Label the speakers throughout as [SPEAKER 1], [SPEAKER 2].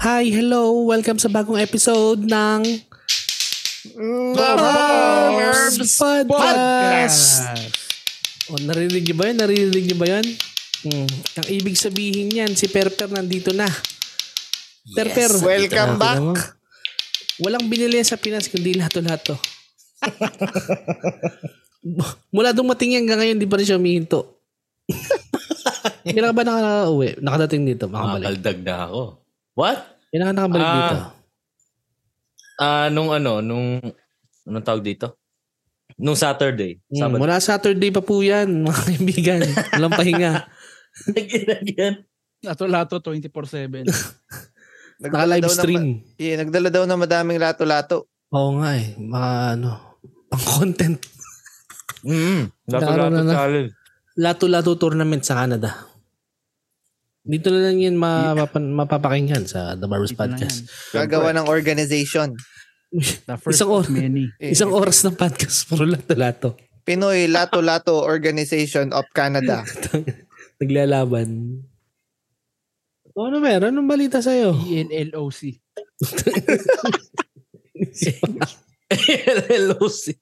[SPEAKER 1] Hi, hello. Welcome sa bagong episode ng Barbs Podcast. O, narinig niyo ba yun? Narinig niyo ba yun? Hmm. Ang ibig sabihin yan, si Perper nandito na. Perper.
[SPEAKER 2] Welcome
[SPEAKER 1] Tingnan
[SPEAKER 2] back.
[SPEAKER 1] mo. Walang binili sa Pinas, kundi lahat-lahat to. Mula dumating yan hanggang ngayon, di pa rin siya humihinto. Kailan ka ba nakauwi? Nakadating dito, makabalik.
[SPEAKER 3] Nakakaldag na ako. What?
[SPEAKER 1] Kailan ka nakabalik
[SPEAKER 3] Ah.
[SPEAKER 1] dito?
[SPEAKER 3] Ah, nung ano, nung, anong tawag dito? Nung Saturday.
[SPEAKER 1] Mm,
[SPEAKER 3] Sabado.
[SPEAKER 1] mula Saturday pa po yan, mga kaibigan. Walang pahinga.
[SPEAKER 3] Nag-inagyan.
[SPEAKER 4] Lato-lato 24-7.
[SPEAKER 2] Nagdala
[SPEAKER 1] Naka-live
[SPEAKER 2] daw ng-
[SPEAKER 1] stream.
[SPEAKER 2] yeah, nagdala daw na madaming lato-lato.
[SPEAKER 1] Oo nga eh. Mga ano, pang content.
[SPEAKER 3] Mm.
[SPEAKER 1] Laro na
[SPEAKER 3] Lato-lato
[SPEAKER 1] na.
[SPEAKER 3] challenge.
[SPEAKER 1] Lato-lato tournament sa Canada. Dito na lang yan mapapan- mapapakinggan sa The Barbers
[SPEAKER 4] Dito na
[SPEAKER 1] Podcast.
[SPEAKER 2] Gagawa ng organization.
[SPEAKER 4] yan. The first
[SPEAKER 1] Isang or-
[SPEAKER 4] of many.
[SPEAKER 2] Eh,
[SPEAKER 1] Isang oras ng podcast, puro lato-lato.
[SPEAKER 2] Pinoy Lato-Lato Organization of Canada.
[SPEAKER 1] Naglalaban. O ano meron? Anong balita sa'yo?
[SPEAKER 4] E ENLOC.
[SPEAKER 3] LLOC.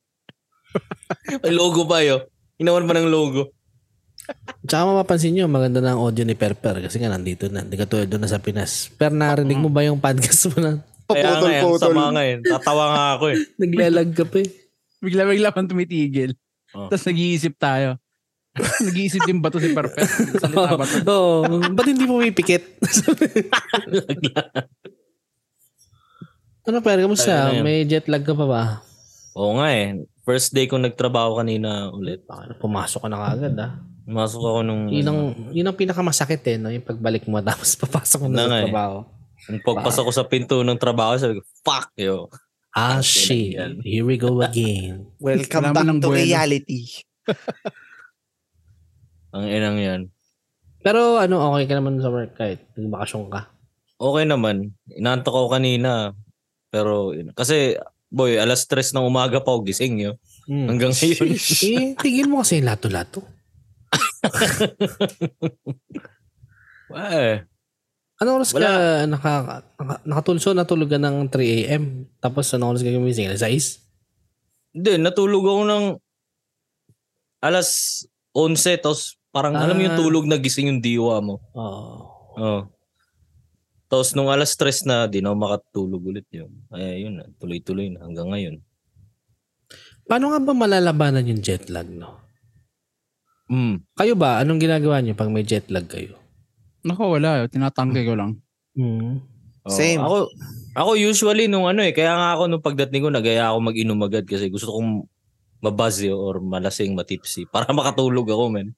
[SPEAKER 3] May logo pa yun. Inawan pa ng logo.
[SPEAKER 1] Tsaka mapapansin nyo, maganda na ang audio ni Perper kasi nga nandito na. Hindi ka tulad doon na sa Pinas. Per, narinig mo ba yung podcast mo na
[SPEAKER 3] Kaya nga yan,
[SPEAKER 2] Putol-putol.
[SPEAKER 3] sama nga yan. Tatawa nga ako eh.
[SPEAKER 1] naglalag ka pa eh?
[SPEAKER 4] Bigla-bigla pang tumitigil.
[SPEAKER 3] Oh.
[SPEAKER 4] Tapos nag-iisip tayo. nag-iisip din ba to si Perfect? Salita ba to?
[SPEAKER 1] Oo. Ba't hindi mo may pikit? ano pa, kamusta?
[SPEAKER 3] Ayun na yun.
[SPEAKER 1] May jet lag ka pa ba?
[SPEAKER 3] Oo nga eh. First day kong nagtrabaho kanina ulit.
[SPEAKER 1] Baka pumasok ka na kagad ah.
[SPEAKER 3] Masok ako nung...
[SPEAKER 1] Yun ang, yun ang pinakamasakit eh, no? yung pagbalik mo tapos papasok mo na
[SPEAKER 3] Yun na nga
[SPEAKER 1] sa
[SPEAKER 3] eh.
[SPEAKER 1] trabaho.
[SPEAKER 3] Nung pagpasok ko sa pinto ng trabaho, sabi ko, fuck yo.
[SPEAKER 1] Ah, shit. Here we go again.
[SPEAKER 2] Welcome
[SPEAKER 4] Salamat
[SPEAKER 2] back
[SPEAKER 4] ng
[SPEAKER 2] to
[SPEAKER 4] bueno.
[SPEAKER 2] reality.
[SPEAKER 3] Ang inang yan.
[SPEAKER 1] Pero ano, okay ka naman sa work kahit nagbakasyon ka.
[SPEAKER 3] Okay naman. Inaantok ako kanina. Pero, yun. kasi, boy, alas tres ng umaga pa ako gising yo.
[SPEAKER 1] Mm.
[SPEAKER 3] Hanggang ngayon.
[SPEAKER 1] eh, tigil mo kasi yung lato-lato.
[SPEAKER 3] Wah, eh.
[SPEAKER 1] Ano oras ka
[SPEAKER 3] Wala.
[SPEAKER 1] naka, naka, nakatulso, natulog ka ng 3 a.m. Tapos ano oras ka gumising? Alas 6?
[SPEAKER 3] Hindi, natulog ako ng alas 11. Tapos, parang, alam mo yung
[SPEAKER 1] Ah.
[SPEAKER 3] tulog na gising yung diwa mo.
[SPEAKER 1] Oo.
[SPEAKER 3] Oo. Tapos, nung alas tres na, di na ako makatulog ulit yun. Kaya yun, na, tuloy-tuloy na hanggang ngayon.
[SPEAKER 1] Paano nga ba malalabanan yung jet lag, no?
[SPEAKER 3] Mm.
[SPEAKER 1] Kayo ba, anong ginagawa niyo pag may jet lag kayo?
[SPEAKER 4] Naku, wala. Tinatanggi ko lang.
[SPEAKER 1] Mm.
[SPEAKER 3] Oo.
[SPEAKER 2] Same.
[SPEAKER 3] Ako, ako usually nung ano eh, kaya nga ako nung pagdating ko, nagaya ako mag-inom agad kasi gusto kong mabuzz eh, or malasing, matipsy. Para makatulog ako, men.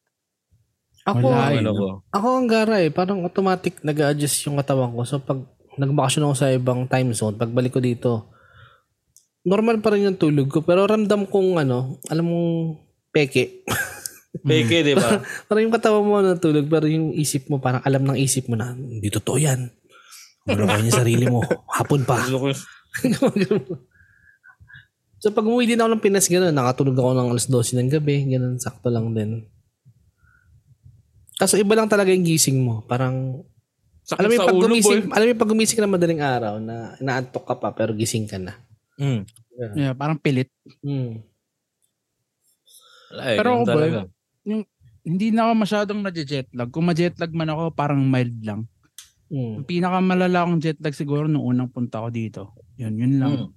[SPEAKER 1] Ako,
[SPEAKER 4] Wala
[SPEAKER 3] Ang ano
[SPEAKER 4] no?
[SPEAKER 3] ko.
[SPEAKER 1] ako ang gara eh. Parang automatic nag-adjust yung katawan ko. So pag nagbakasyon ako sa ibang time zone, pagbalik ko dito, normal pa rin yung tulog ko. Pero ramdam kong ano, alam mong peke.
[SPEAKER 3] Peke, di ba?
[SPEAKER 1] parang yung katawan mo natulog, pero yung isip mo, parang alam ng isip mo na, hindi totoo yan. Malukayin yung sarili mo. Hapon pa.
[SPEAKER 3] Gusto ko yung-
[SPEAKER 1] so pag umuwi din ako ng Pinas, gano'n, nakatulog ako ng alas 12 ng gabi, gano'n, sakto lang din. Kaso iba lang talaga yung gising mo. Parang,
[SPEAKER 4] Sakit
[SPEAKER 1] alam mo yung
[SPEAKER 4] sa
[SPEAKER 1] pag
[SPEAKER 4] ulo, boy.
[SPEAKER 1] gumising, alam mo yung pag gumising ka ng madaling araw na inaantok ka pa pero gising ka na.
[SPEAKER 3] Mm.
[SPEAKER 4] Yeah, parang pilit.
[SPEAKER 1] Hmm.
[SPEAKER 3] Wala eh,
[SPEAKER 4] Pero
[SPEAKER 3] ganun
[SPEAKER 4] ako, boy,
[SPEAKER 3] talaga.
[SPEAKER 4] Hindi na ako masyadong na-jetlag. Kung ma-jetlag man ako, parang mild lang.
[SPEAKER 1] Hmm.
[SPEAKER 4] Ang pinakamalala akong jetlag siguro nung unang punta ko dito. Yun, yun lang.
[SPEAKER 3] Mm.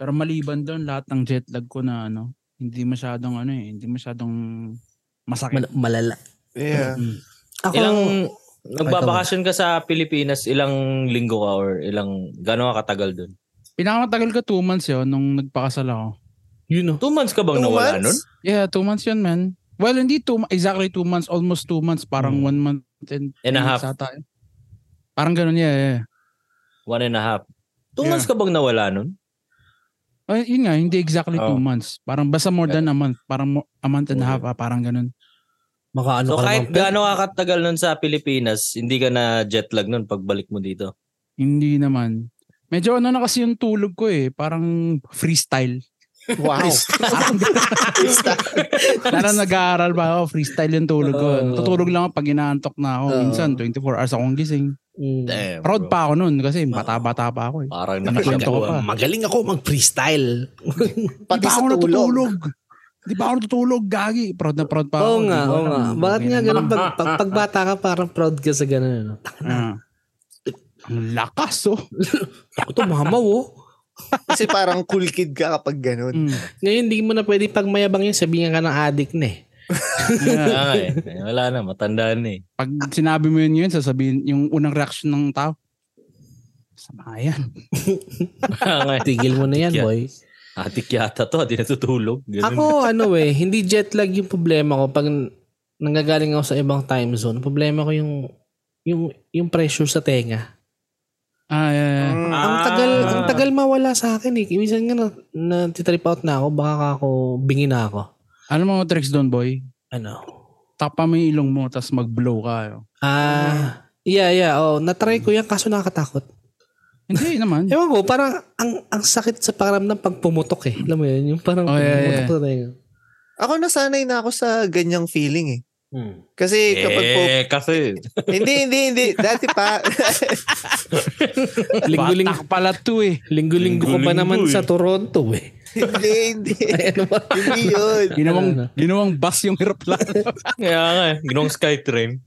[SPEAKER 4] Pero maliban doon, lahat ng jetlag ko na ano, hindi masyadong ano eh, hindi masyadong masakit.
[SPEAKER 1] Mal- malala.
[SPEAKER 2] Yeah.
[SPEAKER 4] Mm.
[SPEAKER 1] Ako,
[SPEAKER 3] Ilang, nagbabakasyon ka sa Pilipinas, ilang linggo ka or ilang, gano'ng katagal dun?
[SPEAKER 4] Pinakamatagal ko two months yun nung nagpakasal ako.
[SPEAKER 1] yun know,
[SPEAKER 3] Two months ka bang
[SPEAKER 2] Two
[SPEAKER 3] nawala
[SPEAKER 2] months?
[SPEAKER 3] nun?
[SPEAKER 4] Yeah, two months yun, man. Well, hindi two, exactly two months, almost two months, parang
[SPEAKER 1] Mm.
[SPEAKER 4] one month and,
[SPEAKER 3] Hmm. And a
[SPEAKER 4] three
[SPEAKER 3] half.
[SPEAKER 4] months ata, eh. Parang ganun, yeah, yeah.
[SPEAKER 3] One and a half. Two
[SPEAKER 4] Yeah.
[SPEAKER 3] months ka bang nawala nun?
[SPEAKER 4] Ay, yun nga, hindi exactly
[SPEAKER 3] Oh.
[SPEAKER 4] two months. Parang basta more than a month. Parang mo- a month and a half, ah, parang ganun.
[SPEAKER 1] maka ano
[SPEAKER 3] So
[SPEAKER 1] ka
[SPEAKER 3] kahit
[SPEAKER 1] naman, Pep?
[SPEAKER 3] gaano ka katagal nun sa Pilipinas, hindi ka na jetlag nun pagbalik mo dito.
[SPEAKER 4] Hindi naman. Medyo ano na kasi yung tulog ko eh. Parang freestyle.
[SPEAKER 2] Wow.
[SPEAKER 4] Parang ganun. Parang nag-aaral ba ako, freestyle yung tulog ko.
[SPEAKER 3] Oh.
[SPEAKER 1] Oo.
[SPEAKER 4] Tutulog lang ako pag inaantok na ako.
[SPEAKER 1] Oo.
[SPEAKER 4] Minsan, 24 hours akong gising.
[SPEAKER 1] Mm.
[SPEAKER 3] Damn,
[SPEAKER 4] Proud
[SPEAKER 3] bro.
[SPEAKER 4] pa ako nun kasi bata-bata pa ako eh.
[SPEAKER 3] Parang
[SPEAKER 4] Magaling
[SPEAKER 3] nakakanta
[SPEAKER 4] ako
[SPEAKER 3] pa.
[SPEAKER 4] pa.
[SPEAKER 1] Magaling ako mag-freestyle.
[SPEAKER 4] Di
[SPEAKER 2] Pati
[SPEAKER 4] ba
[SPEAKER 2] sa
[SPEAKER 4] ako
[SPEAKER 2] tulog.
[SPEAKER 4] natutulog? Di ba ako natutulog, gagi? Proud na proud pa ako.
[SPEAKER 1] Oo nga,
[SPEAKER 4] Oh, Di ko
[SPEAKER 1] oo
[SPEAKER 4] alam.
[SPEAKER 1] nga. Bakit nga ganun? Pag,
[SPEAKER 3] Ah,
[SPEAKER 1] pag,
[SPEAKER 3] ah,
[SPEAKER 1] pagbata ka, parang proud ka sa ganun. Ano?
[SPEAKER 4] Ah. Ang lakas oh.
[SPEAKER 1] Ako to, mamaw oh.
[SPEAKER 2] Kasi parang cool kid ka kapag ganun.
[SPEAKER 4] Mm.
[SPEAKER 1] Ngayon, hindi mo na pwede pag mayabang yun, sabihin ka ng addict na eh.
[SPEAKER 4] Yeah.
[SPEAKER 3] Kaya nga eh. Wala na, matanda na eh.
[SPEAKER 4] Pag sinabi mo yun yun, sasabihin yung unang reaction ng tao. Sama yan.
[SPEAKER 3] Kaya nga eh.
[SPEAKER 1] Tigil mo na yan,
[SPEAKER 3] Yeah.
[SPEAKER 1] boy.
[SPEAKER 3] Atik yata to, di natutulog. Ganun.
[SPEAKER 1] Ako, ano eh, hindi jet lag yung problema ko pag nanggagaling ako sa ibang time zone. ang Problema ko yung yung yung pressure sa tenga.
[SPEAKER 4] Ah, yeah, yeah.
[SPEAKER 2] Mm.
[SPEAKER 1] Ang tagal
[SPEAKER 3] Ah.
[SPEAKER 1] ang tagal mawala sa akin eh. Minsan nga na, na trip out na ako, baka ako bingi na ako.
[SPEAKER 4] Alam mo tricks doon, boy?
[SPEAKER 1] Ano?
[SPEAKER 4] Tapa mo yung ilong mo, tapos mag-blow ka. oh.
[SPEAKER 1] Ah, yeah, yeah. Oh, na-try ko yan kaso nakakatakot.
[SPEAKER 4] Hindi naman.
[SPEAKER 1] Ewan ko, parang ang ang sakit sa pakiramdam pag pumutok eh. Alam mo yun, yung parang
[SPEAKER 4] Oh, yeah,
[SPEAKER 1] pumutok sa tenga.
[SPEAKER 2] Ako nasanay na ako sa ganyang feeling eh.
[SPEAKER 1] Hmm.
[SPEAKER 2] Kasi kapag po,
[SPEAKER 3] Eh, kasi.
[SPEAKER 2] hindi, hindi, hindi. Dati pa,
[SPEAKER 1] Linggo-ling-
[SPEAKER 4] Batak pala to eh.
[SPEAKER 1] Linggo-linggo ko pa
[SPEAKER 3] Linggo-linggo
[SPEAKER 1] naman
[SPEAKER 3] eh.
[SPEAKER 1] sa Toronto eh.
[SPEAKER 2] hindi, hindi.
[SPEAKER 1] Ay, ano ba?
[SPEAKER 2] Hindi yun.
[SPEAKER 1] Ano,
[SPEAKER 4] Ginawang, ginawang bus yung aeroplano.
[SPEAKER 3] Kaya nga eh. Ginong skytrain.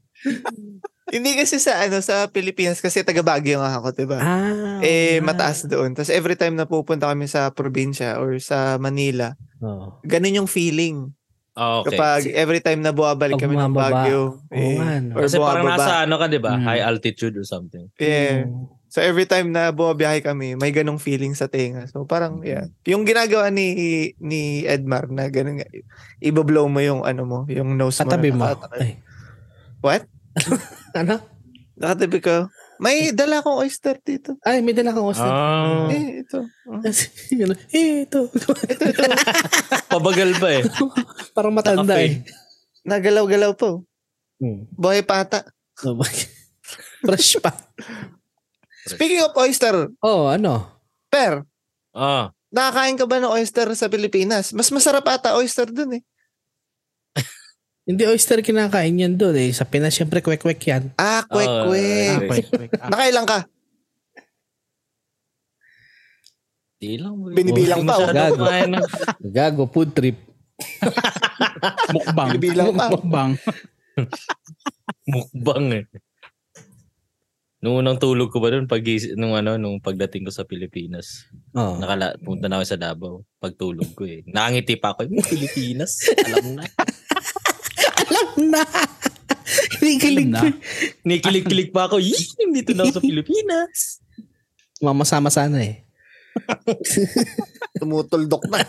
[SPEAKER 2] Hindi kasi sa ano sa Pilipinas kasi taga Baguio nga ako, 'di ba?
[SPEAKER 1] Ah,
[SPEAKER 2] eh
[SPEAKER 1] wala.
[SPEAKER 2] mataas doon. Tapos every time na pupunta kami sa probinsya or sa Manila,
[SPEAKER 1] Oo.
[SPEAKER 2] ganun yung feeling.
[SPEAKER 3] Ah, okay.
[SPEAKER 2] Kapag every time na buwabalik
[SPEAKER 1] Pag
[SPEAKER 2] kami ng
[SPEAKER 1] bumababa.
[SPEAKER 2] Baguio,
[SPEAKER 1] Oo
[SPEAKER 2] eh,
[SPEAKER 1] nga, no.
[SPEAKER 2] or
[SPEAKER 3] Kasi parang
[SPEAKER 2] bumababa.
[SPEAKER 3] nasa ano ka, di ba?
[SPEAKER 4] Mm.
[SPEAKER 3] High altitude or something.
[SPEAKER 2] yeah.
[SPEAKER 1] Mm.
[SPEAKER 2] So every time na bumabiyahe kami, may ganung feeling sa tenga. So
[SPEAKER 1] Mm.
[SPEAKER 2] parang yeah. Yung ginagawa ni ni Edmar na ganun nga, ibablow mo yung ano mo, yung nose mo. na
[SPEAKER 1] Katabi mo.
[SPEAKER 2] nakatabi.
[SPEAKER 1] Ay.
[SPEAKER 2] What?
[SPEAKER 1] ano?
[SPEAKER 2] Nakatabi ko. May dala akong oyster dito.
[SPEAKER 1] Ay, may dala kang Austin.
[SPEAKER 3] Ah.
[SPEAKER 2] Eh, ito.
[SPEAKER 1] Ano? eh, ito.
[SPEAKER 3] Pabagal ba eh.
[SPEAKER 1] Parang matanda eh.
[SPEAKER 3] Naka-fade.
[SPEAKER 2] Nagalaw-galaw po.
[SPEAKER 1] Hmm.
[SPEAKER 2] Buhay pata.
[SPEAKER 1] So, Fresh pa.
[SPEAKER 2] Speaking of oyster,
[SPEAKER 1] Oh, ano?
[SPEAKER 2] per,
[SPEAKER 3] Ah.
[SPEAKER 2] nakakain ka ba ng oyster sa Pilipinas? Mas masarap ata oyster dun eh.
[SPEAKER 1] Hindi oyster kinakain yan doon eh. Sa Pinas, syempre kwek-kwek yan.
[SPEAKER 2] Ah, kwek
[SPEAKER 4] ah,
[SPEAKER 2] kwek.
[SPEAKER 3] Oh, Okay.
[SPEAKER 4] quick, quick. Ah,
[SPEAKER 2] Nakailang ka?
[SPEAKER 3] Di lang. boy.
[SPEAKER 2] Binibilang
[SPEAKER 3] Hindi
[SPEAKER 2] pa, oh.
[SPEAKER 3] masyado
[SPEAKER 1] Gago.
[SPEAKER 3] kumain ng-
[SPEAKER 1] Gago, food trip.
[SPEAKER 4] mukbang.
[SPEAKER 2] Bilang pa.
[SPEAKER 4] Mukbang.
[SPEAKER 3] Mukbang eh. Nung unang tulog ko ba doon, pag, nung, ano, nung pagdating ko sa Pilipinas,
[SPEAKER 1] Oh.
[SPEAKER 3] nakala, punta na ako sa Davao, pagtulog ko eh. Nakangiti pa ako, "Hmm, Pilipinas, alam na.
[SPEAKER 1] Alam na! Hinikilig
[SPEAKER 4] Alam na.
[SPEAKER 1] ko.
[SPEAKER 3] Nikilig-kilig pa ako, yee, nandito na ako sa Pilipinas.
[SPEAKER 1] Mamasama sana eh.
[SPEAKER 2] Tumutuldok na.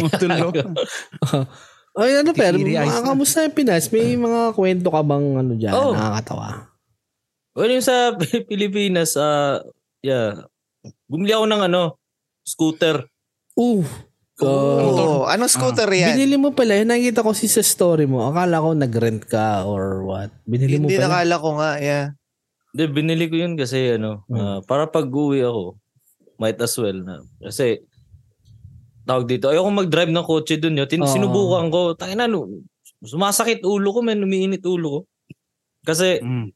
[SPEAKER 4] Mutulog.
[SPEAKER 1] Ay, ano pero,
[SPEAKER 4] Titiri eyes
[SPEAKER 1] mga
[SPEAKER 4] na.
[SPEAKER 1] kamusta yung Pinas? May mga kwento ka bang ano dyan?
[SPEAKER 3] Ah. Oh.
[SPEAKER 1] Nakakatawa.
[SPEAKER 3] Well, yung sa Pilipinas, ah, yeah, bumili ako ng ano, scooter.
[SPEAKER 1] Uh,
[SPEAKER 3] Motor.
[SPEAKER 2] Oo. Anong scooter
[SPEAKER 3] Ah.
[SPEAKER 2] yan?
[SPEAKER 1] Binili mo pala, yun nakita ko si sa story mo. Akala ko nag-rent ka or what. Binili mo
[SPEAKER 2] Hindi
[SPEAKER 1] pala.
[SPEAKER 2] nakala ko nga. Yeah.
[SPEAKER 3] Hindi, binili ko yun kasi ano, ah, para pag-uwi ako, might as well na. Kasi, tawag dito, ayoko mag-drive ng kotse dun yun. Tin-
[SPEAKER 1] Oo.
[SPEAKER 3] Sinubukan ko, tangin na, no, sumasakit ulo ko, man, umiinit ulo ko. Kasi,
[SPEAKER 4] Mm.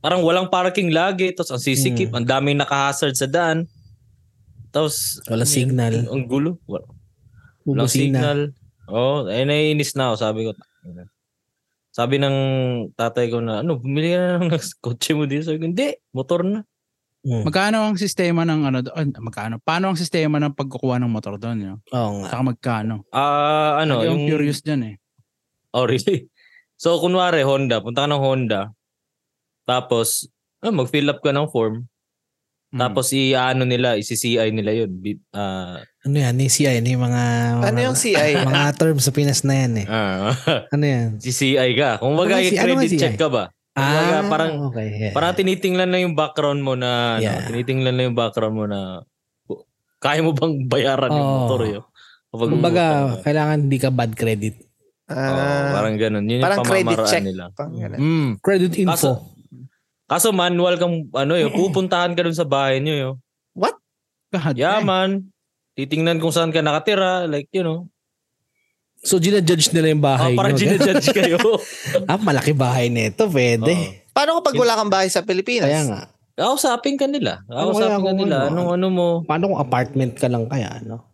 [SPEAKER 3] parang walang parking lagi, tapos ang sisikip, ang daming nakahazard sa daan. Tapos,
[SPEAKER 1] Wala signal.
[SPEAKER 3] Ang, ang gulo. Wala, walang
[SPEAKER 1] Bubusina.
[SPEAKER 3] signal. Oo, oh, eh, naiinis na ako, sabi ko. "Tangina." Sabi ng tatay ko na, ano, bumili ka na ng kotse mo dito. Sabi ko, hindi, motor na.
[SPEAKER 1] Mm.
[SPEAKER 4] Magkano ang sistema ng ano doon? Magkano? Paano ang sistema ng pagkukuha ng motor doon? Yun?
[SPEAKER 1] Oo nga.
[SPEAKER 4] Saka magkano?
[SPEAKER 3] Ah, ano,
[SPEAKER 4] Lagi
[SPEAKER 3] yung,
[SPEAKER 4] akong curious dyan eh.
[SPEAKER 3] Oh, really? So, kunwari, Honda. Punta ka ng Honda. Tapos, ah, mag-fill up ka ng form.
[SPEAKER 4] Mm.
[SPEAKER 3] Tapos, i-ano nila, isi-CI nila yun. Bi- ah,
[SPEAKER 1] Ano yan? Yung CI, ano yung mga...
[SPEAKER 2] Ano
[SPEAKER 1] mga-
[SPEAKER 2] yung CI?
[SPEAKER 1] Mga terms sa Pinas na yan eh.
[SPEAKER 3] ah,
[SPEAKER 1] Ano yan?
[SPEAKER 3] CI ka. Kung
[SPEAKER 1] Ano
[SPEAKER 3] baga,
[SPEAKER 1] nga si- ano
[SPEAKER 3] credit
[SPEAKER 1] nga CI?
[SPEAKER 3] check ka ba? Kumbaga, parang-
[SPEAKER 1] Ah, okay. Yeah.
[SPEAKER 3] Parang tinitingnan na yung background mo na, ano,
[SPEAKER 1] Yeah.
[SPEAKER 3] tinitingnan na yung background mo na, bu- kaya mo bang bayaran yung
[SPEAKER 1] Oo.
[SPEAKER 3] motor yun? Kapag
[SPEAKER 1] Kumbaga,
[SPEAKER 3] umuwi ka na.
[SPEAKER 1] kailangan hindi ka bad credit.
[SPEAKER 3] Oo,
[SPEAKER 2] Ah,
[SPEAKER 3] parang ganun. Yun
[SPEAKER 2] parang
[SPEAKER 3] yung
[SPEAKER 2] credit
[SPEAKER 3] pamamaraan
[SPEAKER 2] check.
[SPEAKER 3] nila.
[SPEAKER 2] pang-
[SPEAKER 3] Mm.
[SPEAKER 1] Credit info.
[SPEAKER 3] Kaso- Kaso manual kang, ano yun, pupuntahan ka dun sa bahay eh, oh. nyo yun.
[SPEAKER 4] God eh.
[SPEAKER 3] Yeah,
[SPEAKER 4] damn.
[SPEAKER 3] man. Titingnan kung saan ka nakatira. Like, you know.
[SPEAKER 1] so, ginajudge nila yung
[SPEAKER 3] Ah,
[SPEAKER 1] bahay.
[SPEAKER 3] parang
[SPEAKER 1] nyo.
[SPEAKER 3] ginajudge kayo.
[SPEAKER 1] ah, malaki bahay nito. Pwede.
[SPEAKER 2] Paano kapag wala kang bahay sa
[SPEAKER 3] Ah.
[SPEAKER 2] Pilipinas?
[SPEAKER 1] Kaya nga.
[SPEAKER 3] Kausapin ka nila. Kausapin
[SPEAKER 1] kaya
[SPEAKER 3] ka
[SPEAKER 1] kung
[SPEAKER 3] nila.
[SPEAKER 1] ano?
[SPEAKER 3] Anong ano mo.
[SPEAKER 1] Paano kung apartment ka lang kaya, ano?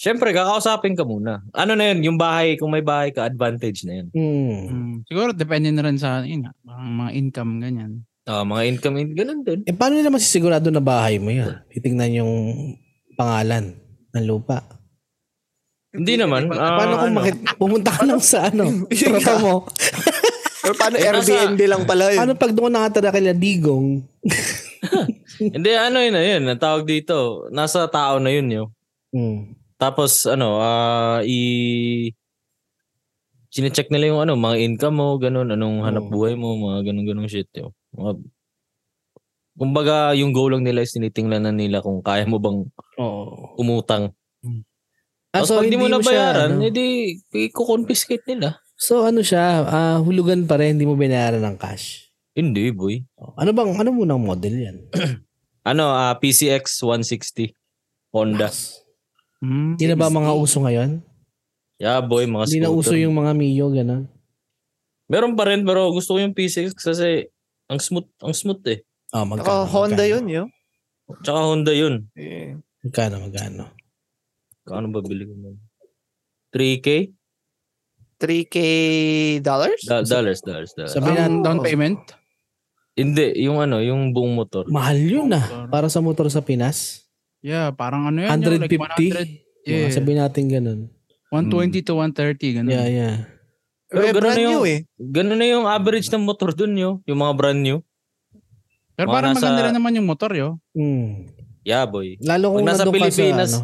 [SPEAKER 3] Siyempre, kakausapin ka muna. Ano na yun? Yung bahay, kung may bahay ka, advantage na yun.
[SPEAKER 1] Hmm.
[SPEAKER 4] Mm, siguro depende na rin sa yun, nga, parang mga income ganyan.
[SPEAKER 3] Ah, mga income, in- ganun din.
[SPEAKER 1] Eh, paano nila masisigurado na bahay mo yun? Titignan yung pangalan ng lupa.
[SPEAKER 3] Hindi naman. Ah,
[SPEAKER 1] Paano kung
[SPEAKER 3] ano?
[SPEAKER 1] makit- pumunta ka lang sa ano?
[SPEAKER 2] Yun nga.
[SPEAKER 1] Tropa mo.
[SPEAKER 2] Or paano
[SPEAKER 3] Eh, nasa-
[SPEAKER 2] Airbnb lang pala yun?
[SPEAKER 1] Paano pag doon nakatira kila Digong?
[SPEAKER 3] Hindi, ano yun, ayun. Ang tawag dito, nasa tao na yun yun.
[SPEAKER 1] Hmm.
[SPEAKER 3] Tapos, ano, ah, i... Sinecheck nila yung ano, mga income mo, ganun, anong
[SPEAKER 1] Oo.
[SPEAKER 3] hanap buhay mo, mga ganun-ganung shit. Yo. Mga... Kumbaga, yung goal lang nila is tinitingnan na nila kung kaya mo bang
[SPEAKER 1] Oo.
[SPEAKER 3] umutang.
[SPEAKER 1] Ah, so,
[SPEAKER 3] Tapos pag
[SPEAKER 1] hindi
[SPEAKER 3] di mo
[SPEAKER 1] mo siya,
[SPEAKER 3] nabayaran,
[SPEAKER 1] ano?
[SPEAKER 3] edi i-confiscate nila.
[SPEAKER 1] So ano siya, ah, hulugan pa rin, hindi mo binayaran ng cash.
[SPEAKER 3] Hindi, boy.
[SPEAKER 1] Oh, Ano bang, ano muna ang model yan?
[SPEAKER 3] Ano, ah, PCX 160 Honda.
[SPEAKER 4] Mm.
[SPEAKER 1] Hindi na ba mga uso ngayon?
[SPEAKER 3] Yeah, boy, mga
[SPEAKER 1] Hindi na uso
[SPEAKER 3] scooter.
[SPEAKER 1] yung mga Mio, gano'n?
[SPEAKER 3] Meron pa rin, pero gusto ko yung PCX kasi ang smooth, ang smooth eh.
[SPEAKER 1] Oh,
[SPEAKER 2] Naka Honda yun, yun.
[SPEAKER 3] Tsaka Honda yun.
[SPEAKER 2] Yeah.
[SPEAKER 1] Magkano, magkano?
[SPEAKER 3] Ano ba bili ko nun? 3K?
[SPEAKER 2] 3K dollars?
[SPEAKER 3] Da- dollars, dollars, dollars.
[SPEAKER 1] Sabi na,
[SPEAKER 4] Ang down payment?
[SPEAKER 3] Hindi, yung ano, yung buong motor.
[SPEAKER 1] mahal yun ah. Para sa motor sa Pinas.
[SPEAKER 4] Yeah, parang ano yan. yo,
[SPEAKER 1] 150.
[SPEAKER 4] like 100,
[SPEAKER 1] Mga
[SPEAKER 4] yeah.
[SPEAKER 1] Sabihin natin ganun.
[SPEAKER 4] 120 to 130, ganun.
[SPEAKER 1] Yeah, yeah.
[SPEAKER 2] Pero
[SPEAKER 3] Pero ganun
[SPEAKER 2] brand
[SPEAKER 3] na yun.
[SPEAKER 2] new eh.
[SPEAKER 3] Ganun na yung average ng motor dun yo. Yung mga brand new.
[SPEAKER 4] Pero
[SPEAKER 3] Mga
[SPEAKER 4] parang
[SPEAKER 3] nasa-
[SPEAKER 4] maganda rin naman yung motor, yo.
[SPEAKER 1] Mm.
[SPEAKER 3] Yeah, boy.
[SPEAKER 1] Lalo kung
[SPEAKER 3] Pag nasa
[SPEAKER 1] nandun ka sa
[SPEAKER 3] Pilipinas,
[SPEAKER 1] ano.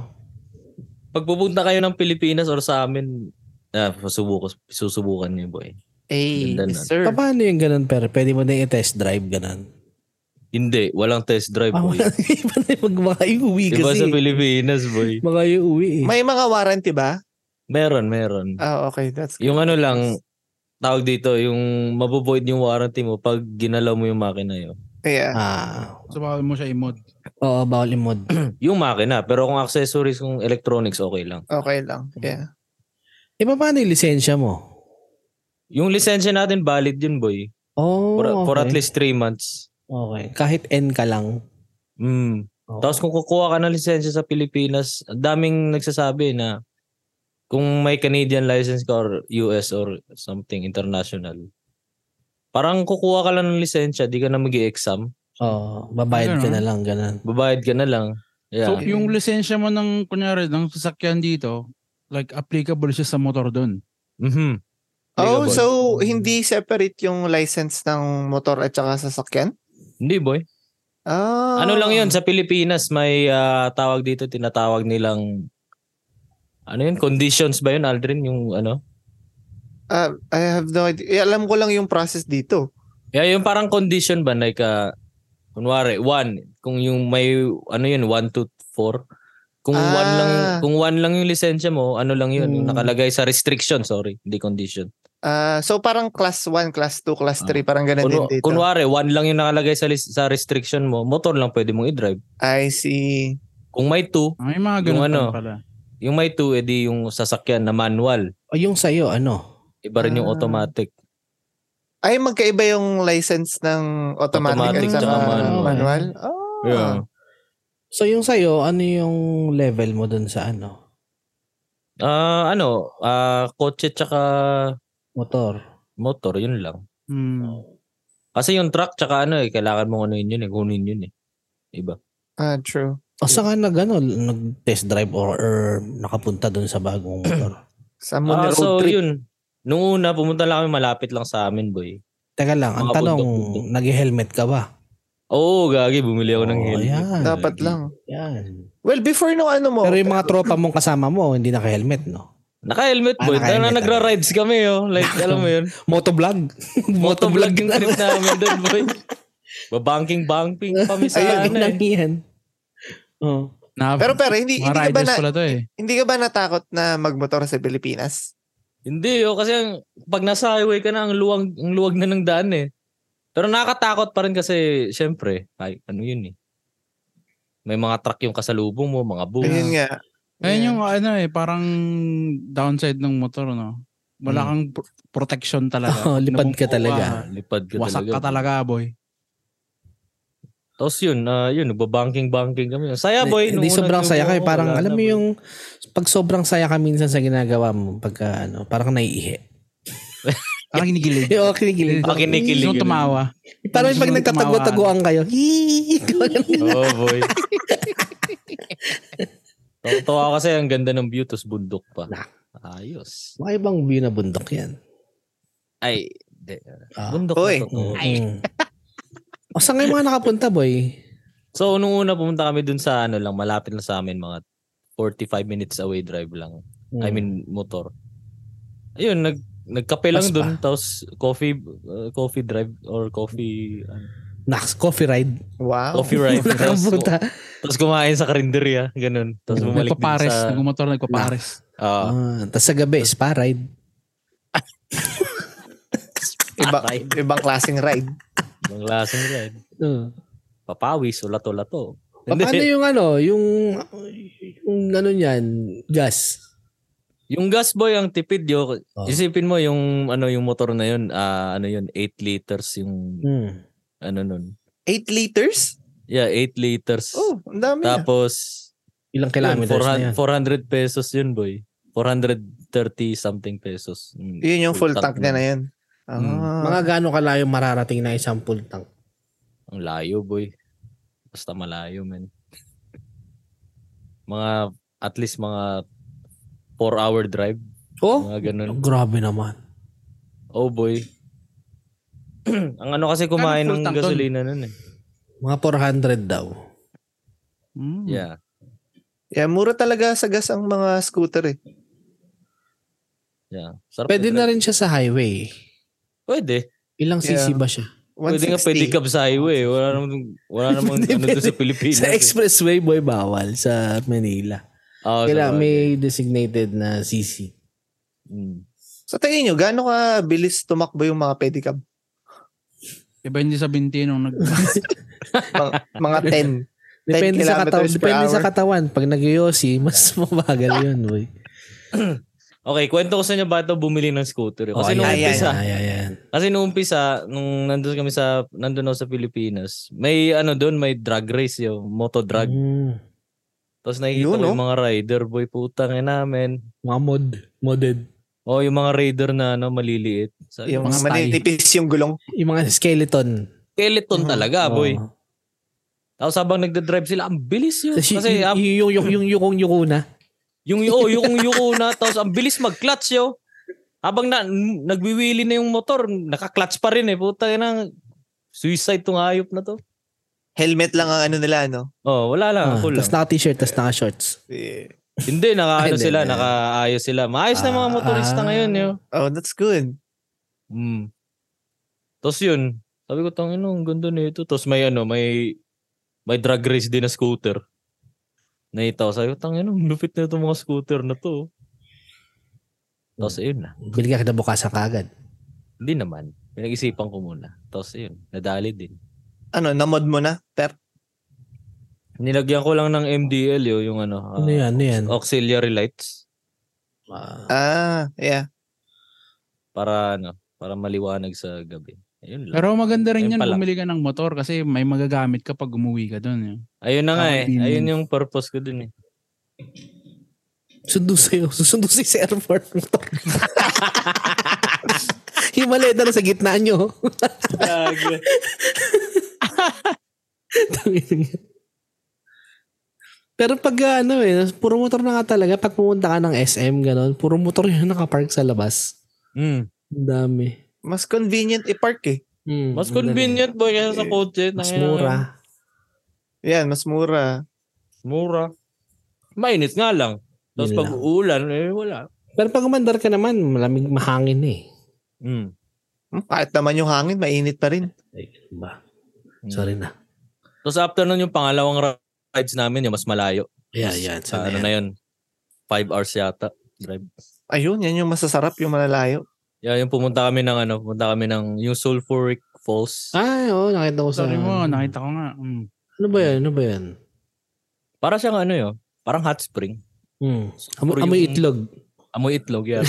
[SPEAKER 3] Pag pupunta kayo ng Pilipinas or sa amin, ah, susubukan, susubukan niyo, boy.
[SPEAKER 2] Hey,
[SPEAKER 3] Ganda nun.
[SPEAKER 2] yes, sir.
[SPEAKER 1] Pa- Paano yung ganun pero pwede mo na i-test drive ganun.
[SPEAKER 3] Hindi, walang test drive,
[SPEAKER 1] Ah,
[SPEAKER 3] boy.
[SPEAKER 1] wala iba na yung mag- mga iuwi
[SPEAKER 3] Iba
[SPEAKER 1] kasi.
[SPEAKER 3] sa Pilipinas, boy.
[SPEAKER 1] Mga iuwi eh.
[SPEAKER 2] May mga warranty ba?
[SPEAKER 3] Meron, meron.
[SPEAKER 2] Ah, okay. That's good.
[SPEAKER 3] Yung ano lang, tawag dito, yung maboboid yung warranty mo pag ginalaw mo yung makina yun.
[SPEAKER 2] Yeah.
[SPEAKER 1] Ah,
[SPEAKER 4] So, bawal mo siya i-mod.
[SPEAKER 1] oo, bawal imod.
[SPEAKER 3] Yung makina, pero kung accessories, kung electronics, okay lang.
[SPEAKER 2] Okay lang. Yeah.
[SPEAKER 1] Eh, paano yung lisensya mo?
[SPEAKER 3] Yung lisensya natin, valid yun, boy.
[SPEAKER 1] Oh,
[SPEAKER 3] For,
[SPEAKER 1] okay.
[SPEAKER 3] for at least 3 months.
[SPEAKER 1] Okay. Kahit N ka lang.
[SPEAKER 3] Mm.
[SPEAKER 1] Oo.
[SPEAKER 3] Tapos kung kukuha ka ng lisensya sa Pilipinas, ang daming nagsasabi na kung may Canadian license ka or US or something international, parang kukuha ka lang ng lisensya, di ka na mag exam
[SPEAKER 1] Oo, Oh, babayad ka na lang, ganun.
[SPEAKER 3] babayad ka na lang.
[SPEAKER 4] So,
[SPEAKER 3] Yeah.
[SPEAKER 4] yung lisensya mo ng, kunyari, ng sasakyan dito, like applicable siya sa motor doon.
[SPEAKER 3] mhm.
[SPEAKER 2] Oh,
[SPEAKER 3] Ligable.
[SPEAKER 2] so hindi separate yung license ng motor at saka sasakyan?
[SPEAKER 3] Hindi boy.
[SPEAKER 2] Ah.
[SPEAKER 3] Ano lang yun, sa Pilipinas may ah, tawag dito, tinatawag nilang, ano yun, conditions ba yun, Aldrin? Yung ano?
[SPEAKER 2] Ah, I have no idea. Eh, alam ko lang yung process dito.
[SPEAKER 3] Yeah, yung parang condition ba, like, ah, kunwari, one, kung yung may, ano yun, one, two, four. Kung
[SPEAKER 2] Ah.
[SPEAKER 3] one lang, kung one lang yung lisensya mo, ano lang yun, yung
[SPEAKER 1] Hmm.
[SPEAKER 3] nakalagay sa restriction, sorry, hindi condition.
[SPEAKER 2] Ah, so parang class 1, class 2,
[SPEAKER 3] Ah.
[SPEAKER 2] class 3, parang ganun din
[SPEAKER 3] Kun,
[SPEAKER 2] dito.
[SPEAKER 3] kunwari, one lang yung nakalagay sa, lis- sa restriction mo, motor lang pwede mong i-drive.
[SPEAKER 2] I see.
[SPEAKER 3] Kung may two,
[SPEAKER 4] Ay, mga
[SPEAKER 3] Yung
[SPEAKER 4] ganun
[SPEAKER 3] ano,
[SPEAKER 4] pa pala.
[SPEAKER 3] Yung may 2, edi yung sasakyan na manual.
[SPEAKER 1] O Oh, yung sa'yo, ano?
[SPEAKER 3] Iba rin yung
[SPEAKER 2] Ah.
[SPEAKER 3] automatic.
[SPEAKER 2] Ay, magkaiba yung license ng automatic,
[SPEAKER 3] Automatic
[SPEAKER 2] at saka
[SPEAKER 1] tsaka
[SPEAKER 2] manual.
[SPEAKER 1] manual.
[SPEAKER 2] Oh.
[SPEAKER 1] So yung sa'yo, ano yung level mo dun sa ano?
[SPEAKER 3] Ah, ano, ah kotse tsaka
[SPEAKER 1] Motor.
[SPEAKER 3] motor, yun lang.
[SPEAKER 4] Hmm.
[SPEAKER 3] Kasi yung truck tsaka ano eh, kailangan mong anuin yun eh, kunin yun eh. Iba.
[SPEAKER 2] Ah, true.
[SPEAKER 1] O saan ka nag, ano, nag-test drive or, or nakapunta dun sa bagong motor?
[SPEAKER 2] Sa
[SPEAKER 3] Ah,
[SPEAKER 2] Muna road
[SPEAKER 3] so
[SPEAKER 2] trip.
[SPEAKER 3] yun. Nung una, pumunta lang kami malapit lang sa amin, boy.
[SPEAKER 1] Teka lang, ang
[SPEAKER 3] Mga
[SPEAKER 1] tanong,
[SPEAKER 3] bundok-bundok.
[SPEAKER 1] nag-helmet ka ba?
[SPEAKER 3] Oo, gagi, bumili ako ng
[SPEAKER 1] Oh,
[SPEAKER 3] helmet.
[SPEAKER 1] yan.
[SPEAKER 2] Dapat
[SPEAKER 3] Gagi.
[SPEAKER 2] lang.
[SPEAKER 1] Yan.
[SPEAKER 2] Well, before nung ano mo.
[SPEAKER 1] Pero yung mga tropa mong kasama mo, hindi naka-helmet, no?
[SPEAKER 3] Naka-helmet,
[SPEAKER 1] Ah,
[SPEAKER 3] boy. Tara na
[SPEAKER 1] naka-helmet
[SPEAKER 3] nagra-rides kami, oh. Like, alam mo yun.
[SPEAKER 1] Motovlog.
[SPEAKER 3] Motovlog yung trip namin doon, boy. Babanking-banking kami sa
[SPEAKER 1] Ayun,
[SPEAKER 3] ano eh.
[SPEAKER 1] lang yan. Oh.
[SPEAKER 4] Na,
[SPEAKER 2] pero pero hindi
[SPEAKER 4] mga
[SPEAKER 2] hindi ka ba
[SPEAKER 4] riders
[SPEAKER 2] na,
[SPEAKER 4] pala to eh.
[SPEAKER 2] hindi ka ba natakot na magmotor sa Pilipinas?
[SPEAKER 3] Hindi, oh, kasi ang, pag nasa highway ka na, ang luwag, ang luwag na ng daan eh. Pero nakakatakot pa rin kasi, syempre, ay, ano yun eh. May mga truck yung kasalubong mo, mga boom.
[SPEAKER 2] Ayun nga.
[SPEAKER 4] Ayun yung ano eh, parang downside ng motor, no? Wala
[SPEAKER 3] Mm.
[SPEAKER 4] kang pr- protection talaga.
[SPEAKER 1] Oo, lipad
[SPEAKER 4] Nabubuo
[SPEAKER 1] ka talaga.
[SPEAKER 4] ka.
[SPEAKER 3] Lipad ka
[SPEAKER 4] Wasak
[SPEAKER 3] talaga.
[SPEAKER 4] ka talaga, boy.
[SPEAKER 3] Tapos yun, ah, yun, nagbabanking-banking kami. Saya boy.
[SPEAKER 1] Hindi
[SPEAKER 3] nung
[SPEAKER 1] sobrang
[SPEAKER 3] unang
[SPEAKER 1] saya
[SPEAKER 3] jowa
[SPEAKER 1] kami.
[SPEAKER 3] ko,
[SPEAKER 1] Parang
[SPEAKER 3] wala
[SPEAKER 1] alam
[SPEAKER 3] na,
[SPEAKER 1] mo
[SPEAKER 3] boy.
[SPEAKER 1] yung pag sobrang saya ka minsan sa ginagawa mo, pagka ano, parang naiihi.
[SPEAKER 4] Parang kinikilig.
[SPEAKER 1] Yung okay, kinikilig.
[SPEAKER 3] Ah, kinikilig.
[SPEAKER 4] Yung tumawa.
[SPEAKER 1] Parang pag
[SPEAKER 4] Yung
[SPEAKER 1] nagtatago-taguan kayo. "Hee!"
[SPEAKER 3] Oo, boy. Tawa kasi ang ganda ng view tapos bundok pa.
[SPEAKER 1] Nah.
[SPEAKER 3] Ayos.
[SPEAKER 1] Mga ibang view na bundok yan.
[SPEAKER 3] Ay, de,
[SPEAKER 1] Ah.
[SPEAKER 3] bundok na
[SPEAKER 2] Oy.
[SPEAKER 3] totoo.
[SPEAKER 1] Mm. O saan kayo mga nakapunta, boy?
[SPEAKER 3] So, nung una pumunta kami dun sa ano lang, malapit lang sa amin, mga 45 minutes away drive lang. I
[SPEAKER 1] Hmm.
[SPEAKER 3] mean, motor. Ayun, nag, nagkape lang
[SPEAKER 1] Mas
[SPEAKER 3] dun, tapos coffee, uh, coffee drive or coffee, ano,
[SPEAKER 1] Nax, coffee ride. Oh.
[SPEAKER 2] Wow.
[SPEAKER 3] coffee ride. tapos,
[SPEAKER 1] Nakapunta.
[SPEAKER 3] tapos kumain sa karinderya, ganun.
[SPEAKER 1] Mm.
[SPEAKER 3] Tapos bumalik din
[SPEAKER 4] Nagpapares.
[SPEAKER 3] sa,
[SPEAKER 4] Nagmumotor, nagpapares.
[SPEAKER 3] ah,
[SPEAKER 1] Ah, Tapos sa gabi, spa ride.
[SPEAKER 2] Iba, ibang klaseng ride.
[SPEAKER 3] ibang lasang ride.
[SPEAKER 4] Oh.
[SPEAKER 1] Uh.
[SPEAKER 3] eh. Papawis, ulato-lato.
[SPEAKER 1] Paano yung ano, yung, yung ano niyan, gas?
[SPEAKER 3] Yung gas boy ang tipid yo.
[SPEAKER 1] Oh.
[SPEAKER 2] Ah.
[SPEAKER 3] Isipin mo yung ano yung motor na yun, ah, ano yun 8 liters yung
[SPEAKER 1] Hmm.
[SPEAKER 3] ano nun.
[SPEAKER 2] 8 liters?
[SPEAKER 3] Yeah, 8 liters.
[SPEAKER 2] Oh, ang dami na.
[SPEAKER 3] Tapos
[SPEAKER 1] Ilang
[SPEAKER 3] yun,
[SPEAKER 1] kilometers na yan?
[SPEAKER 3] 400, 400 pesos yun boy. 430 something pesos. Mm,
[SPEAKER 2] Yun yung full tank niya na yun.
[SPEAKER 3] Mm.
[SPEAKER 2] Ah.
[SPEAKER 1] Mga gaano kalayo mararating na isang full tank?
[SPEAKER 3] Ang layo boy. Basta malayo man. Mga at least mga 4 hour drive,
[SPEAKER 1] Oh,
[SPEAKER 3] mga ganun.
[SPEAKER 1] grabe naman.
[SPEAKER 3] Oh boy. ang ano kasi kumain
[SPEAKER 4] Kano full
[SPEAKER 3] ng
[SPEAKER 4] tank dun?
[SPEAKER 3] gasolina nun eh.
[SPEAKER 1] Mga 400 daw. Hmm.
[SPEAKER 4] Mm.
[SPEAKER 3] Yeah.
[SPEAKER 2] Yeah, mura talaga sa gas ang mga scooter eh.
[SPEAKER 3] Yeah. Sarap
[SPEAKER 1] Pwede na
[SPEAKER 3] i-drive.
[SPEAKER 1] rin siya sa highway.
[SPEAKER 3] Pwede.
[SPEAKER 1] Ilang cc
[SPEAKER 2] Yeah.
[SPEAKER 1] ba siya?
[SPEAKER 3] Pwede nga
[SPEAKER 2] 160.
[SPEAKER 3] pwede ka sa highway. Wala namang, wala namang
[SPEAKER 1] Pwede,
[SPEAKER 3] ano doon sa
[SPEAKER 1] pwede.
[SPEAKER 3] Pilipinas.
[SPEAKER 1] Sa
[SPEAKER 3] eh.
[SPEAKER 1] expressway, boy, bawal sa Manila.
[SPEAKER 3] Oo, Ah, sa
[SPEAKER 1] Kailangan
[SPEAKER 3] bagay.
[SPEAKER 1] may designated na cc.
[SPEAKER 3] Mm.
[SPEAKER 2] Sa tingin nyo, gaano ka bilis tumakbo yung mga pedicab?
[SPEAKER 4] Iba hindi sa binti nung nag...
[SPEAKER 2] Mga 10. 10
[SPEAKER 1] Depende sa, katawan,
[SPEAKER 2] kilometers per
[SPEAKER 1] depende sa
[SPEAKER 2] hour.
[SPEAKER 1] katawan. Pag nagyosi, mas mabagal yun, boy.
[SPEAKER 3] Okay, kwento ko sa inyo ba ito bumili ng scooter. Kasi
[SPEAKER 1] Oh,
[SPEAKER 3] nung
[SPEAKER 1] ayan,
[SPEAKER 2] ayan,
[SPEAKER 3] umpisa,
[SPEAKER 1] ayan, ayan.
[SPEAKER 3] kasi nung umpisa, nung nandun kami sa, nandun ako sa Pilipinas, may ano doon, may drag race yung moto drag.
[SPEAKER 1] Mm.
[SPEAKER 3] Tapos nakikita
[SPEAKER 2] Hmm. Yun,
[SPEAKER 3] ko
[SPEAKER 2] no?
[SPEAKER 3] yung mga rider, boy, putang ina namin.
[SPEAKER 1] Mga mod, modded.
[SPEAKER 3] O, yung mga rider na ano, maliliit. Sa,
[SPEAKER 2] Yung
[SPEAKER 1] Mga style.
[SPEAKER 2] manitipis yung gulong.
[SPEAKER 1] Yung mga skeleton.
[SPEAKER 3] skeleton
[SPEAKER 2] Mhm.
[SPEAKER 3] talaga, boy.
[SPEAKER 1] Oo.
[SPEAKER 3] Tapos habang nagdadrive sila, ang bilis yun.
[SPEAKER 1] Kasi,
[SPEAKER 3] Kasi ah,
[SPEAKER 1] yung, yung, yung, yung yukong-yuko na.
[SPEAKER 3] Yung oh, yung yuko na tapos ang bilis mag-clutch yo. Habang na, n- nagwiwili na yung motor, naka-clutch pa rin eh. Puta na, suicide tong hayop na to.
[SPEAKER 2] Helmet lang ang ano nila, no?
[SPEAKER 3] Oh, wala
[SPEAKER 1] Ah,
[SPEAKER 3] lang, cool
[SPEAKER 1] tapos
[SPEAKER 3] lang.
[SPEAKER 1] naka-t-shirt, tapos naka-shorts.
[SPEAKER 2] Yeah.
[SPEAKER 3] Hindi nakaano
[SPEAKER 1] Hindi,
[SPEAKER 3] sila,
[SPEAKER 1] hindi.
[SPEAKER 3] nakaayos sila. Maayos na yung mga
[SPEAKER 1] Ah,
[SPEAKER 3] motorista
[SPEAKER 1] ah.
[SPEAKER 3] ngayon yo.
[SPEAKER 2] Oh, that's good.
[SPEAKER 3] Mm. Tapos yun, sabi ko tang ino, ang ganda nito. Tapos may ano, may may drag race din na scooter. Naitaw, sabi ko tang ino, ang lupit na itong mga scooter na to. Tapos
[SPEAKER 1] Hmm.
[SPEAKER 3] ayun na.
[SPEAKER 1] Bili ka kita bukas kagad.
[SPEAKER 3] Hindi naman. Pinag-isipan ko muna. Tapos yun, nadali din.
[SPEAKER 2] Ano, namod mo na? Per?
[SPEAKER 3] Nilagyan ko lang ng MDL yo, yung ano, ah,
[SPEAKER 1] Ano yan? Ano yan?
[SPEAKER 3] auxiliary lights
[SPEAKER 1] Ah,
[SPEAKER 2] Ah, yeah.
[SPEAKER 3] para ano, para maliwanag sa gabi. Ayun lang.
[SPEAKER 4] Pero maganda rin
[SPEAKER 3] Ayun
[SPEAKER 4] yan
[SPEAKER 3] pala.
[SPEAKER 4] bumili ka ng motor kasi may magagamit ka pag umuwi ka doon.
[SPEAKER 3] Ayun na
[SPEAKER 1] Ah,
[SPEAKER 3] nga
[SPEAKER 4] Parang
[SPEAKER 3] eh.
[SPEAKER 4] feeling.
[SPEAKER 3] Ayun yung purpose ko dun eh.
[SPEAKER 1] sundo sa'yo. Susundo sa'yo sa airport. yung maliit na lang sa gitna nyo. Tangina. Pero pag ah, ano eh, puro motor na nga talaga. Pag pumunta ka ng SM, gano'n, puro motor yun nakapark sa labas.
[SPEAKER 3] mm.
[SPEAKER 1] Ang dami.
[SPEAKER 2] Mas convenient i-park eh.
[SPEAKER 1] Mm, ang
[SPEAKER 3] Mas
[SPEAKER 1] dali.
[SPEAKER 3] convenient boy kaysa sa
[SPEAKER 2] Eh,
[SPEAKER 3] kotse.
[SPEAKER 1] Mas
[SPEAKER 3] Tangina,
[SPEAKER 1] mura.
[SPEAKER 2] Yan, mas mura.
[SPEAKER 3] Mura. Mainit nga lang.
[SPEAKER 1] Yun
[SPEAKER 3] Tapos pag
[SPEAKER 1] lang.
[SPEAKER 3] uulan, eh wala.
[SPEAKER 1] Pero pag umandar ka naman, malamig mahangin eh.
[SPEAKER 3] Mm.
[SPEAKER 2] Hmm, kahit naman yung hangin, mainit pa rin.
[SPEAKER 1] Ay, ano ba?
[SPEAKER 3] Mm.
[SPEAKER 1] Sorry na.
[SPEAKER 3] Tapos after nun yung pangalawang ra- rides namin, yung mas malayo.
[SPEAKER 1] Yeah, yeah.
[SPEAKER 3] Sa
[SPEAKER 1] Sana
[SPEAKER 3] ano
[SPEAKER 1] yan.
[SPEAKER 3] na yun. Five hours yata. Drive.
[SPEAKER 2] Ayun, yan yung masasarap, yung malalayo.
[SPEAKER 3] Yeah, yung pumunta kami ng ano, pumunta kami ng yung sulfuric falls.
[SPEAKER 1] Ay, oo, nakita ko sa...
[SPEAKER 4] Sorry mo, nakita ko nga. Mm.
[SPEAKER 1] Ano ba yan? Ano ba yan?
[SPEAKER 3] Para siyang ano yun, parang hot spring.
[SPEAKER 1] Hmm.
[SPEAKER 3] So,
[SPEAKER 1] Am-
[SPEAKER 3] puro
[SPEAKER 1] amoy
[SPEAKER 3] yung-
[SPEAKER 1] itlog.
[SPEAKER 3] Amoy itlog yan.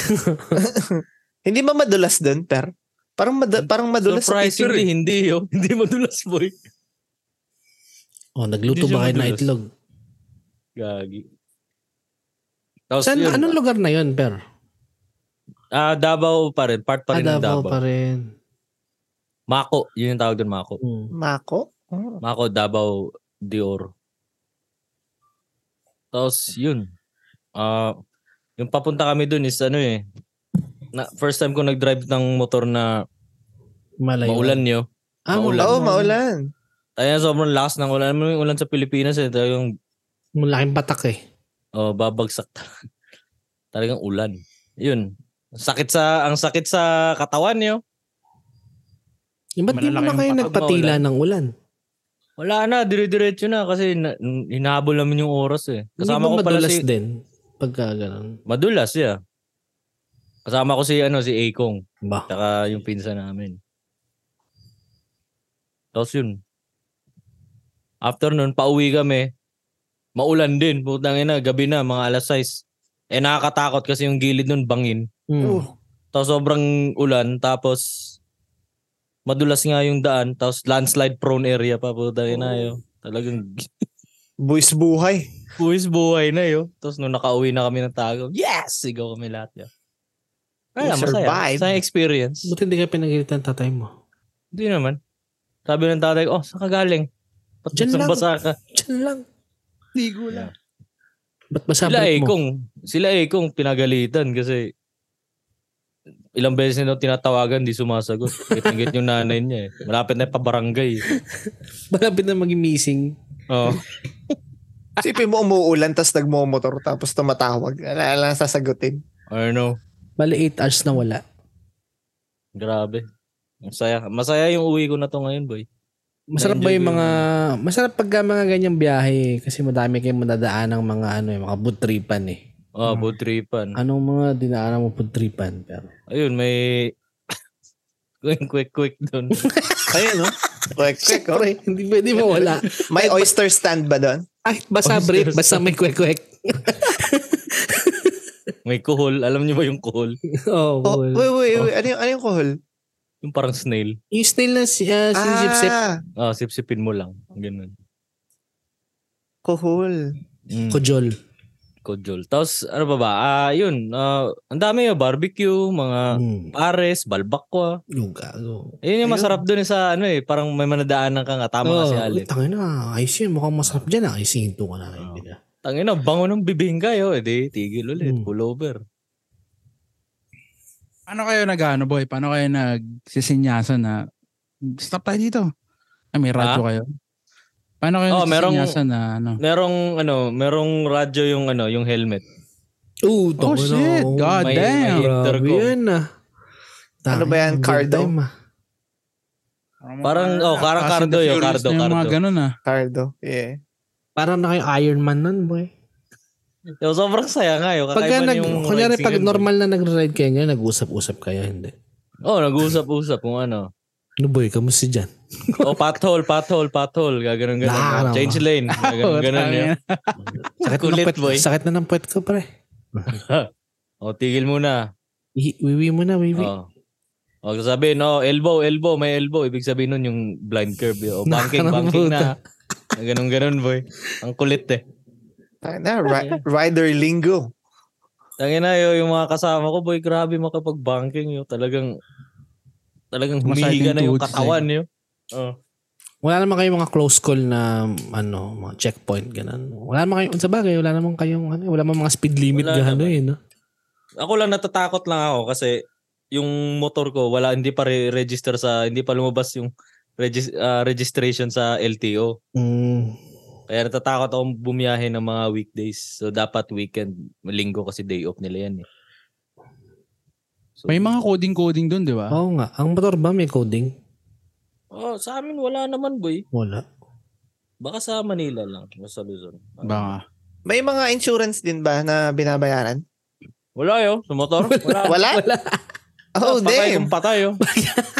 [SPEAKER 2] Hindi ba madulas doon, per? Parang, mada- parang madulas sa picture.
[SPEAKER 3] Surprisingly,
[SPEAKER 2] eh.
[SPEAKER 3] hindi yo. Hindi madulas, boy.
[SPEAKER 1] Oh, nagluto
[SPEAKER 3] Hindi siya
[SPEAKER 1] ba kayo ng
[SPEAKER 3] madulas.
[SPEAKER 1] itlog?
[SPEAKER 3] Gagi. Tapos
[SPEAKER 1] Saan,
[SPEAKER 3] yun,
[SPEAKER 1] anong lugar na yun, Per?
[SPEAKER 3] ah, Davao pa rin. Part pa rin
[SPEAKER 1] Ah,
[SPEAKER 3] ng Davao.
[SPEAKER 1] Davao pa rin.
[SPEAKER 3] Mako. Yun yung tawag doon, Mako.
[SPEAKER 1] Hmm.
[SPEAKER 2] Mako? Oh.
[SPEAKER 3] Mako, Davao, de Oro. Tapos, yun. Ah, yung papunta kami dun is ano eh. Na, first time ko nag-drive ng motor na
[SPEAKER 1] Malayo.
[SPEAKER 3] maulan yo.
[SPEAKER 1] Ah,
[SPEAKER 3] Maulan.
[SPEAKER 1] maulan.
[SPEAKER 2] Oo, maulan.
[SPEAKER 3] Ayan, sobrang lakas ng ulan. Alam mo yung ulan sa Pilipinas eh. Talagang
[SPEAKER 1] Malaking patak eh.
[SPEAKER 3] oh, babagsak talaga. Talagang ulan. Yun. Sakit sa, ang sakit sa katawan yo.
[SPEAKER 1] Eh, Ba't di mo na
[SPEAKER 4] Malalaking
[SPEAKER 1] kayo
[SPEAKER 4] patak,
[SPEAKER 1] nagpatila ng ulan?
[SPEAKER 3] Wala na, dire-diretso na kasi na, hinahabol namin yung oras eh. Kasama ko
[SPEAKER 1] Hindi ba
[SPEAKER 3] pala
[SPEAKER 1] madulas
[SPEAKER 3] si...
[SPEAKER 1] din. Pagka ganun.
[SPEAKER 3] Madulas, yeah. Kasama ko si ano si Akong.
[SPEAKER 1] Ba?
[SPEAKER 3] Tsaka yung pinsa namin. Tapos yun. After nun, pauwi kami. Maulan din. Putang ina, gabi na, mga alas 6. Eh nakakatakot kasi yung gilid nun bangin.
[SPEAKER 1] Hmm.
[SPEAKER 2] Oh.
[SPEAKER 3] Tapos sobrang ulan. Tapos madulas nga yung daan. Tapos landslide prone area pa. Putang ina yo. Talagang
[SPEAKER 2] Buwis buhay.
[SPEAKER 3] buwis buhay na yo. Tapos nung nakauwi na kami ng tago, yes! Sigaw kami lahat yo. Kaya masaya.
[SPEAKER 2] We survived.
[SPEAKER 3] Masaya experience.
[SPEAKER 1] Buti hindi ka pinagalitan ng tatay mo.
[SPEAKER 3] Hindi naman. Sabi ng tatay, ko, oh, saan ka galing? Ba't
[SPEAKER 1] Diyan
[SPEAKER 3] basang
[SPEAKER 1] lang.
[SPEAKER 3] basa ka?
[SPEAKER 1] Diyan lang.
[SPEAKER 4] Ligo
[SPEAKER 3] lang.
[SPEAKER 1] Ba't masabot
[SPEAKER 3] Sila eh,
[SPEAKER 1] mo?
[SPEAKER 3] kung, sila eh, kung pinagalitan kasi ilang beses na daw tinatawagan, di sumasagot. Kitingit yung nanay niya eh. Malapit na yung pabarangay. eh. Oh,
[SPEAKER 1] Malapit na maging missing.
[SPEAKER 3] Oo.
[SPEAKER 2] Sipin mo umuulan tapos nagmomotor tapos tumatawag. Ala, ala sasagutin.
[SPEAKER 3] I don't know.
[SPEAKER 1] Bali 8 hours na wala.
[SPEAKER 3] Grabe. Masaya. Masaya yung uwi ko na to ngayon, boy.
[SPEAKER 1] Masarap ba
[SPEAKER 3] Na-enjoy
[SPEAKER 1] yung
[SPEAKER 3] ko
[SPEAKER 1] mga... Masarap pagka mga ganyang biyahe kasi madami kayong madadaan ng mga ano, eh, mga butripan eh.
[SPEAKER 3] Oh,
[SPEAKER 4] Mm.
[SPEAKER 3] boat tripan.
[SPEAKER 1] Anong mga dinaanan mo butripan? Pero,
[SPEAKER 3] Ayun, may... quick, quick, quick doon.
[SPEAKER 2] Ayun, no? Quick, quick, oh.
[SPEAKER 1] Siyempre, hindi pwede mawala.
[SPEAKER 2] May oyster stand ba doon?
[SPEAKER 1] Ay, basa brief, basta may kwek-kwek.
[SPEAKER 3] May kuhol. Alam niyo ba yung kuhol?
[SPEAKER 1] oh,
[SPEAKER 2] Oh,
[SPEAKER 1] cool.
[SPEAKER 2] wait, wait, wait. Ano yung, ano yung kohol?
[SPEAKER 3] Yung parang snail.
[SPEAKER 1] Yung snail na si, uh,
[SPEAKER 2] Ah.
[SPEAKER 1] si Gypsy.
[SPEAKER 3] Ah, sipsipin mo lang. Ganun.
[SPEAKER 2] kohol.
[SPEAKER 3] Mm.
[SPEAKER 1] Kojol.
[SPEAKER 3] Kojol. Tapos, ano ba ba? Ah, yun. Ah, ang dami yung barbecue, mga
[SPEAKER 1] Hmm.
[SPEAKER 3] pares, balbakwa.
[SPEAKER 1] Yung gago.
[SPEAKER 3] Ayun yung
[SPEAKER 2] Ayun.
[SPEAKER 3] masarap dun eh sa ano eh. Parang may manadaanan ka nga. Tama kasi
[SPEAKER 1] Ali.
[SPEAKER 3] Alec.
[SPEAKER 1] Tangin Oh, na, ayos yun. Mukhang masarap dyan. ah. Ay, sinto ka na.
[SPEAKER 3] Oo.
[SPEAKER 1] Hindi na.
[SPEAKER 3] Tangin na, bango ng bibingka yo. Eh di, tigil ulit.
[SPEAKER 1] Mm.
[SPEAKER 3] Pull over.
[SPEAKER 4] Ano kayo nag-ano boy? Paano kayo nagsisinyasan na stop tayo dito? Ay, may radyo kayo? Paano kayo
[SPEAKER 3] Oh, merong-
[SPEAKER 4] nagsisinyasan na ano?
[SPEAKER 3] Merong ano, merong radyo yung ano, yung helmet.
[SPEAKER 1] Oo,
[SPEAKER 4] Oh,
[SPEAKER 1] tangin na.
[SPEAKER 4] shit!
[SPEAKER 1] Oo,
[SPEAKER 4] God
[SPEAKER 3] may-
[SPEAKER 4] damn!
[SPEAKER 3] may-
[SPEAKER 1] Grabe
[SPEAKER 3] intercom.
[SPEAKER 1] yan ah.
[SPEAKER 2] Ano ba yan,
[SPEAKER 1] Tangin na,
[SPEAKER 2] cardo?
[SPEAKER 1] good time, ah.
[SPEAKER 3] Parang- oh, parang
[SPEAKER 4] Fast and
[SPEAKER 3] Cardo
[SPEAKER 4] the
[SPEAKER 3] yun,
[SPEAKER 4] Furious
[SPEAKER 3] Cardo,
[SPEAKER 4] na Yung mga
[SPEAKER 3] Cardo.
[SPEAKER 4] ganun ah.
[SPEAKER 2] Cardo. Yeah.
[SPEAKER 1] Parang na kayo Iron Man nun, boy.
[SPEAKER 3] Yo, sobrang saya nga yo.
[SPEAKER 1] Pagka
[SPEAKER 3] Kakaiba
[SPEAKER 1] nag,
[SPEAKER 3] na yung
[SPEAKER 1] kunyari,
[SPEAKER 3] rides
[SPEAKER 1] pag
[SPEAKER 3] ngayon.
[SPEAKER 1] normal na nag-ride kayo ngayon, nag-usap-usap kayo, hindi.
[SPEAKER 3] Oh, nag-usap-usap kung ano.
[SPEAKER 1] Ano boy, kamusta dyan?
[SPEAKER 3] Oh, pathole, pathole, pathole. Gaganon,
[SPEAKER 1] Nah,
[SPEAKER 3] ganon. Change lane. Gaganon, ganon yo.
[SPEAKER 4] Tangina.
[SPEAKER 1] Sakit na ng
[SPEAKER 3] Kulit,
[SPEAKER 1] puwet,
[SPEAKER 3] boy.
[SPEAKER 1] Sakit na ng puwet ko, pre.
[SPEAKER 3] Oh, tigil muna.
[SPEAKER 1] I- Wiwi mo na, wiwi.
[SPEAKER 3] Oo. Huwag sabihin, no, elbow, elbow, may elbow. Ibig sabihin nun yung blind curve. yun. O, banking,
[SPEAKER 1] Nakakalungkot.
[SPEAKER 3] banking na. Ganun-ganun, boy. Ang kulit eh.
[SPEAKER 2] Tangin na, ri- rider lingo.
[SPEAKER 3] Tangin na, yo, yung mga kasama ko, boy, grabe makapag-banking. Yo. Talagang, talagang humihiga
[SPEAKER 4] Masyadong eh.
[SPEAKER 3] na yung
[SPEAKER 4] dudes,
[SPEAKER 3] katawan. Yo. Oh.
[SPEAKER 1] Wala naman kayong mga close call na ano, mga checkpoint ganun. Wala naman kayong sa bagay, wala naman kayong ano, wala naman mga speed limit
[SPEAKER 3] Wala
[SPEAKER 1] gano'n
[SPEAKER 3] naman.
[SPEAKER 1] eh, no?
[SPEAKER 3] Ako lang, natatakot lang ako kasi yung motor ko, wala, hindi pa re-register sa, hindi pa lumabas yung regis- ah, registration sa LTO.
[SPEAKER 1] Mm.
[SPEAKER 3] Kaya natatakot akong bumiyahe ng mga weekdays. So dapat weekend, linggo kasi day off nila yan eh. So,
[SPEAKER 4] May mga coding-coding dun, di ba?
[SPEAKER 1] Oo nga, ang motor ba may coding?
[SPEAKER 3] Oh, sa amin wala naman boy.
[SPEAKER 1] Wala.
[SPEAKER 3] Baka sa Manila lang, o sa Luzon.
[SPEAKER 4] Baka.
[SPEAKER 2] May mga insurance din ba na binabayaran?
[SPEAKER 3] Wala yo, sa motor. Wala.
[SPEAKER 2] Wala?
[SPEAKER 1] Wala.
[SPEAKER 2] Oh,
[SPEAKER 3] Patay
[SPEAKER 2] damn.
[SPEAKER 3] kung patay yo.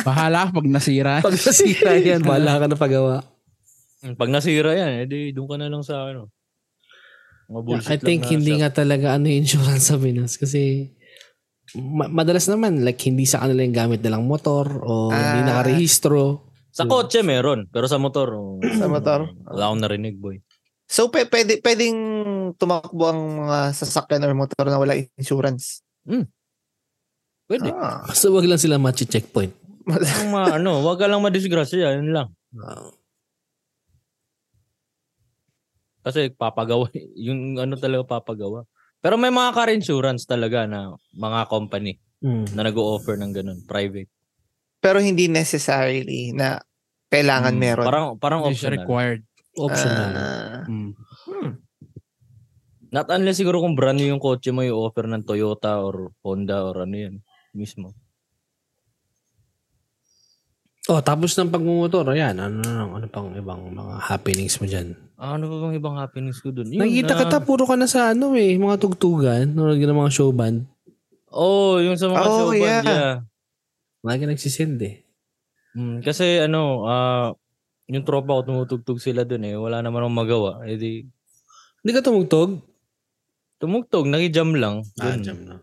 [SPEAKER 4] Bahala ka pag nasira.
[SPEAKER 1] Pag nasira yan, wala ka na pagawa.
[SPEAKER 3] Hmm, Pag nasira yan, edi doon ka na lang sa ano. Mga bullshit
[SPEAKER 1] I think
[SPEAKER 3] lang na
[SPEAKER 1] hindi
[SPEAKER 3] shop.
[SPEAKER 1] nga talaga ano yung insurance sa Pinas kasi ma- madalas naman, like, hindi sa kanila yung gamit nilang motor o hindi
[SPEAKER 2] Ah.
[SPEAKER 1] nakarehistro.
[SPEAKER 3] Sa kotse meron, pero sa motor. oh,
[SPEAKER 2] Hmm. Sa motor?
[SPEAKER 3] Wala akong narinig, boy.
[SPEAKER 2] So, pe- pwede, pwedeng tumakbo ang mga sasakyan or motor na wala insurance.
[SPEAKER 3] Pwede.
[SPEAKER 2] Ah.
[SPEAKER 1] Basta wag lang sila machi-checkpoint.
[SPEAKER 3] Ang ma- ano, wag ka lang madisgrasya, yun lang.
[SPEAKER 1] Ah,
[SPEAKER 3] Kasi papagawa, yung ano talaga papagawa. Pero may mga car insurance talaga na mga company
[SPEAKER 1] mm.
[SPEAKER 3] na nag-o-offer ng ganun, private.
[SPEAKER 2] Pero hindi necessarily na kailangan
[SPEAKER 3] Mm,
[SPEAKER 2] meron.
[SPEAKER 3] Parang, parang
[SPEAKER 4] Hindi siya
[SPEAKER 3] optional.
[SPEAKER 4] required.
[SPEAKER 1] Optional.
[SPEAKER 2] Ah.
[SPEAKER 4] Mm.
[SPEAKER 3] Not unless siguro kung brand new yung kotse mo, yung offer ng Toyota or Honda or ano yan mismo.
[SPEAKER 1] oh, tapos ng pagmumotor, ayan, ano, ano, ano pang ibang mga happenings mo dyan?
[SPEAKER 3] Ah, ano ba bang ibang happenings ko dun? Yun,
[SPEAKER 1] Nakikita
[SPEAKER 3] ah.
[SPEAKER 1] ka ta, puro ka na sa ano eh, mga tugtugan, nanonood ka ng mga show band.
[SPEAKER 3] Oo, oh, yung sa mga
[SPEAKER 2] Oh,
[SPEAKER 3] show band,
[SPEAKER 2] yeah.
[SPEAKER 3] yeah.
[SPEAKER 1] Lagi nagsisend eh.
[SPEAKER 3] Mm, kasi ano, ah, yung tropa ko tumutugtog sila dun eh. Wala naman akong magawa. Eh di,
[SPEAKER 1] Hindi ka tumugtog?
[SPEAKER 3] tumugtog, nakijam lang.
[SPEAKER 1] Ah,
[SPEAKER 3] Dun.
[SPEAKER 1] jam na.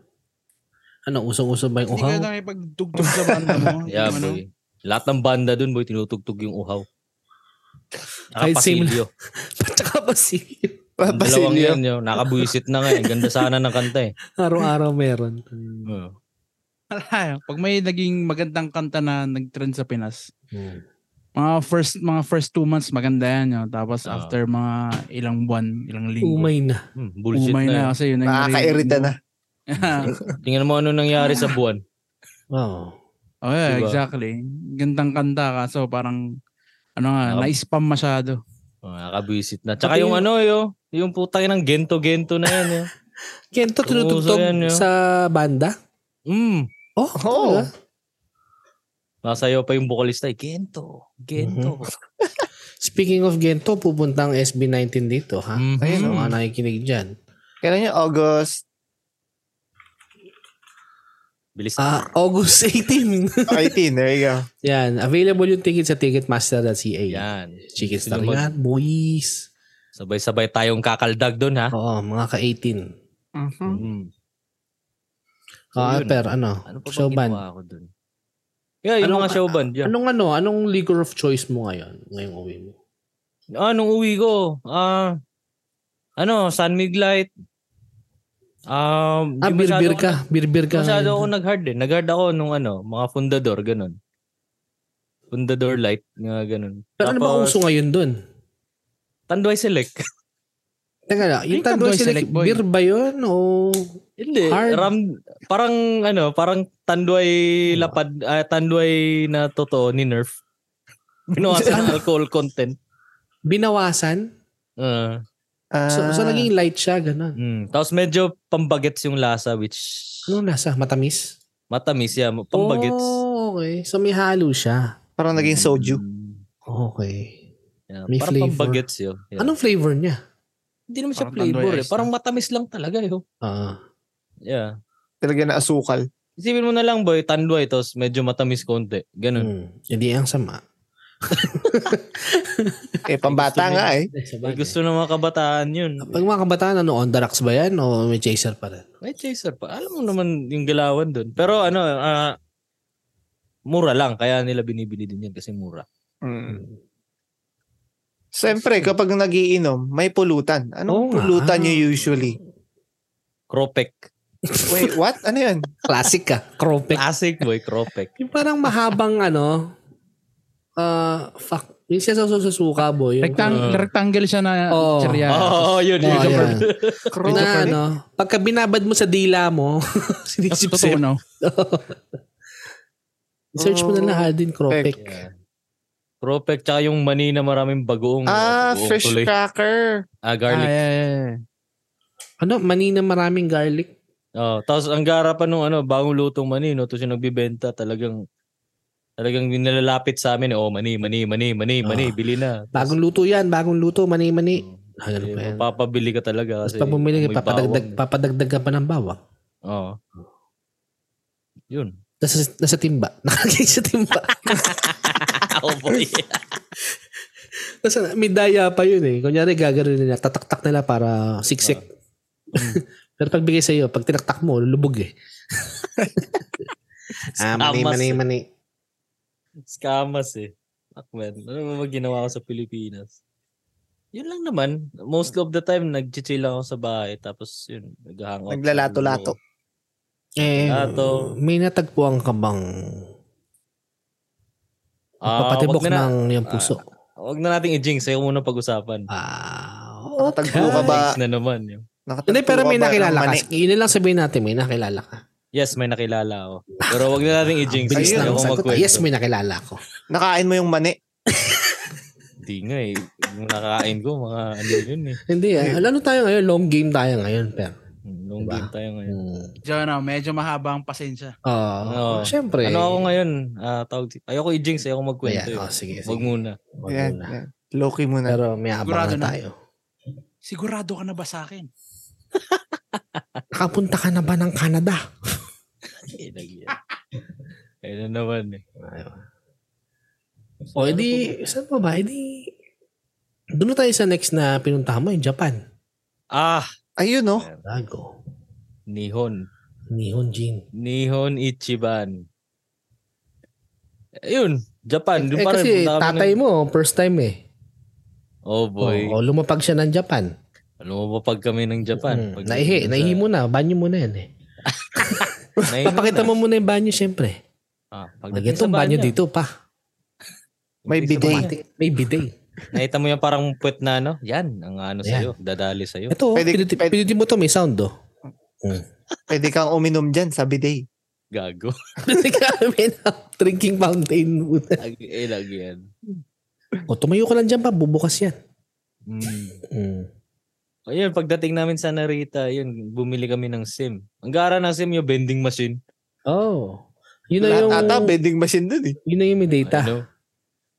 [SPEAKER 1] Ano, usong-uso ba yung
[SPEAKER 4] Hindi ka
[SPEAKER 1] uhaw?
[SPEAKER 4] nakipagdugtog sa banda mo.
[SPEAKER 3] Yeah,
[SPEAKER 4] Yung ano?
[SPEAKER 3] boy. Lahat ng banda dun, boy, tinutugtog yung uhaw.
[SPEAKER 1] Kahit same
[SPEAKER 3] Nakapasilyo.
[SPEAKER 1] Tsaka pa siya.
[SPEAKER 2] Pa-
[SPEAKER 3] Yung Dalawang
[SPEAKER 2] Basilio.
[SPEAKER 3] yan, yun. Nakabuisit na nga eh. Ganda sana ng kanta eh. Oh.
[SPEAKER 1] Araw-araw meron.
[SPEAKER 3] Oo.
[SPEAKER 4] Wala. eh. Pag may naging magandang kanta na nag-trend sa Pinas,
[SPEAKER 1] Hmm.
[SPEAKER 4] mga first mga first two months maganda yan. Yun. Tapos
[SPEAKER 3] Ah.
[SPEAKER 4] after mga ilang buwan, ilang linggo.
[SPEAKER 1] Umay na.
[SPEAKER 3] Hmm, bullshit
[SPEAKER 4] umay
[SPEAKER 3] na.
[SPEAKER 4] na, kasi yun ang
[SPEAKER 2] Nakakairita na.
[SPEAKER 3] yun. Tingnan mo ano nangyari sa buwan.
[SPEAKER 1] Oo.
[SPEAKER 4] oh, yeah,
[SPEAKER 3] Diba?
[SPEAKER 4] exactly. Gandang kanta kaso parang ano
[SPEAKER 3] Ah.
[SPEAKER 4] nga, na-spam masyado.
[SPEAKER 3] Oh, Nakabuisit na. Tsaka
[SPEAKER 1] Pati
[SPEAKER 3] yung
[SPEAKER 1] yung-
[SPEAKER 3] ano, yo, yung putang ng gento-gento na yan. Yo.
[SPEAKER 1] Kento, tinutugtog
[SPEAKER 3] Uso yan, yun.
[SPEAKER 1] sa banda?
[SPEAKER 3] Mm.
[SPEAKER 1] Oh,
[SPEAKER 2] Oo.
[SPEAKER 1] talaga?
[SPEAKER 3] Nasayaw pa yung vocalista eh. Gento. Gento.
[SPEAKER 2] Mm-hmm.
[SPEAKER 1] Speaking of Gento, pupunta ang SB19 dito, ha?
[SPEAKER 3] Mhm.
[SPEAKER 2] Ayun,
[SPEAKER 1] Sa
[SPEAKER 2] oh.
[SPEAKER 1] mga nakikinig dyan.
[SPEAKER 2] Kailan yun? August.
[SPEAKER 3] Bilis na.
[SPEAKER 1] Ah, August 18.
[SPEAKER 2] 18, there you go.
[SPEAKER 1] Yan. Available yung ticket sa ticketmaster.ca.
[SPEAKER 3] Yan.
[SPEAKER 1] Chicken star
[SPEAKER 3] Sino ba-
[SPEAKER 1] yan, boys.
[SPEAKER 3] Sabay-sabay tayong kakaldag doon ha.
[SPEAKER 1] Oo, mga ka-18.
[SPEAKER 2] Mm-hmm.
[SPEAKER 1] Hmm.
[SPEAKER 3] Mm. So,
[SPEAKER 1] Ah,
[SPEAKER 3] yun.
[SPEAKER 1] per, ano?
[SPEAKER 3] Ano pa
[SPEAKER 1] show
[SPEAKER 3] ba
[SPEAKER 1] band.
[SPEAKER 3] ginawa ako doon? Yeah, yung
[SPEAKER 1] Anong-
[SPEAKER 3] mga show band. Yeah.
[SPEAKER 1] Anong ano, anong liquor of choice mo ngayon? Ngayong uwi mo?
[SPEAKER 3] Ah, nung uwi ko, ah, ano, San Miglite. Um,
[SPEAKER 1] Ah,
[SPEAKER 3] di masyado
[SPEAKER 1] birbir
[SPEAKER 3] ako-
[SPEAKER 1] ka. Birbir ka.
[SPEAKER 3] Masyado ako
[SPEAKER 1] ngayon.
[SPEAKER 3] nag-hard eh. Nag-hard ako nung ano, mga fundador, ganun. Fundador light, nga ganun.
[SPEAKER 1] Pero ano ba uso ngayon dun?
[SPEAKER 3] Tanduay Select.
[SPEAKER 1] Teka lang, yung
[SPEAKER 4] Yung Tandoy
[SPEAKER 1] Tandoy
[SPEAKER 4] Select
[SPEAKER 1] Select,
[SPEAKER 4] Boy.
[SPEAKER 1] beer ba yun? O...
[SPEAKER 3] Hindi,
[SPEAKER 1] Hard.
[SPEAKER 3] ram, parang ano, parang Tanduay lapad, ah, Tanduay na totoo ni Nerf. Binawasan ang alcohol content.
[SPEAKER 1] Binawasan?
[SPEAKER 3] Ah,
[SPEAKER 2] Ah,
[SPEAKER 1] So, so, naging light siya, ganun.
[SPEAKER 3] mm. Tapos medyo pambagets yung lasa which
[SPEAKER 1] Anong lasa? Matamis?
[SPEAKER 3] matamis yeah, pambagets.
[SPEAKER 1] Oh, okay. So, may halo siya.
[SPEAKER 2] parang naging soju.
[SPEAKER 3] Mm.
[SPEAKER 1] Okay.
[SPEAKER 3] Yeah,
[SPEAKER 1] May
[SPEAKER 3] parang
[SPEAKER 1] flavor.
[SPEAKER 3] pambagets yun. Yeah.
[SPEAKER 1] Anong flavor niya?
[SPEAKER 3] Ano? Hindi naman siya
[SPEAKER 4] Parang Tandoy
[SPEAKER 3] flavor eh.
[SPEAKER 4] Ice, ah.
[SPEAKER 3] Parang matamis lang talaga eh. oh.
[SPEAKER 1] Ah.
[SPEAKER 3] Yeah.
[SPEAKER 2] Talaga na asukal.
[SPEAKER 3] Isipin mo na lang boy, tanduay, tapos medyo matamis konti.
[SPEAKER 2] Ano?
[SPEAKER 3] Ganun.
[SPEAKER 1] hmm. Hindi ang sama.
[SPEAKER 2] Eh, pambata
[SPEAKER 3] Gusto
[SPEAKER 2] nga eh.
[SPEAKER 3] Eh, gusto ng mga kabataan yun.
[SPEAKER 1] Pag mga kabataan, ano, on the rocks ba yan? O may chaser pa rin?
[SPEAKER 3] May chaser pa. Alam mo naman yung galawan doon. Pero ano, ah, mura lang. Kaya nila binibili din yan kasi mura.
[SPEAKER 2] Mm. Siyempre, kapag nagiinom, may pulutan. Anong
[SPEAKER 1] Oo nga.
[SPEAKER 2] pulutan nyo usually?
[SPEAKER 3] Cropek.
[SPEAKER 2] Wait, what? Ano yun?
[SPEAKER 1] Classic ka. Cropek.
[SPEAKER 3] Classic boy, cropek.
[SPEAKER 1] Yung parang mahabang ano, ah, fuck. Yung siya sa susuka, boy. Yung,
[SPEAKER 3] Ah.
[SPEAKER 4] Rectang- rectangle siya na
[SPEAKER 1] Oo.
[SPEAKER 4] cherya.
[SPEAKER 3] Oo, oh, yun. yun.
[SPEAKER 1] Oh,
[SPEAKER 3] yun.
[SPEAKER 1] yeah. na ano, pagka binabad mo sa dila mo,
[SPEAKER 4] Tapos
[SPEAKER 1] sinisip-sip.
[SPEAKER 4] totoo no?
[SPEAKER 1] Search mo na lang Haldin Cropek.
[SPEAKER 2] Cropek.
[SPEAKER 3] Yeah. Cropek, tsaka yung mani na maraming bagoong. uh,
[SPEAKER 2] Ah,
[SPEAKER 3] bagoong
[SPEAKER 2] fish
[SPEAKER 3] tuloy.
[SPEAKER 2] cracker.
[SPEAKER 3] Ah,
[SPEAKER 4] Ah,
[SPEAKER 3] garlic.
[SPEAKER 4] yeah, yeah, yeah.
[SPEAKER 1] Ano, manina maraming garlic.
[SPEAKER 3] Oh, tapos ang gara pa nung ano, bagong lutong mani, no, tapos yung nagbibenta talagang talagang yung nilalapit sa amin, eh, oh, mani, mani, mani, mani, mani,
[SPEAKER 1] Ah.
[SPEAKER 3] bili na. Tapos, eh,
[SPEAKER 1] Bagong luto yan, bagong luto, mani-mani.
[SPEAKER 3] oh,
[SPEAKER 1] Ah, ganun
[SPEAKER 3] eh,
[SPEAKER 1] pa yan.
[SPEAKER 3] papabili ka talaga
[SPEAKER 1] Tapos
[SPEAKER 3] kasi.
[SPEAKER 1] pag bumili,
[SPEAKER 3] may
[SPEAKER 1] papadagdag,
[SPEAKER 3] bawang eh.
[SPEAKER 1] papadagdag ka pa ng bawang.
[SPEAKER 3] Oo. Yun.
[SPEAKER 1] Nasa, nasa timba. Nakalagay sa timba.
[SPEAKER 3] Ako boy.
[SPEAKER 1] Nasa, may daya pa yun eh. Kunyari, gagawin nila. Tataktak nila para siksik. Pero pagbigay sa iyo, pag tinaktak mo, lubog eh. Ah, mani,
[SPEAKER 3] Scammers.
[SPEAKER 1] mani, mani.
[SPEAKER 3] Scammers eh. Fuck man. Ano ba ginawa ko sa Pilipinas? Yun lang naman. Most of the time, nag-chill ako sa bahay. Tapos yun, nag-hangout.
[SPEAKER 2] Naglalato-lato.
[SPEAKER 1] Eh,
[SPEAKER 3] Lato.
[SPEAKER 1] may natagpuan ka bang
[SPEAKER 3] Ah,
[SPEAKER 1] papatibok
[SPEAKER 3] wag na,
[SPEAKER 1] ng yung puso?
[SPEAKER 3] Huwag na nating i-jinx. Ayaw muna pag-usapan.
[SPEAKER 1] Ah,
[SPEAKER 2] Nakatagpo ka ba?
[SPEAKER 3] Jinx na naman. eh. Yun.
[SPEAKER 2] Nakatagpo
[SPEAKER 1] Hindi, pero
[SPEAKER 2] ka
[SPEAKER 1] may
[SPEAKER 2] ba ng
[SPEAKER 1] nakilala ka.
[SPEAKER 2] mani?
[SPEAKER 1] Yun lang sabihin natin, may nakilala ka.
[SPEAKER 3] Yes, may nakilala ako. Pero wag na nating
[SPEAKER 1] Ang
[SPEAKER 3] i-jinx.
[SPEAKER 1] bilis
[SPEAKER 2] Ayun,
[SPEAKER 1] lang
[SPEAKER 3] Ayaw
[SPEAKER 1] ang
[SPEAKER 3] ko
[SPEAKER 1] sagot.
[SPEAKER 3] magkwento.
[SPEAKER 1] Yes, may nakilala ako.
[SPEAKER 2] Nakain mo yung mani.
[SPEAKER 3] Hindi nga eh. Yung nakakain ko, mga ano yun eh.
[SPEAKER 1] Hindi, eh. Lalo tayo ngayon, long game tayo ngayon, pero.
[SPEAKER 3] Long
[SPEAKER 1] Diba?
[SPEAKER 3] game tayo ngayon.
[SPEAKER 1] Mm.
[SPEAKER 4] Diyan na, medyo mahaba ang pasensya.
[SPEAKER 1] Oh,
[SPEAKER 3] Oo.
[SPEAKER 1] syempre.
[SPEAKER 3] Hmm. Ano ako ngayon? Ah, tawag, ayoko i-jinx. Ayaw ko
[SPEAKER 1] Ayan,
[SPEAKER 3] magkwento. eh.
[SPEAKER 1] oh, sige, sige.
[SPEAKER 3] Wag muna.
[SPEAKER 1] Wag
[SPEAKER 2] Yan,
[SPEAKER 1] muna.
[SPEAKER 2] yan. Loki muna.
[SPEAKER 1] Pero may
[SPEAKER 4] Sigurado
[SPEAKER 1] abangan
[SPEAKER 4] na.
[SPEAKER 1] tayo.
[SPEAKER 4] Sigurado ka na ba sa akin?
[SPEAKER 1] Nakapunta ka na ba ng Canada?
[SPEAKER 3] Inag yan. Ayun na naman eh.
[SPEAKER 1] O, edi, saan pa ba? Edi, doon na tayo sa next na pinuntahan mo, yung Japan.
[SPEAKER 3] Ah!
[SPEAKER 2] Ayun, no?
[SPEAKER 1] Lago.
[SPEAKER 3] Nihon.
[SPEAKER 1] Nihon Jin.
[SPEAKER 3] Nihon Ichiban. Ayun. Japan. Doon
[SPEAKER 1] eh,
[SPEAKER 3] pa rin.
[SPEAKER 1] kasi
[SPEAKER 3] Punta kami
[SPEAKER 1] tatay
[SPEAKER 3] ng-
[SPEAKER 1] mo, first time eh.
[SPEAKER 3] Oh boy.
[SPEAKER 1] O, o, lumapag siya ng Japan.
[SPEAKER 3] Ano mo ba pag kami ng Japan?
[SPEAKER 1] Hmm,
[SPEAKER 3] Pag-
[SPEAKER 1] Naihi,
[SPEAKER 3] sa-
[SPEAKER 1] naihi mo na. Banyo mo na yan eh.
[SPEAKER 3] Naihi
[SPEAKER 1] Papakita
[SPEAKER 3] na.
[SPEAKER 1] mo muna yung banyo, syempre.
[SPEAKER 3] Ah,
[SPEAKER 1] Lagyan
[SPEAKER 3] pagdating sa
[SPEAKER 1] tong banyo
[SPEAKER 3] banyo
[SPEAKER 1] dito
[SPEAKER 3] dito.
[SPEAKER 1] pa.
[SPEAKER 2] May bidet.
[SPEAKER 1] May bidet.
[SPEAKER 3] Nakita mo yung parang puwet na ano? Yan, ang ano
[SPEAKER 1] Ayan.
[SPEAKER 3] sa'yo. Dadali sa'yo.
[SPEAKER 1] Ito,
[SPEAKER 2] Pwede-
[SPEAKER 1] pinuti,
[SPEAKER 2] pwede-
[SPEAKER 1] pinuti mo to, may sound oh.
[SPEAKER 2] Pwede kang uminom dyan sa bidet.
[SPEAKER 3] Gago.
[SPEAKER 1] Pinuti kami na drinking fountain muna.
[SPEAKER 3] Ag- eh, lagi yan.
[SPEAKER 1] O, tumayo ka lang dyan pa, bubukas yan.
[SPEAKER 3] Mm.
[SPEAKER 1] Mm.
[SPEAKER 3] Ayun, Oh, pagdating namin sa Narita, yun, bumili kami ng SIM. Ang gara ng SIM yung vending machine.
[SPEAKER 1] Oh. Yun na
[SPEAKER 2] Lahat
[SPEAKER 1] yung,
[SPEAKER 2] ata, vending machine dun eh.
[SPEAKER 1] yun na yung may data.
[SPEAKER 3] Ano?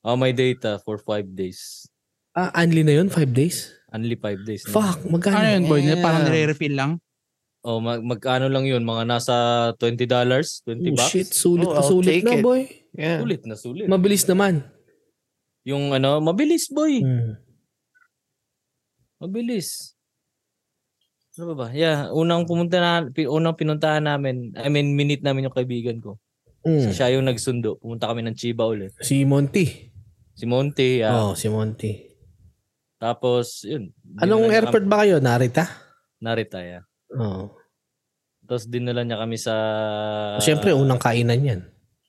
[SPEAKER 3] Oh, may data for five days.
[SPEAKER 1] Ah, only na yun? Five days?
[SPEAKER 3] Only five days. no?
[SPEAKER 1] Fuck, magkano?
[SPEAKER 4] Ano yun, boy?
[SPEAKER 2] Yeah.
[SPEAKER 4] Parang nire-refill lang?
[SPEAKER 3] Oh, mag, magkano lang yun? Mga nasa $20, 20
[SPEAKER 1] Oh,
[SPEAKER 3] bucks.
[SPEAKER 1] shit, sulit
[SPEAKER 2] Oh,
[SPEAKER 1] na
[SPEAKER 2] I'll
[SPEAKER 1] sulit
[SPEAKER 2] take
[SPEAKER 1] na,
[SPEAKER 2] it.
[SPEAKER 1] boy.
[SPEAKER 2] Yeah.
[SPEAKER 3] Sulit na sulit.
[SPEAKER 1] Mabilis naman.
[SPEAKER 3] yung ano, mabilis boy.
[SPEAKER 2] Hmm.
[SPEAKER 1] Mm.
[SPEAKER 3] Mabilis. Ano ba ba? Yeah, unang pumunta na, pi- unang pinuntahan namin, I mean, minute namin yung kaibigan ko.
[SPEAKER 1] Mm.
[SPEAKER 3] Siya yung nagsundo. Pumunta kami ng Chiba ulit.
[SPEAKER 1] Si Monty.
[SPEAKER 3] Si Monte. ah.
[SPEAKER 1] Oh, si Monty.
[SPEAKER 3] Tapos, yun.
[SPEAKER 1] Anong
[SPEAKER 3] dinala niya
[SPEAKER 1] airport ba kayo? Narita?
[SPEAKER 3] kami- Narita, yeah.
[SPEAKER 1] Oh.
[SPEAKER 3] Tapos dinala niya kami sa...
[SPEAKER 2] Ah.
[SPEAKER 1] Siyempre, unang kainan yan.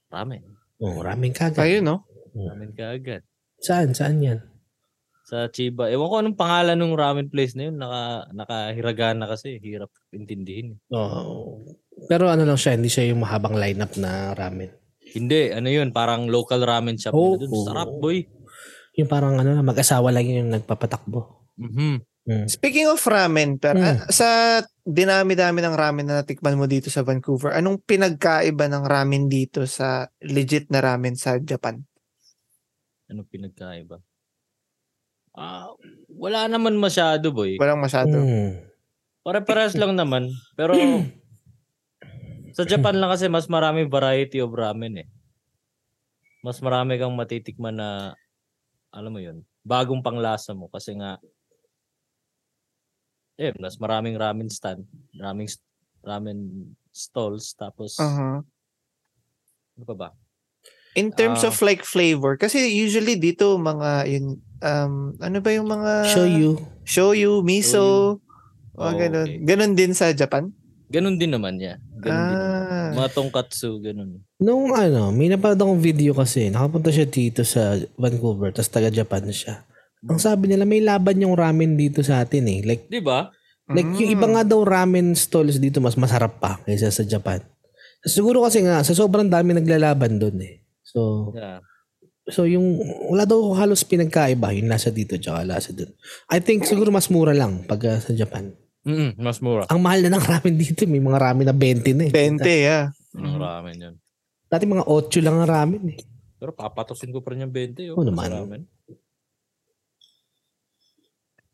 [SPEAKER 3] Ramen.
[SPEAKER 1] Oh, ramen kagad.
[SPEAKER 2] Ayun, no?
[SPEAKER 3] Ramen kaagad.
[SPEAKER 1] Saan? Saan yan?
[SPEAKER 3] sa Chiba. Ewan ko anong pangalan ng ramen place na yun. Naka, nakahiragana kasi. Hirap intindihin.
[SPEAKER 1] Oh. Pero ano lang siya, hindi siya yung mahabang lineup na ramen.
[SPEAKER 3] Hindi, ano yun. Parang local ramen shop.
[SPEAKER 1] Oo.
[SPEAKER 3] Oh, dun. Sarap, boy.
[SPEAKER 1] Yung parang ano, mag-asawa lang yun yung nagpapatakbo.
[SPEAKER 3] Mhm.
[SPEAKER 1] Mm.
[SPEAKER 2] Speaking of ramen, pero
[SPEAKER 1] Mm.
[SPEAKER 2] ah, sa dinami-dami ng ramen na natikman mo dito sa Vancouver, anong pinagkaiba ng ramen dito sa legit na ramen sa Japan?
[SPEAKER 3] Ano pinagkaiba? Ah, wala naman masyado, boy.
[SPEAKER 2] Walang masyado.
[SPEAKER 1] Mm.
[SPEAKER 3] Pare-pares lang naman. Pero sa Japan lang kasi mas marami variety of ramen eh. Mas marami kang matitikman na alam mo yun, bagong panglasa mo kasi nga eh mas maraming ramen stand, maraming s- ramen stalls tapos
[SPEAKER 2] Uh-huh.
[SPEAKER 3] ano pa ba?
[SPEAKER 2] In terms
[SPEAKER 3] Ah.
[SPEAKER 2] of like flavor, kasi usually dito mga yun, um, ano ba yung mga
[SPEAKER 1] Show you.
[SPEAKER 2] shoyu, miso, mga
[SPEAKER 3] Oh,
[SPEAKER 2] Ah, ganun.
[SPEAKER 3] okay.
[SPEAKER 2] Ganun din sa Japan?
[SPEAKER 3] Ganun din naman niya. Ganun din. naman.
[SPEAKER 2] Ah,
[SPEAKER 3] Mga tongkatsu ganun.
[SPEAKER 1] Nung ano, may napanood akong video kasi, nakapunta siya dito sa Vancouver, tapos taga Japan siya. Ang sabi nila, may laban yung ramen dito sa atin eh. Like,
[SPEAKER 3] 'Di ba?
[SPEAKER 1] like yung iba
[SPEAKER 2] Hmm.
[SPEAKER 1] nga daw ramen stalls dito, mas masarap pa kaysa sa Japan. Siguro kasi nga, sa sobrang dami naglalaban doon eh. So,
[SPEAKER 3] Yeah.
[SPEAKER 1] so yung, wala daw halos pinagkaiba yung lasa dito tsaka lasa doon. I think siguro mas mura lang pag ah, sa Japan.
[SPEAKER 3] Mm, mas mura.
[SPEAKER 1] Ang mahal na ng ramen dito, may mga ramen na 20 na eh.
[SPEAKER 2] 20, Hmm. yeah.
[SPEAKER 3] Ang
[SPEAKER 2] Mhm.
[SPEAKER 3] ramen 'yun.
[SPEAKER 1] Dati mga 8 lang ang ramen eh.
[SPEAKER 3] Pero papatosin ko pa rin yung 20.
[SPEAKER 1] Oo
[SPEAKER 3] Oh,
[SPEAKER 1] naman.
[SPEAKER 3] sa ramen.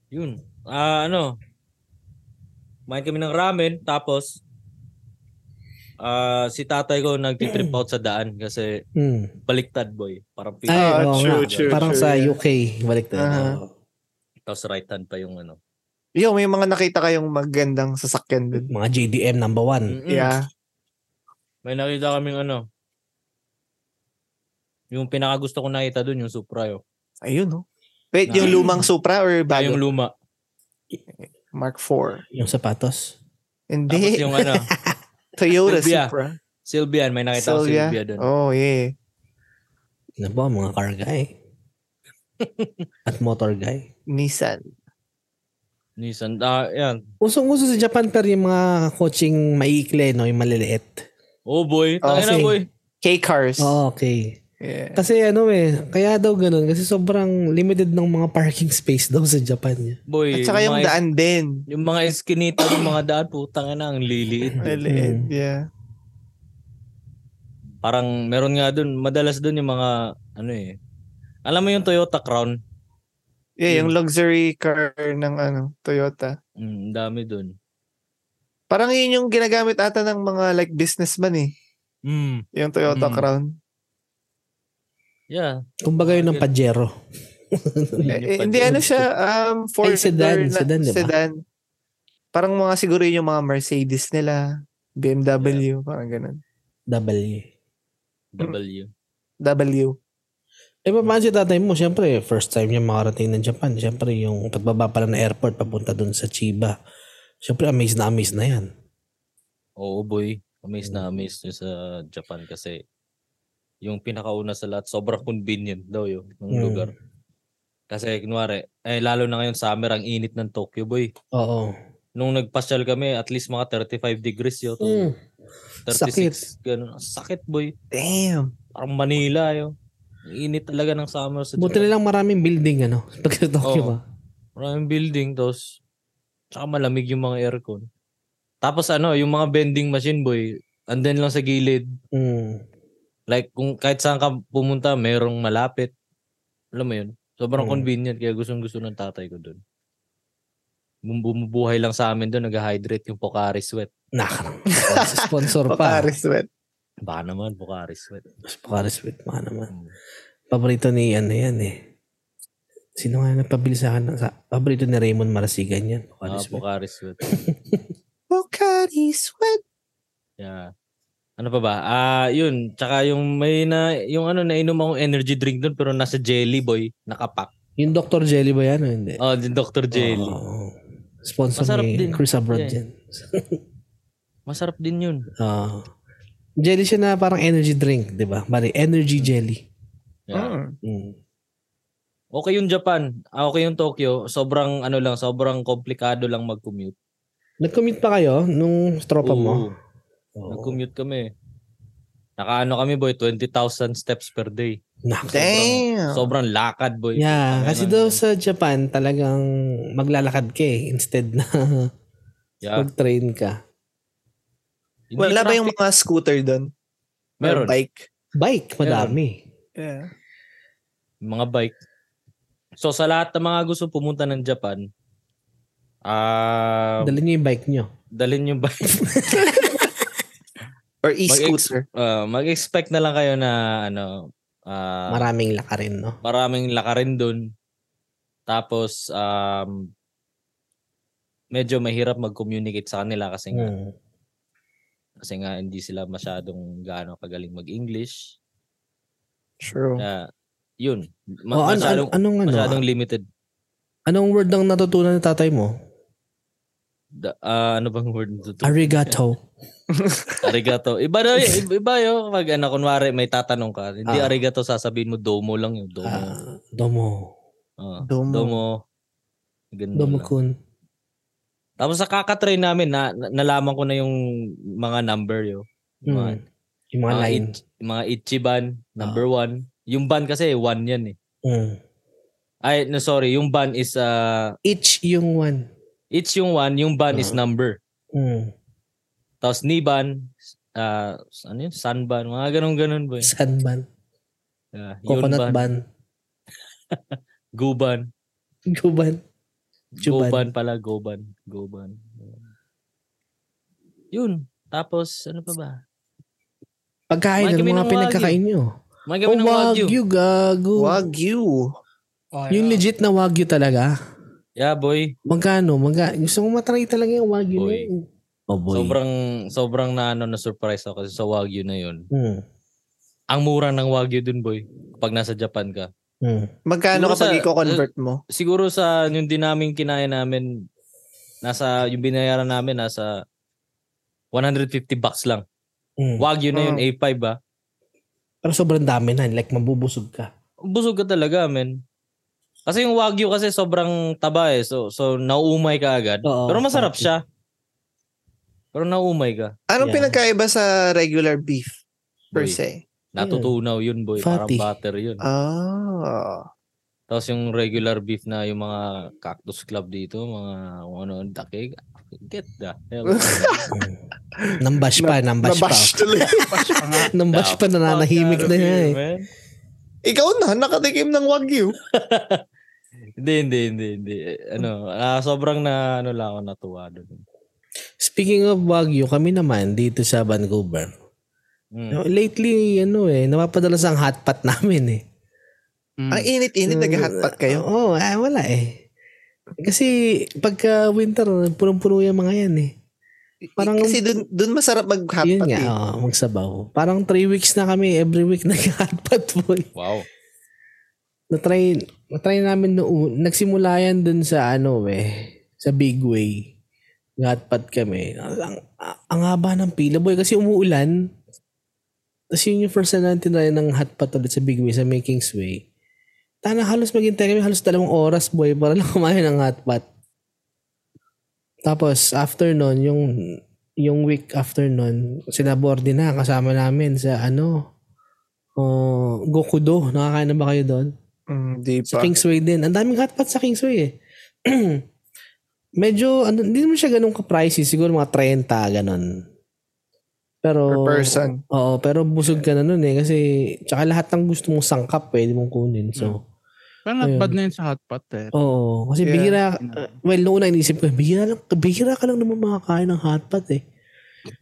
[SPEAKER 3] Yun. Ah, ano? Kumain kami ng ramen, tapos ah si tatay ko nagtitrip out sa daan kasi
[SPEAKER 1] Hmm.
[SPEAKER 3] baliktad boy. Parang
[SPEAKER 1] Ay,
[SPEAKER 3] pita.
[SPEAKER 2] Ah,
[SPEAKER 1] oo
[SPEAKER 2] true,
[SPEAKER 1] nga.
[SPEAKER 2] true,
[SPEAKER 1] Parang
[SPEAKER 2] true,
[SPEAKER 1] sa
[SPEAKER 2] yeah. Uh-huh.
[SPEAKER 1] UK, balik na.
[SPEAKER 2] Aha.
[SPEAKER 1] Oo.
[SPEAKER 3] Tapos right hand pa yung ano.
[SPEAKER 2] Yo, may mga nakita kayong magandang sasakyan dun.
[SPEAKER 3] Mm.
[SPEAKER 1] Mga JDM number one.
[SPEAKER 3] Mm-mm.
[SPEAKER 2] Yeah.
[SPEAKER 3] May nakita kaming ano. Yung pinakagusto ko nakita dun, yung Supra. Yo.
[SPEAKER 2] Ayun, no? Wait,
[SPEAKER 3] Na-
[SPEAKER 2] yung lumang Supra
[SPEAKER 3] Ay,
[SPEAKER 2] or bago?
[SPEAKER 3] Yung luma.
[SPEAKER 2] Mark 4.
[SPEAKER 1] Yung sapatos.
[SPEAKER 3] Tapos
[SPEAKER 2] Hindi.
[SPEAKER 3] yung ano,
[SPEAKER 2] Toyota
[SPEAKER 3] Silvia.
[SPEAKER 2] Supra.
[SPEAKER 3] Sylvian. May nakita ko
[SPEAKER 2] Sylvia.
[SPEAKER 3] Sylvia dun.
[SPEAKER 2] Oh, yeah.
[SPEAKER 1] Ano ba, mga car guy? At motor guy.
[SPEAKER 2] Nissan.
[SPEAKER 3] Nissan. Ah, yan.
[SPEAKER 1] Usong-uso sa Japan pero yung mga coaching maikli, no? Yung maliliit.
[SPEAKER 3] Oh boy.
[SPEAKER 2] Oh,
[SPEAKER 3] Tangina
[SPEAKER 2] kasi-
[SPEAKER 3] boy.
[SPEAKER 2] K-Cars.
[SPEAKER 1] Oo,
[SPEAKER 3] Oh.
[SPEAKER 1] okay.
[SPEAKER 2] Yeah.
[SPEAKER 1] Kasi ano eh, kaya daw ganun. Kasi sobrang limited ng mga parking space daw sa Japan.
[SPEAKER 3] Boy.
[SPEAKER 2] At saka yung
[SPEAKER 3] mga-
[SPEAKER 2] daan din.
[SPEAKER 3] Yung mga eskinita ng mga daan, putang ina, ang liliit. Mm.
[SPEAKER 2] Maliit, yeah.
[SPEAKER 3] Parang meron nga dun, madalas dun yung mga, ano eh. Alam mo yung Toyota Crown?
[SPEAKER 2] Yeah,
[SPEAKER 3] Hmm.
[SPEAKER 2] yung luxury car ng ano, Toyota.
[SPEAKER 3] Mm, ang dami dun.
[SPEAKER 2] Parang yun yung ginagamit ata ng mga like businessman eh.
[SPEAKER 3] Mm.
[SPEAKER 2] Yung Toyota
[SPEAKER 3] Mm.
[SPEAKER 2] Crown.
[SPEAKER 3] Yeah.
[SPEAKER 1] Kumbaga yun ng Pajero.
[SPEAKER 3] Yun
[SPEAKER 2] Eh,
[SPEAKER 3] yung
[SPEAKER 2] eh,
[SPEAKER 3] pag-
[SPEAKER 2] hindi ano siya, um, Ford
[SPEAKER 1] Ay, sedan,
[SPEAKER 2] or na-
[SPEAKER 1] sedan, di ba?
[SPEAKER 2] sedan. Parang mga siguro yun yung mga Mercedes nila, BMW, parang ganun.
[SPEAKER 1] W.
[SPEAKER 2] ano
[SPEAKER 3] W.
[SPEAKER 2] W.
[SPEAKER 1] Eh, paano si tatay mo? Siyempre, first time niya makarating ng Japan. Siyempre, yung pagbaba pa lang ng airport papunta dun sa Chiba. Siyempre, amazed na amazed na yan.
[SPEAKER 3] Oo boy, amazed na amazed yun sa Japan kasi yung pinakauna sa lahat, sobrang convenient daw yun ng
[SPEAKER 2] Hmm.
[SPEAKER 1] Mm.
[SPEAKER 3] lugar. Kasi kunwari, eh lalo na ngayon summer, ang init ng Tokyo boy.
[SPEAKER 1] Oo.
[SPEAKER 3] Nung nagpasyal kami, at least mga 35 degrees yun.
[SPEAKER 1] Mm.
[SPEAKER 2] Hmm,
[SPEAKER 3] 36, ganun. Ang Sakit boy.
[SPEAKER 2] Damn.
[SPEAKER 3] Parang Manila yun. Ang init talaga ng summer sa
[SPEAKER 1] Buti na lang maraming building, ano? Pag sa Tokyo
[SPEAKER 3] Oo.
[SPEAKER 1] ah.
[SPEAKER 3] Maraming building, tapos tsaka malamig yung mga aircon. Tapos ano, yung mga vending machine boy, andan lang sa gilid.
[SPEAKER 1] Mm.
[SPEAKER 3] Like, kung kahit saan ka pumunta, merong malapit. Alam mo yun? Sobrang
[SPEAKER 1] Mm.
[SPEAKER 3] convenient, kaya gustong gusto ng tatay ko doon. Bum- Bumubuhay lang sa amin doon, nag-hydrate yung Pocari Sweat.
[SPEAKER 1] Nakarang.
[SPEAKER 3] Ano
[SPEAKER 1] Sponsor pa.
[SPEAKER 2] Pakaris sweat.
[SPEAKER 3] Baka naman, Pocari Sweat.
[SPEAKER 1] Pocari Sweet mga naman.
[SPEAKER 3] Mm.
[SPEAKER 1] Paborito ni ano yan eh. Sino nga nagpabili sa akin? ng- Sa, paborito ni Raymond Marasigan yan. Pocari
[SPEAKER 3] Ah,
[SPEAKER 1] Sweet.
[SPEAKER 3] Pocari Sweat.
[SPEAKER 2] Pocari sweat.
[SPEAKER 3] Yeah. Ano pa ba? Ah, yun. Tsaka yung may na, yung ano, nainom akong energy drink doon pero nasa jelly boy, nakapak.
[SPEAKER 1] Yung Dr. Jelly ba yan o hindi?
[SPEAKER 3] Oh, the Dr. Jelly.
[SPEAKER 2] Ah.
[SPEAKER 1] Oo. Sponsor
[SPEAKER 3] Masarap
[SPEAKER 1] ni
[SPEAKER 3] din.
[SPEAKER 1] Chris Abroad
[SPEAKER 3] Yeah.
[SPEAKER 1] yan.
[SPEAKER 3] Masarap din yun.
[SPEAKER 1] Ah. jelly siya na parang energy drink, di ba? Bali, energy
[SPEAKER 3] Hmm.
[SPEAKER 1] jelly.
[SPEAKER 3] Yeah.
[SPEAKER 2] Mm.
[SPEAKER 1] Mm.
[SPEAKER 3] Okay yung Japan. Ah, Okay yung Tokyo. Sobrang ano lang, sobrang komplikado lang mag-commute.
[SPEAKER 1] Nag-commute pa kayo nung
[SPEAKER 2] Ano
[SPEAKER 1] tropa mo?
[SPEAKER 3] Oo, Nag-commute kami. Nakaano kami boy, 20,000 steps per day.
[SPEAKER 1] Nak-
[SPEAKER 2] Damn.
[SPEAKER 3] Sobrang lakad boy.
[SPEAKER 1] Yeah,
[SPEAKER 3] Tangina.
[SPEAKER 1] kasi daw sa Japan talagang maglalakad ka eh, instead na
[SPEAKER 3] Ah. Yeah.
[SPEAKER 1] mag-train ka.
[SPEAKER 3] Hindi
[SPEAKER 2] Wala ba yung
[SPEAKER 3] traffic.
[SPEAKER 2] mga scooter doon?
[SPEAKER 3] Meron.
[SPEAKER 2] Or Bike.
[SPEAKER 1] Bike, madami.
[SPEAKER 2] Yeah.
[SPEAKER 3] mga bike. So sa lahat ng mga gusto pumunta ng Japan, ah
[SPEAKER 1] Dala niyo yung bike niyo.
[SPEAKER 3] dalhin yung bike.
[SPEAKER 2] Or e-scooter.
[SPEAKER 3] Ah, mag-expect na lang kayo na ano, ah,
[SPEAKER 1] Maraming lakarin, no?
[SPEAKER 3] maraming lakarin doon. Tapos um, medyo mahirap mag-communicate sa kanila kasi nga
[SPEAKER 1] Mm.
[SPEAKER 3] kasi nga hindi sila masyadong gaano kagaling mag-English.
[SPEAKER 2] True.
[SPEAKER 3] Na yun,
[SPEAKER 1] Hmm. Oh,
[SPEAKER 3] ma-
[SPEAKER 1] ano,
[SPEAKER 3] masyadong,
[SPEAKER 1] ano- anong, ano,
[SPEAKER 3] masyadong limited.
[SPEAKER 1] anong word ang natutunan ng tatay mo?
[SPEAKER 3] Da- ah, ano bang word nito?
[SPEAKER 1] Arigato.
[SPEAKER 3] arigato. Iba na yun, iba- iba yun. Pag ano, kunwari may tatanong ka, hindi
[SPEAKER 1] Ah.
[SPEAKER 3] arigato sasabihin mo domo lang yun. Domo.
[SPEAKER 1] Ah, domo.
[SPEAKER 3] Ah,
[SPEAKER 2] Domo.
[SPEAKER 3] domo. Ganun
[SPEAKER 1] Domo
[SPEAKER 3] lang.
[SPEAKER 1] kun.
[SPEAKER 3] Tapos sa kakatrain namin, na, na- nalaman ko na yung mga number yun. Yung Mga, Ah,
[SPEAKER 1] Mm. Yung mga
[SPEAKER 3] mga
[SPEAKER 1] line.
[SPEAKER 3] ich- mga Ichiban, number
[SPEAKER 1] Ah.
[SPEAKER 3] one. Yung ban kasi, one yan eh.
[SPEAKER 1] Mm.
[SPEAKER 3] Ay, no, sorry. Yung ban is, uh,
[SPEAKER 1] Each yung one.
[SPEAKER 3] it's yung one. Yung ban is
[SPEAKER 1] Ah.
[SPEAKER 3] number.
[SPEAKER 1] Mm.
[SPEAKER 3] Tapos Niban, uh, ano yun? Sanban. Mga ganun-ganun ba yun? Ah,
[SPEAKER 1] Sand ban.
[SPEAKER 3] Yeah,
[SPEAKER 1] Coconut
[SPEAKER 3] Yunban,
[SPEAKER 1] ban.
[SPEAKER 3] Guban.
[SPEAKER 1] Guban. Chuban.
[SPEAKER 3] Goban pala. Goban. Goban. Yun. Tapos, ano pa ba?
[SPEAKER 1] Pagkain, ano
[SPEAKER 3] Magkami ng
[SPEAKER 1] mga
[SPEAKER 3] wagyu.
[SPEAKER 1] pinagkakain nyo?
[SPEAKER 3] May
[SPEAKER 1] Oh,
[SPEAKER 3] gawin ng Wagyu.
[SPEAKER 1] wagyu, gago.
[SPEAKER 2] Wagyu.
[SPEAKER 4] Ah.
[SPEAKER 1] Yung legit na wagyu talaga.
[SPEAKER 3] Yeah, boy.
[SPEAKER 1] Magkano? Magka, gusto mo matry talaga yung wagyu.
[SPEAKER 3] Boy.
[SPEAKER 1] na yun. Maboy.
[SPEAKER 3] Sobrang sobrang na ano na surprise ako kasi sa Wagyu na 'yon.
[SPEAKER 1] Hmm.
[SPEAKER 3] Ang mura ng Wagyu dun, boy. Kapag nasa Japan ka.
[SPEAKER 1] Hmm.
[SPEAKER 3] Siguro
[SPEAKER 2] Magkano kapag
[SPEAKER 3] sa-
[SPEAKER 2] i-convert mo?
[SPEAKER 3] Siguro sa yung din namin kinaya namin nasa yung binayaran namin nasa 150 bucks lang.
[SPEAKER 1] Hmm.
[SPEAKER 3] Wagyu na 'yun,
[SPEAKER 2] Mm.
[SPEAKER 3] A5 ah.
[SPEAKER 1] Pero sobrang dami na. Like, mabubusog ka.
[SPEAKER 3] Busog ka talaga, men. Kasi yung Wagyu kasi sobrang taba eh. So, so nauumay ka agad.
[SPEAKER 1] Oo,
[SPEAKER 3] Pero masarap
[SPEAKER 1] parang-
[SPEAKER 3] siya. Pero nauumay ka.
[SPEAKER 2] Anong
[SPEAKER 1] Yeah.
[SPEAKER 2] pinagkaiba sa regular beef per
[SPEAKER 3] Boy.
[SPEAKER 2] se?
[SPEAKER 1] Hmm.
[SPEAKER 3] Natutunaw yun, boy. Parang
[SPEAKER 1] Fatty.
[SPEAKER 3] butter yun.
[SPEAKER 2] Ah.
[SPEAKER 3] Tapos yung regular beef na yung mga Cactus Club dito, mga kung ano, dakig. Get the hell. out of here.
[SPEAKER 1] Nambash pa, nambash pa.
[SPEAKER 2] Nabash tuloy.
[SPEAKER 1] Nambash pa, nananahimik na yan eh.
[SPEAKER 3] Man.
[SPEAKER 2] Ikaw na, nakatikim ng wagyu.
[SPEAKER 3] Hindi, hindi, hindi, hindi. Ano, ah, sobrang na, ano lang ako natuwa doon.
[SPEAKER 1] Speaking of Wagyu, kami naman dito sa Vancouver.
[SPEAKER 3] Mm.
[SPEAKER 1] No, Lately, ano eh, napapadala sa hotpot namin eh.
[SPEAKER 4] Mm.
[SPEAKER 2] Ang init-init, nag-hotpot kayo.
[SPEAKER 1] Oo, ah, wala eh. Kasi pagka winter, punong-puno yung mga yan eh. Parang-
[SPEAKER 2] Kasi dun, dun masarap
[SPEAKER 1] Yun
[SPEAKER 2] mag-hotpot
[SPEAKER 1] nga,
[SPEAKER 2] eh.
[SPEAKER 1] oo, magsabaw. Parang three weeks na kami, every week nag-hotpot po.
[SPEAKER 3] Wow.
[SPEAKER 1] Natry, natry namin noon. Nagsimula yan dun sa ano eh, sa Big Way. Hotpot kami. Ang, ang haba ng pila boy kasi umuulan. Tapos yun yung first na natin try ng hotpot ulit sa Big Way, sa May Kingsway. Tana, halos maghintay kami, halos dalawang oras boy para lang kumain ng hotpot. Tapos after nun, yung yung week after nun, sila Bordy na kasama namin sa ano, uh, Gokudo. Nakakain na ba kayo doon?
[SPEAKER 2] Hindi
[SPEAKER 1] Sa
[SPEAKER 2] Mm, pa.
[SPEAKER 1] Kingsway din. Ang daming hotpot sa Kingsway eh. Medyo, ano, hindi naman siya ganun ka-pricey. Siguro mga 30, ganun. Pero,
[SPEAKER 2] Per person.
[SPEAKER 1] Oo, pero busog ka na nun eh. Kasi, tsaka lahat ng gusto mong sangkap pwede mong kunin. So,
[SPEAKER 4] Parang not
[SPEAKER 1] Ayun.
[SPEAKER 4] bad na yun sa hotpot eh.
[SPEAKER 1] oo. Kasi
[SPEAKER 2] Mm. Yeah.
[SPEAKER 1] bihira,
[SPEAKER 2] Ah,
[SPEAKER 1] uh, well, noon na inisip ko, bihira, lang, bihira ka lang naman makakain ng hotpot eh.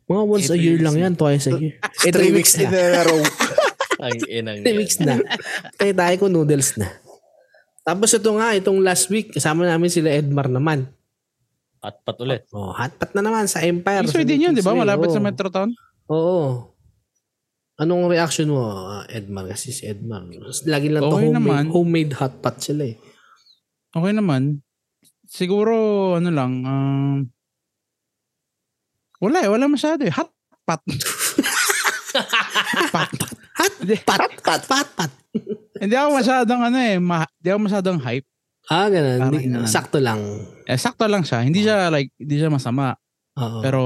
[SPEAKER 1] Mga once a
[SPEAKER 4] Eh, three
[SPEAKER 1] year
[SPEAKER 4] weeks
[SPEAKER 1] lang yan, twice a year. Eh,
[SPEAKER 2] Three weeks in
[SPEAKER 1] na.
[SPEAKER 2] a row.
[SPEAKER 3] Ang inang
[SPEAKER 1] Three weeks na. Kaya tayo ko noodles na. Tapos ito nga, itong last week, kasama namin sila Edmar naman.
[SPEAKER 3] At pat ulit.
[SPEAKER 1] Oh, hotpot na naman sa
[SPEAKER 2] Ah,
[SPEAKER 1] Empire.
[SPEAKER 4] Kingsway
[SPEAKER 1] Sa
[SPEAKER 4] din yun, di ba?
[SPEAKER 1] Kingsway,
[SPEAKER 4] Malapit
[SPEAKER 1] oo.
[SPEAKER 4] sa Metro Town.
[SPEAKER 1] Oo. Anong reaction mo, ah, Edmar? Kasi si Edmar, lagi lang to
[SPEAKER 4] Okay
[SPEAKER 1] homemade,
[SPEAKER 4] naman.
[SPEAKER 1] homemade hotpot sila eh.
[SPEAKER 4] Okay naman. Siguro, ano lang, um, wala eh, wala masyado eh. Hot pot. pot.
[SPEAKER 1] Pat, pat, pat, pat.
[SPEAKER 4] Hindi ako masyadong ano eh, ma- hindi ako masyadong hype.
[SPEAKER 1] Ah, ganun.
[SPEAKER 4] Parang
[SPEAKER 1] Hindi-
[SPEAKER 4] ganun.
[SPEAKER 1] sakto lang.
[SPEAKER 4] Eh, sakto lang siya. Hindi
[SPEAKER 2] Ah.
[SPEAKER 4] siya like, hindi siya masama.
[SPEAKER 1] Oo.
[SPEAKER 4] Pero,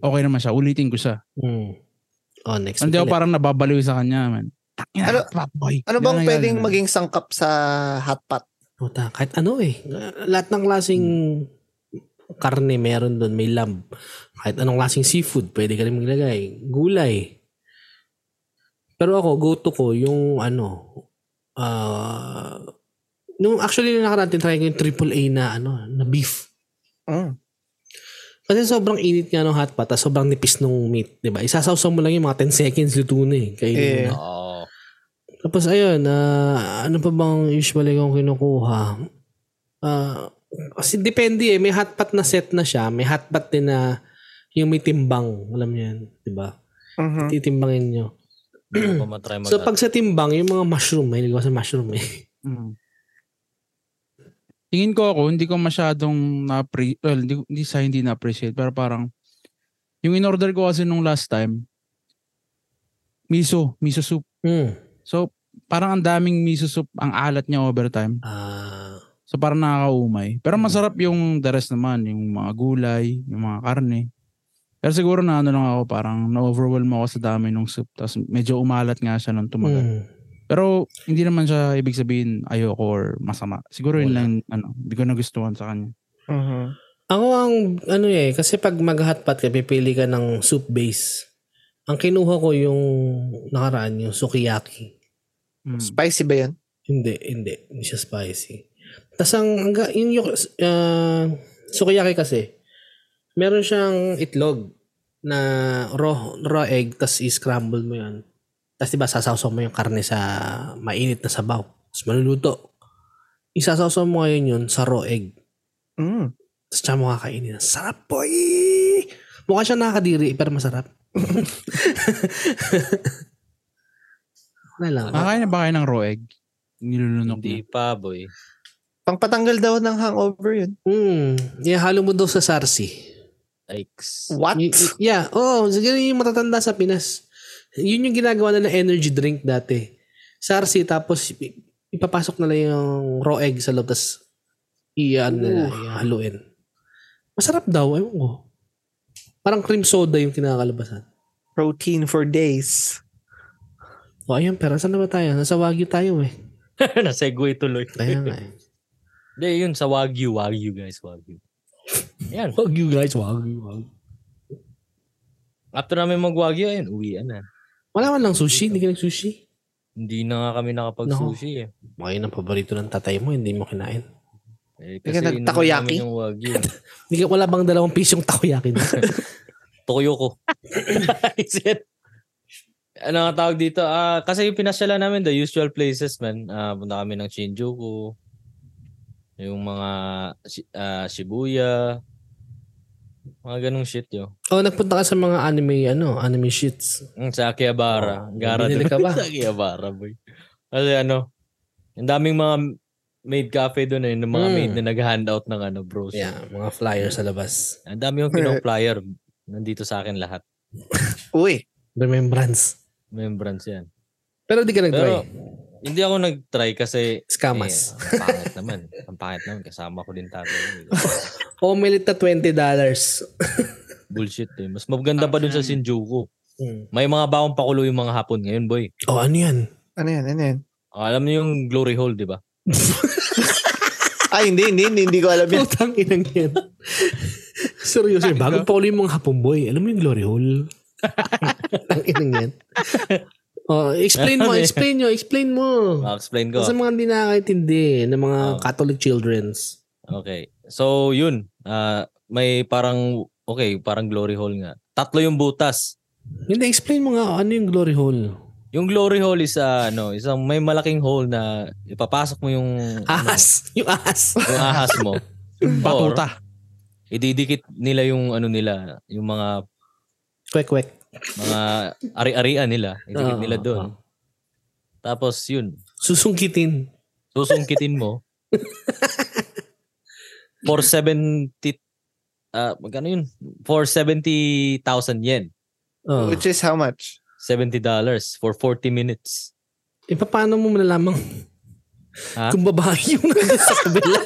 [SPEAKER 4] okay naman siya. Ulitin ko siya.
[SPEAKER 1] Mm. Oh, next
[SPEAKER 4] Hindi ako
[SPEAKER 1] ulit.
[SPEAKER 4] parang nababaliw sa kanya, man. Tangina,
[SPEAKER 2] Ano-
[SPEAKER 4] hot pot, boy.
[SPEAKER 2] Ano bang
[SPEAKER 4] Ganun,
[SPEAKER 2] pwedeng
[SPEAKER 4] ganun.
[SPEAKER 2] maging sangkap sa hotpot?
[SPEAKER 1] Puta, kahit ano eh. Lahat ng klaseng karne meron doon. May lamb. Kahit anong klaseng seafood, pwede ka rin maglagay. Gulay. Pero ako, go-to ko yung ano, ah, nung actually nung nakaraan, tinry ko yung triple A na ano, na beef.
[SPEAKER 2] Mm.
[SPEAKER 1] Kasi sobrang init nga ng hot pot, tas sobrang nipis nung meat, di ba? Isasawsaw mo lang yung mga 10 seconds, luto na eh. Kainin mo
[SPEAKER 2] Eh.
[SPEAKER 1] na.
[SPEAKER 3] Oo.
[SPEAKER 1] Tapos ayun, ah, ano pa bang usually kong kinukuha? Ah, kasi depende eh. May hotpot na set na siya. May hotpot din na yung may timbang. Alam niyo yan, di ba?
[SPEAKER 2] Mhm.
[SPEAKER 1] Titimbangin nyo.
[SPEAKER 3] Hindi ko pa matry mag-
[SPEAKER 1] So pag sa timbang, yung mga mushroom, may ligaw sa mushroom eh.
[SPEAKER 4] Mm. Tingin ko ako, hindi ko masyadong na-appreciate. Well, hindi, hindi sa hindi na-appreciate. Pero parang, yung in-order ko kasi nung last time, miso, miso soup.
[SPEAKER 1] Hmm.
[SPEAKER 4] So, parang ang daming miso soup, ang alat niya overtime.
[SPEAKER 1] Ah,
[SPEAKER 4] So, parang nakakaumay. Pero
[SPEAKER 1] Mm.
[SPEAKER 4] masarap yung the rest naman, yung mga gulay, yung mga karne. Pero siguro na ano lang ako, parang na-overwhelm ako sa dami ng soup. Tapos medyo umalat nga siya nung tumagal.
[SPEAKER 1] hmm.
[SPEAKER 4] Pero hindi naman siya ibig sabihin ayoko or masama. Siguro yun
[SPEAKER 1] Wala.
[SPEAKER 4] lang ano, hindi ko nagustuhan sa kanya.
[SPEAKER 2] Mhm.
[SPEAKER 1] Ako ang ano eh, kasi pag mag-hotpot ka, pipili ka ng soup base. Ang kinuha ko yung nakaraan, yung sukiyaki. Hmm.
[SPEAKER 4] Mm.
[SPEAKER 2] Spicy ba yan?
[SPEAKER 1] Hindi, hindi. Hindi siya spicy. Tapos ang, ang ga- yung, yung ah, sukiyaki kasi, meron siyang itlog na raw, raw egg, tapos i-scramble mo yun. Tapos diba, sasawsaw mo yung karne sa mainit na sabaw. Tapos maluluto. Isasawsaw mo ngayon yun sa raw egg.
[SPEAKER 2] Mm.
[SPEAKER 1] Tapos tsaka mo kakainin. Sarap boy! Mukha siya nakakadiri pero masarap. Wala lang.
[SPEAKER 4] Nakakain na ba kayo ng raw egg? Nilulunok
[SPEAKER 3] Hindi
[SPEAKER 4] na.
[SPEAKER 3] pa, boy.
[SPEAKER 2] Pangpatanggal daw ng hangover yun.
[SPEAKER 1] Hmm. Ihalo mo daw sa sarsi.
[SPEAKER 3] Yikes.
[SPEAKER 2] What?
[SPEAKER 1] Y- y- yeah. Oo. Oh, yung matatanda sa Pinas. Yun yung ginagawa nila energy drink dati. Sarsi tapos i- ipapasok nila yung raw egg sa loob tapos iyan nila, ihaluin. Masarap daw. Ewan ko. Parang cream soda yung kinakalabasan.
[SPEAKER 2] Protein for days.
[SPEAKER 1] O ayun, pero saan na ba tayo? Nasa Wagyu tayo eh.
[SPEAKER 3] Nasegue tuloy.
[SPEAKER 1] Kaya nga eh.
[SPEAKER 3] Hindi, yun. Sa Wagyu. Wagyu, guys. Wagyu. Yan.
[SPEAKER 1] Wagyu guys, Wagyu. Wagyu.
[SPEAKER 3] After namin mag-Wagyu, ayun. Uwian na.
[SPEAKER 1] Wala man lang sushi. Hindi ka nag-sushi.
[SPEAKER 3] Hindi na nga kami nakapag-sushi eh.
[SPEAKER 1] Mga yun ang paborito ng tatay mo, hindi mo kinain.
[SPEAKER 3] eh
[SPEAKER 2] Teka,
[SPEAKER 3] kasi inumin
[SPEAKER 2] nagtakoyaki?
[SPEAKER 3] namin yung Wagyu.
[SPEAKER 1] Hindi ka, wala bang dalawang pisyong takoyaki na?
[SPEAKER 3] Toyo ko. Is it? ano ang tawag dito? Ah, kasi yung pinasyalan namin, the usual places, man. Ah, punta kami ng Shinjuku. Yung mga Shi- ah, Shibuya. Mga ganong shit yo.
[SPEAKER 1] oh, nagpunta ka sa mga anime, ano, anime shits.
[SPEAKER 3] Mm, Sa Akihabara.
[SPEAKER 1] Oh,
[SPEAKER 3] Gara
[SPEAKER 1] binili
[SPEAKER 3] dun.
[SPEAKER 1] ka ba?
[SPEAKER 3] sa Akihabara, boy. Kasi ano, ang daming mga maid cafe doon eh, ng mga
[SPEAKER 1] Mm.
[SPEAKER 3] maid na nag-handout ng ano, bros.
[SPEAKER 1] Yeah, mga flyers sa labas.
[SPEAKER 3] Ang dami yung kinong flyer. Nandito sa akin lahat.
[SPEAKER 2] Uy,
[SPEAKER 1] Remembrance.
[SPEAKER 3] Membrance yan.
[SPEAKER 1] Pero di ka nag-try.
[SPEAKER 3] Pero, hindi ako nag-try kasi
[SPEAKER 1] Scammers.
[SPEAKER 3] Eh, ang pangit naman. Ang pangit naman. Kasama ko eh. din tabi.
[SPEAKER 1] Omelet na $20. dollars.
[SPEAKER 3] Bullshit eh. Mas maganda pa dun sa Shinjuku.
[SPEAKER 1] Hmm.
[SPEAKER 3] May mga bawang pakulo yung mga hapon ngayon, boy.
[SPEAKER 1] Oh, ano yan?
[SPEAKER 2] ano yan, ano yan?
[SPEAKER 3] Ah, alam niyo yung glory hole, di ba?
[SPEAKER 2] Ay, hindi, hindi, hindi, hindi ko alam yan.
[SPEAKER 1] Putang inang yan. Seryoso, yun. bago pa ulit yung mga hapon boy. Alam mo yung glory hole? Ang inang yan. Oh, explain mo, explain nyo, explain mo.
[SPEAKER 3] Ma-explain ko.
[SPEAKER 1] Sa mga hindi nakakaintindi ng mga
[SPEAKER 3] Oh.
[SPEAKER 1] Catholic children's.
[SPEAKER 3] Okay. So, yun. Ah, may parang, okay, parang glory hole nga. Tatlo yung butas.
[SPEAKER 1] Hindi, explain mo nga ano yung glory hole.
[SPEAKER 3] Yung glory hole is ah, ano, isang may malaking hole na ipapasok mo yung,
[SPEAKER 1] Ahas. Yung ahas.
[SPEAKER 3] yung ahas mo. Or,
[SPEAKER 4] Batuta.
[SPEAKER 3] ididikit nila yung ano nila, yung mga
[SPEAKER 1] Kwek, kwek.
[SPEAKER 3] mga ari-arian nila.
[SPEAKER 1] Oo,
[SPEAKER 3] Idikit nila doon.
[SPEAKER 1] oo.
[SPEAKER 3] Tapos yun,
[SPEAKER 1] Susungkitin.
[SPEAKER 3] susungkitin mo. for 70 ah magkano yun? For 70,000 yen.
[SPEAKER 1] Oh.
[SPEAKER 2] Which is how much?
[SPEAKER 3] $70 for 40 minutes.
[SPEAKER 1] Eh, paano mo malalaman?
[SPEAKER 3] Ha?
[SPEAKER 1] Kung babae yung sa kabila.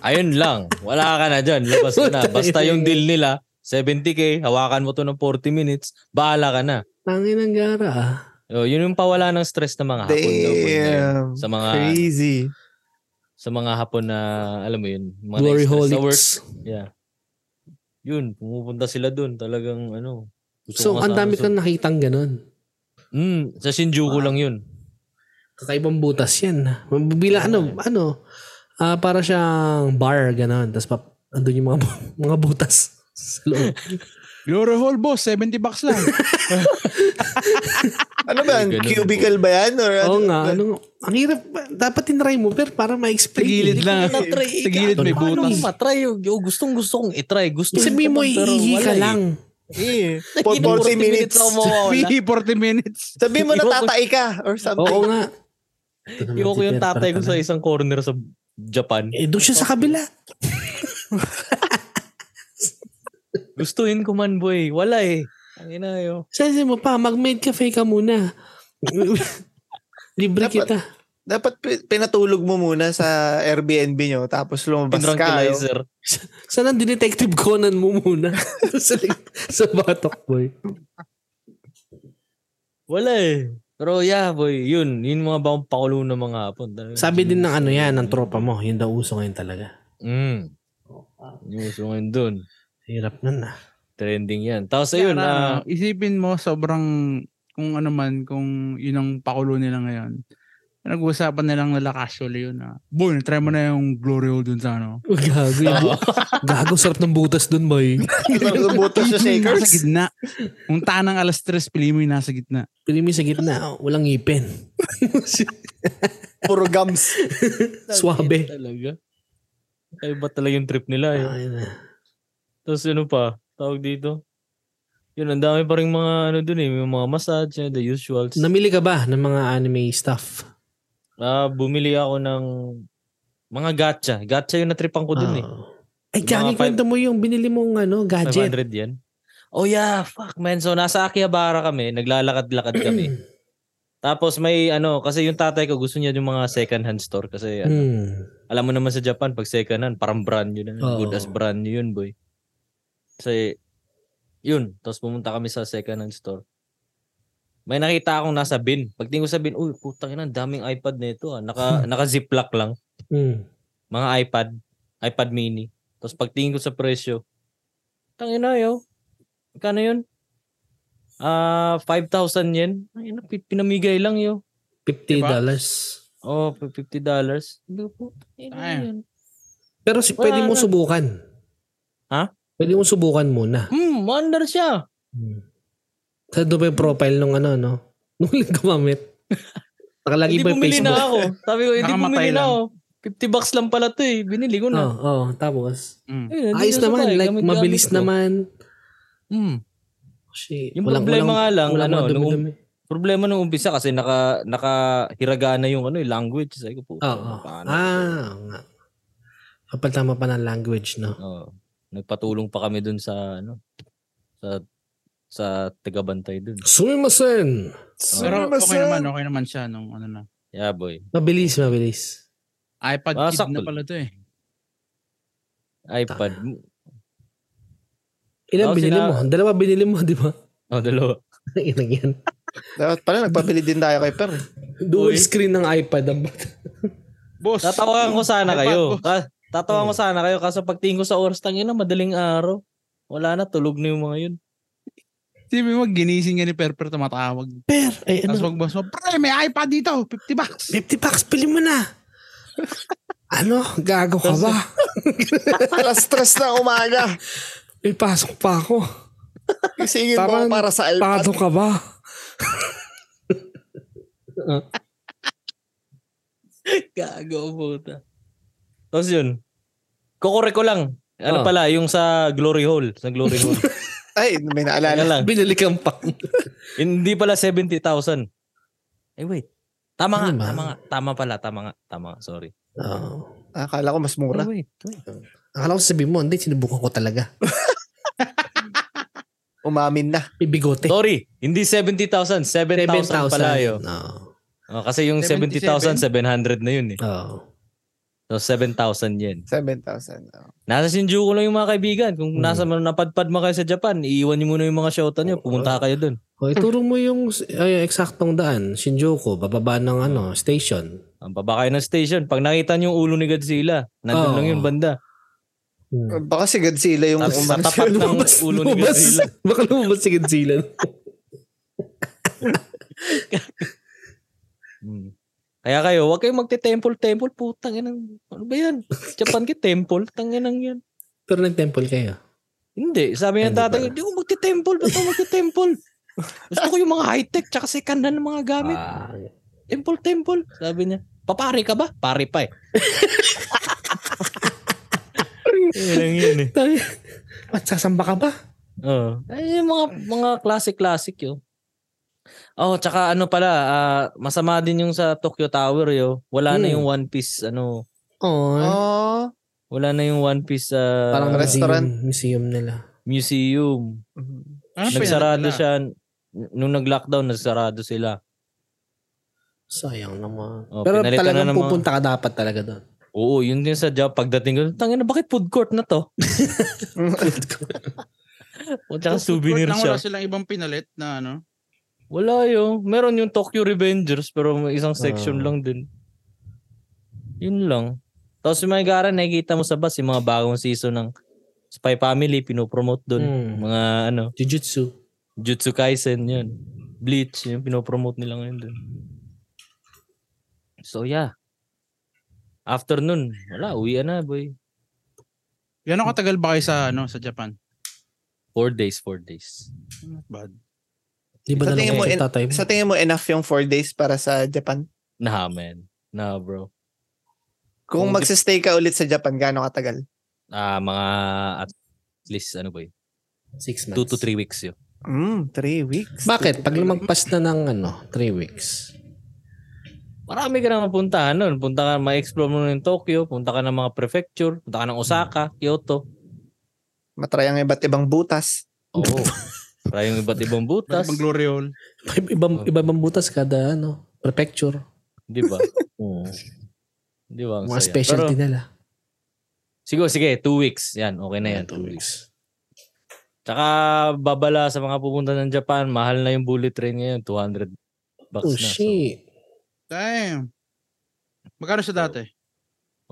[SPEAKER 3] Ayun lang. Wala ka na dyan. Labas ka na. Basta yung deal nila, 70k, hawakan mo to ng 40 minutes, bahala ka na.
[SPEAKER 1] Tangin ang gara ah.
[SPEAKER 3] So, yun yung pawala ng stress ng mga hapon daw. boy, ngayon.
[SPEAKER 2] Damn.
[SPEAKER 3] Sa mga
[SPEAKER 2] Crazy.
[SPEAKER 3] sa mga hapon na alam mo yun, mga
[SPEAKER 1] Glory
[SPEAKER 3] na-stress sa work.
[SPEAKER 1] holics.
[SPEAKER 3] Yeah. Yun, pumupunta sila doon. Talagang ano. gusto ko
[SPEAKER 1] So, ang
[SPEAKER 3] nga sana
[SPEAKER 1] dami
[SPEAKER 3] sa-
[SPEAKER 1] kang nakitang ganun.
[SPEAKER 3] Mm, sa Shinjuku lang yun.
[SPEAKER 1] Kakaibang butas yan. Bila ano, ano, ah, para siyang bar, ganun. Tapos, pap, andun yung mga, bu- mga butas sa loob.
[SPEAKER 4] Glory hole boss, 70 bucks lang.
[SPEAKER 2] Ano ba yan?
[SPEAKER 3] Ay, ganun.
[SPEAKER 2] Cubicle ba yan? Or
[SPEAKER 1] Oo
[SPEAKER 2] ano?
[SPEAKER 1] nga, ano, ang hirap, dapat tinry mo, pero para ma-explain.
[SPEAKER 4] Tagilid
[SPEAKER 1] Hindi ko
[SPEAKER 4] lang.
[SPEAKER 1] na-
[SPEAKER 4] Tagilid may
[SPEAKER 1] Paano
[SPEAKER 4] butas.
[SPEAKER 3] matry? Yung, yung gustong gusto kong itry. Gusto
[SPEAKER 1] Sabihin mo, iihi
[SPEAKER 3] eh.
[SPEAKER 1] ka lang.
[SPEAKER 2] Eh, for 40 minutes.
[SPEAKER 4] Sabi, 40 minutes.
[SPEAKER 2] Sabi mo na
[SPEAKER 3] Ayoko.
[SPEAKER 2] tatay ka or something.
[SPEAKER 1] Oo nga.
[SPEAKER 3] Iwan ko yung tatay ko sa isang corner sa Japan.
[SPEAKER 1] Eh, doon siya sa kabila.
[SPEAKER 3] Gustuhin ko man, boy. Wala eh. Ang inayo.
[SPEAKER 1] Sabi mo pa, mag-maid cafe ka muna. Libre
[SPEAKER 2] Dapat-
[SPEAKER 1] kita.
[SPEAKER 2] Dapat pi- pinatulog mo muna sa Airbnb nyo tapos lumabas ka. oh.
[SPEAKER 3] Tranquilizer.
[SPEAKER 1] Saan ang Detective Conan mo muna? sa, sa batok, boy.
[SPEAKER 3] Wala eh. Pero yeah, boy. Yun. Yun mga bang pakulo ng mga hapon. Talagang-
[SPEAKER 1] Sabi din ng ano yan, ng tropa mo. Yun daw uso ngayon talaga.
[SPEAKER 3] Mm. Yung uso ngayon dun.
[SPEAKER 1] Hirap ah. na na.
[SPEAKER 3] Trending yan. Tapos ayun,
[SPEAKER 4] Kaya,
[SPEAKER 3] ah,
[SPEAKER 4] ano, isipin mo sobrang kung ano man, kung yun ang pakulo nila ngayon. Nag-uusapan nilang nila casual yun na, boy, try mo na yung glory hole dun sa ano.
[SPEAKER 1] Oh, Gago yun. Gago, sarap ng butas dun, boy.
[SPEAKER 2] Sa butas sa
[SPEAKER 4] Piliin yung
[SPEAKER 2] shakers.
[SPEAKER 4] nasa gitna. Kung tanang alas tres, pili mo yung nasa gitna.
[SPEAKER 1] Pili mo yung sa gitna, oh, walang ngipin.
[SPEAKER 2] Puro gums.
[SPEAKER 1] Suabe.
[SPEAKER 3] talaga. Ay, ba talaga yung trip nila? Eh.
[SPEAKER 1] Ay, na.
[SPEAKER 3] Tapos ano pa? Tawag dito? Yun, ang dami pa rin mga ano dun eh. May mga massage, the usuals.
[SPEAKER 1] Namili ka ba ng mga anime stuff?
[SPEAKER 3] Ah, bumili ako ng mga gacha. Gacha yung natripan ko dun eh.
[SPEAKER 1] Ay, Johnny,
[SPEAKER 3] Mga five-
[SPEAKER 1] kwento mo yung binili mong ano, gadget.
[SPEAKER 3] 500 yan. Oh yeah, fuck man. So nasa Akihabara kami, naglalakad-lakad kami. Tapos may ano, kasi yung tatay ko gusto niya yung mga second hand store kasi ano,
[SPEAKER 1] Hmm.
[SPEAKER 3] alam mo naman sa Japan pag second hand parang brand new na.
[SPEAKER 1] Oo.
[SPEAKER 3] Good as brand new yun, boy. Kasi yun, tapos pumunta kami sa second hand store. May nakita akong nasa bin. Pagtingin ko sa bin, uy, putang ina, ang daming iPad nito ah. Naka naka ziplock lang
[SPEAKER 1] Hmm.
[SPEAKER 3] mga iPad, iPad mini. Tapos pagtingin ko sa presyo, tangin na yo. Kano yun? Ah, 5,000 yen. Ay, ano, pi- pinamigay lang yo.
[SPEAKER 1] $50.
[SPEAKER 4] Diba?
[SPEAKER 3] Oh, pi- 50 dollars. Hindi ko po. Ay, ano
[SPEAKER 4] Ay.
[SPEAKER 3] yun?
[SPEAKER 1] Pero si,
[SPEAKER 3] Wala
[SPEAKER 1] pwede mo
[SPEAKER 3] na.
[SPEAKER 1] subukan.
[SPEAKER 3] Ha?
[SPEAKER 1] Pwede mo subukan muna.
[SPEAKER 3] Hmm, wonder siya.
[SPEAKER 1] Hmm. Sa doon pa yung profile nung ano, no? Nung link gumamit. Nakalagi
[SPEAKER 3] Hindi
[SPEAKER 1] pa yung
[SPEAKER 3] bumili na
[SPEAKER 1] Facebook.
[SPEAKER 3] ako. Sabi ko, hindi
[SPEAKER 4] Nakamatay
[SPEAKER 3] bumili na
[SPEAKER 4] lang.
[SPEAKER 3] ako. 50 bucks lang pala to eh. Binili ko
[SPEAKER 1] Oo,
[SPEAKER 3] na.
[SPEAKER 1] oh, tapos.
[SPEAKER 4] Mm.
[SPEAKER 3] Ayun, nandito
[SPEAKER 1] Ayos
[SPEAKER 3] siya
[SPEAKER 1] naman,
[SPEAKER 3] tayo.
[SPEAKER 1] like
[SPEAKER 3] Gamit-gamit
[SPEAKER 1] mabilis
[SPEAKER 3] ko.
[SPEAKER 1] naman. Oh,
[SPEAKER 4] Mm.
[SPEAKER 1] Shit.
[SPEAKER 3] Yung problema nga lang, ano,
[SPEAKER 1] mga
[SPEAKER 3] nung-
[SPEAKER 1] dumi-dumi.
[SPEAKER 3] Problema nung umpisa kasi naka, naka hiragana yung ano, eh, language. Sabi ko po.
[SPEAKER 1] Oo. Ah, oo nga. Kapag tama pa ng language, no?
[SPEAKER 3] Oo. nagpatulong pa kami dun sa ano sa sa tagabantay dun.
[SPEAKER 1] Sumimasen!
[SPEAKER 4] Pero okay Ano naman, okay naman siya nung ano na.
[SPEAKER 3] Yeah, boy.
[SPEAKER 1] Mabilis, mabilis.
[SPEAKER 4] iPad
[SPEAKER 3] Ah,
[SPEAKER 4] kid
[SPEAKER 3] sakto
[SPEAKER 4] na
[SPEAKER 3] lang.
[SPEAKER 4] pala to eh.
[SPEAKER 3] iPad.
[SPEAKER 1] Ilan
[SPEAKER 3] Oo,
[SPEAKER 1] binili
[SPEAKER 3] sina-
[SPEAKER 1] mo? Dalawa binili mo, di ba?
[SPEAKER 3] Oh, dalawa.
[SPEAKER 1] Inang yan.
[SPEAKER 2] Dapat pala nagpapili din tayo kay Per.
[SPEAKER 1] Dual
[SPEAKER 3] Uy.
[SPEAKER 1] screen ng iPad. ang bat-
[SPEAKER 4] Boss.
[SPEAKER 3] Tatawagan ko sana
[SPEAKER 4] iPad,
[SPEAKER 3] kayo.
[SPEAKER 4] boss.
[SPEAKER 3] Ka- tatawagan ko sana kayo kasi pagtingin ko sa oras tangin na madaling araw. Wala na, tulog na yung mga yun.
[SPEAKER 4] Sabi mo, ginising ka ni Perper, tumatawag.
[SPEAKER 1] Per, ay
[SPEAKER 4] Tapos
[SPEAKER 1] ano,
[SPEAKER 4] wag boss mo, pre, may iPad dito, 50 bucks.
[SPEAKER 1] 50 bucks, pili mo na. ano, gago ka ba?
[SPEAKER 2] Alas stress na umaga.
[SPEAKER 1] May pasok pa ako.
[SPEAKER 2] Isingin mo
[SPEAKER 1] Parang
[SPEAKER 2] ako para sa iPad.
[SPEAKER 1] Pado ka ba?
[SPEAKER 3] Gago, puta. Tapos yun. Kokore ko lang.
[SPEAKER 1] Ah.
[SPEAKER 3] Ano pala, yung sa Glory Hole. Sa Glory Hole.
[SPEAKER 2] Ay, may
[SPEAKER 3] Ano
[SPEAKER 2] naalala.
[SPEAKER 3] lang.
[SPEAKER 1] Binalikan pa.
[SPEAKER 3] Hindi pala 70,000. Eh, wait. Tama nga,
[SPEAKER 1] Ano ba?
[SPEAKER 3] tama nga. Tama pala, tama nga. Tama nga, sorry.
[SPEAKER 1] Oo.
[SPEAKER 2] Akala ko mas mura.
[SPEAKER 3] Oh, wait, wait.
[SPEAKER 1] Akala ko sabihin mo, hindi, sinubukan ko talaga.
[SPEAKER 2] Umamin na.
[SPEAKER 1] May bigote.
[SPEAKER 3] Sorry, hindi 70,000, 7,000 pala yun.
[SPEAKER 1] Oo.
[SPEAKER 3] Oh, kasi yung 70,000, 700 na yun eh.
[SPEAKER 1] Oo.
[SPEAKER 3] So 7,000 yen.
[SPEAKER 2] 7,000. Oh.
[SPEAKER 3] Nasa Shinjuku lang yung mga kaibigan.
[SPEAKER 1] Hmm.
[SPEAKER 3] Kung nasa man- napadpad mo kayo sa Japan, iiwan niyo muna yung mga shota niyo, pumunta kayo dun.
[SPEAKER 1] O, ituro mo yung ay, eksaktong daan. Shinjuku, bababa ng ano, station.
[SPEAKER 3] Ang baba kayo ng station. Pag nakita niyo yung ulo ni Godzilla, nandun
[SPEAKER 1] Oo.
[SPEAKER 3] lang yung banda.
[SPEAKER 1] Hmm.
[SPEAKER 2] Baka si Godzilla yung
[SPEAKER 3] Tapos sa
[SPEAKER 2] umamin.
[SPEAKER 3] tapat ng
[SPEAKER 1] Lumabas,
[SPEAKER 3] ulo ni
[SPEAKER 1] lumabas.
[SPEAKER 3] Godzilla.
[SPEAKER 1] Baka lumabas si Godzilla.
[SPEAKER 3] Hmm. Kaya kayo, huwag kayong magte-temple-temple. Putang ina. Ano ba yan? Japan kay temple? Tangin ang yan.
[SPEAKER 1] Pero nag-temple kayo.
[SPEAKER 3] Hindi. Sabi ng
[SPEAKER 1] Hindi
[SPEAKER 3] tatay,
[SPEAKER 1] ba?
[SPEAKER 3] hindi ko magte-temple. Ba't ako magte-temple? Gusto ko yung mga high-tech tsaka second hand ng mga gamit.
[SPEAKER 1] Ah,
[SPEAKER 3] Temple, temple. Sabi niya, papari ka ba? Pari pa eh. Yun lang yun eh.
[SPEAKER 1] Tayo. At sasamba ka ba?
[SPEAKER 3] Oo. Ay, yung mga, mga classic-classic yun. Oh, tsaka ano pala, ah, masama din yung sa Tokyo Tower yo. Wala na
[SPEAKER 1] Hmm.
[SPEAKER 3] yung One Piece ano,
[SPEAKER 1] Oo.
[SPEAKER 3] Ah,
[SPEAKER 2] Oh.
[SPEAKER 3] wala na yung One Piece ah,
[SPEAKER 1] parang
[SPEAKER 2] restaurant. Mhm.
[SPEAKER 1] museum, museum nila.
[SPEAKER 3] museum.
[SPEAKER 4] Ah,
[SPEAKER 3] nagsarado
[SPEAKER 4] pinadala.
[SPEAKER 3] siya N- nung nag-lockdown nagsarado sila.
[SPEAKER 1] Sayang naman.
[SPEAKER 3] Oh,
[SPEAKER 1] Pero
[SPEAKER 3] pinalitan na
[SPEAKER 1] talagang
[SPEAKER 3] ng mga-
[SPEAKER 1] pupunta ka dapat talaga doon.
[SPEAKER 3] Oo, yun din sa job pagdating ko. Tangina, bakit food court na to? O tsaka
[SPEAKER 4] Food court
[SPEAKER 3] souvenir
[SPEAKER 4] lang,
[SPEAKER 3] shop.
[SPEAKER 4] Wala silang ibang pinalit na ano.
[SPEAKER 3] Wala yun. Meron yung Tokyo Revengers pero may isang section
[SPEAKER 1] Ah.
[SPEAKER 3] lang din. Yun lang. Tapos yung mga gara, nakikita mo sa bus yung mga bagong season ng Spy Family, pinopromote doon.
[SPEAKER 1] Hmm.
[SPEAKER 3] Mga ano,
[SPEAKER 1] Jujutsu.
[SPEAKER 3] Jutsu Kaisen, yun. Bleach, yung pinopromote nila ngayon doon. So yeah. Afternoon, wala, uwi na boy.
[SPEAKER 4] Gano'ng katagal ba kayo sa, ano, sa Japan?
[SPEAKER 3] Four days, four days.
[SPEAKER 4] Not bad.
[SPEAKER 1] Di ba
[SPEAKER 2] Sa
[SPEAKER 1] na
[SPEAKER 2] tingin
[SPEAKER 1] lang
[SPEAKER 2] mo,
[SPEAKER 1] kasi
[SPEAKER 2] in-
[SPEAKER 1] tatay mo?
[SPEAKER 2] Sa tingin mo, enough yung 4 days para sa Japan?
[SPEAKER 3] Nah, man. Nah, bro.
[SPEAKER 2] Kung
[SPEAKER 3] Kung-
[SPEAKER 2] magsistay ka ulit sa Japan, gaano katagal?
[SPEAKER 3] Ah, mga at least ano boy,
[SPEAKER 1] Six months.
[SPEAKER 3] two to three weeks yun.
[SPEAKER 2] Mm, three weeks.
[SPEAKER 1] Bakit? Pag lumagpas na ng ano, 3 weeks.
[SPEAKER 3] Marami ka na mapuntahan nun. Punta ka, ma-explore mo nun yung Tokyo, punta ka ng mga prefecture, punta ka ng Osaka, Kyoto.
[SPEAKER 2] Matry ang iba't ibang butas.
[SPEAKER 3] Oo. Try yung iba't ibang butas.
[SPEAKER 4] Ibang glory hole.
[SPEAKER 1] Iba-
[SPEAKER 3] Oh.
[SPEAKER 1] Ibang, ibang butas kada ano, prefecture.
[SPEAKER 3] Di ba? Oo. Di ba? Ang
[SPEAKER 1] Mga
[SPEAKER 3] saya.
[SPEAKER 1] specialty
[SPEAKER 3] Oh, Pero,
[SPEAKER 1] nila.
[SPEAKER 3] sige, sige, two weeks. Yan, okay na yan.
[SPEAKER 1] Two weeks.
[SPEAKER 3] Tsaka babala sa mga pupunta ng Japan, mahal na yung bullet train ngayon, 200 bucks
[SPEAKER 1] Oh,
[SPEAKER 3] na. So,
[SPEAKER 1] shit.
[SPEAKER 4] Damn. Magkano siya dati?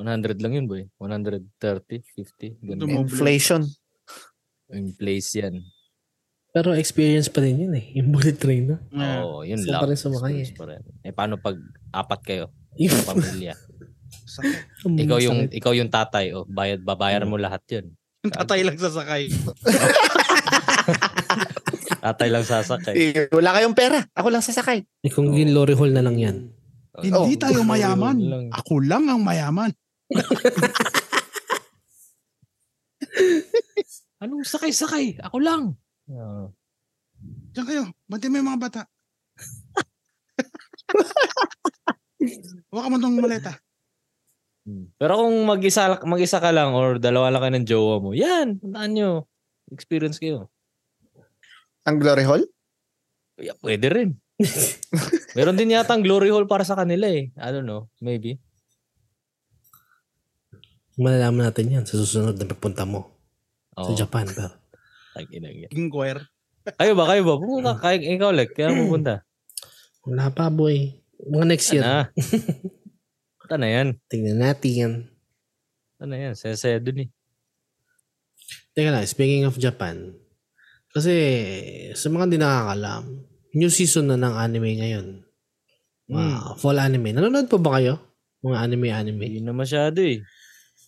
[SPEAKER 3] 100 lang yun, boy. 130, 50. Ganun.
[SPEAKER 4] Dum-
[SPEAKER 2] Inflation.
[SPEAKER 3] In place yan.
[SPEAKER 1] Pero experience pa rin yun eh. Yung bullet train. No?
[SPEAKER 3] Oh.
[SPEAKER 4] Yeah.
[SPEAKER 3] Oo, yun
[SPEAKER 1] Saan
[SPEAKER 3] lang.
[SPEAKER 1] pa rin sumakay
[SPEAKER 3] Experience pa rin. Eh, paano pag apat kayo?
[SPEAKER 1] Yung-
[SPEAKER 3] Pamilya.
[SPEAKER 4] Sakit.
[SPEAKER 3] ikaw yung
[SPEAKER 1] Sakit.
[SPEAKER 3] ikaw yung tatay oh bayad babayaran mo lahat 'yun
[SPEAKER 4] Tatay lang sasakay.
[SPEAKER 3] tatay lang sasakay
[SPEAKER 2] Eh, Wala kayong pera. Ako lang sasakay.
[SPEAKER 1] Eh, kung yun, lorry hall na lang yan.
[SPEAKER 4] Hindi
[SPEAKER 2] Oh.
[SPEAKER 4] tayo mayaman.
[SPEAKER 3] Yun lang.
[SPEAKER 4] Ako lang ang mayaman.
[SPEAKER 3] anong sakay sakay ako lang Oo.
[SPEAKER 4] Diyan kayo. Bantay mo yung mga bata. Huwag ka man tong maleta.
[SPEAKER 3] Mm. Pero kung mag-isa, mag-isa ka lang or dalawa lang kayo ng jowa mo, yan, tandaan nyo. Experience kayo.
[SPEAKER 2] Ang glory hall?
[SPEAKER 3] Yeah, ah, pwede rin. Meron din yata ang glory hole para sa kanila eh. I don't know. Maybe.
[SPEAKER 1] Malalaman natin yan sa susunod na pagpunta mo
[SPEAKER 3] Oh,
[SPEAKER 1] sa Japan. Pero.
[SPEAKER 4] Inquire.
[SPEAKER 3] Kayo ba? Kayo ba? Pumunta. Kayo, ikaw, Lek. Kaya pupunta.
[SPEAKER 1] Wala pa, boy. Oh, Mga next year.
[SPEAKER 3] Tana. Tana yan.
[SPEAKER 1] Tingnan natin yan.
[SPEAKER 3] Tana yan. Saya-saya dun eh.
[SPEAKER 1] Teka lang, speaking of Japan, kasi sa mga hindi nakakalam, new season na ng anime ngayon. Mga fall anime. Nanonood pa ba kayo? Mga anime-anime.
[SPEAKER 3] Hindi na masyado eh.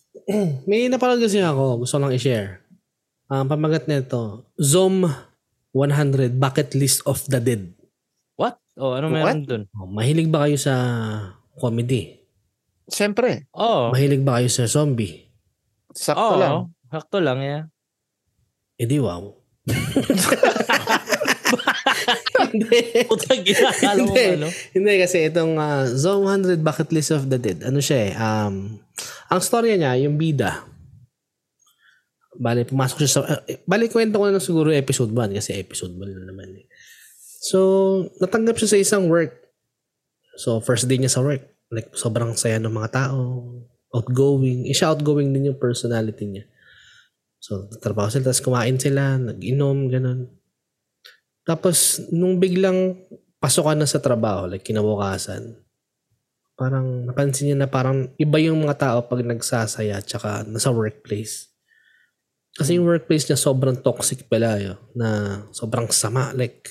[SPEAKER 1] May napanood kasi ako. Gusto ko lang i-share. Ang pamagat nito, Zom 100 Bucket List of the Dead.
[SPEAKER 3] What? Oh, ano meron dun?
[SPEAKER 1] Oh, mahilig ba kayo sa comedy?
[SPEAKER 2] Siyempre.
[SPEAKER 3] Oh.
[SPEAKER 1] Mahilig ba kayo sa zombie?
[SPEAKER 3] Oh.
[SPEAKER 2] Sakto lang.
[SPEAKER 3] Sakto lang yeah.
[SPEAKER 1] Eh di wow. Hindi.
[SPEAKER 3] Putang ina. Akala mo
[SPEAKER 1] Hindi.
[SPEAKER 3] ano?
[SPEAKER 1] Hindi kasi itong ah, Zone 100 Bucket List of the Dead. Ano siya eh? Um, ang storya niya, yung bida. Bale, pumasok siya sa... eh, bale, kwento ko na lang siguro episode 1 kasi episode 1 na naman eh. So, natanggap siya sa isang work. So, first day niya sa work. Like, sobrang saya ng mga tao. Outgoing. Eh, siya outgoing din yung personality niya. So, tatrabaho sila. Tapos kumain sila. Nag-inom, ganun. Tapos, nung biglang pasokan na sa trabaho, like kinabukasan, parang napansin niya na parang iba yung mga tao pag nagsasaya tsaka nasa workplace. Kasi yung workplace niya sobrang toxic pala yo, na sobrang sama. Like,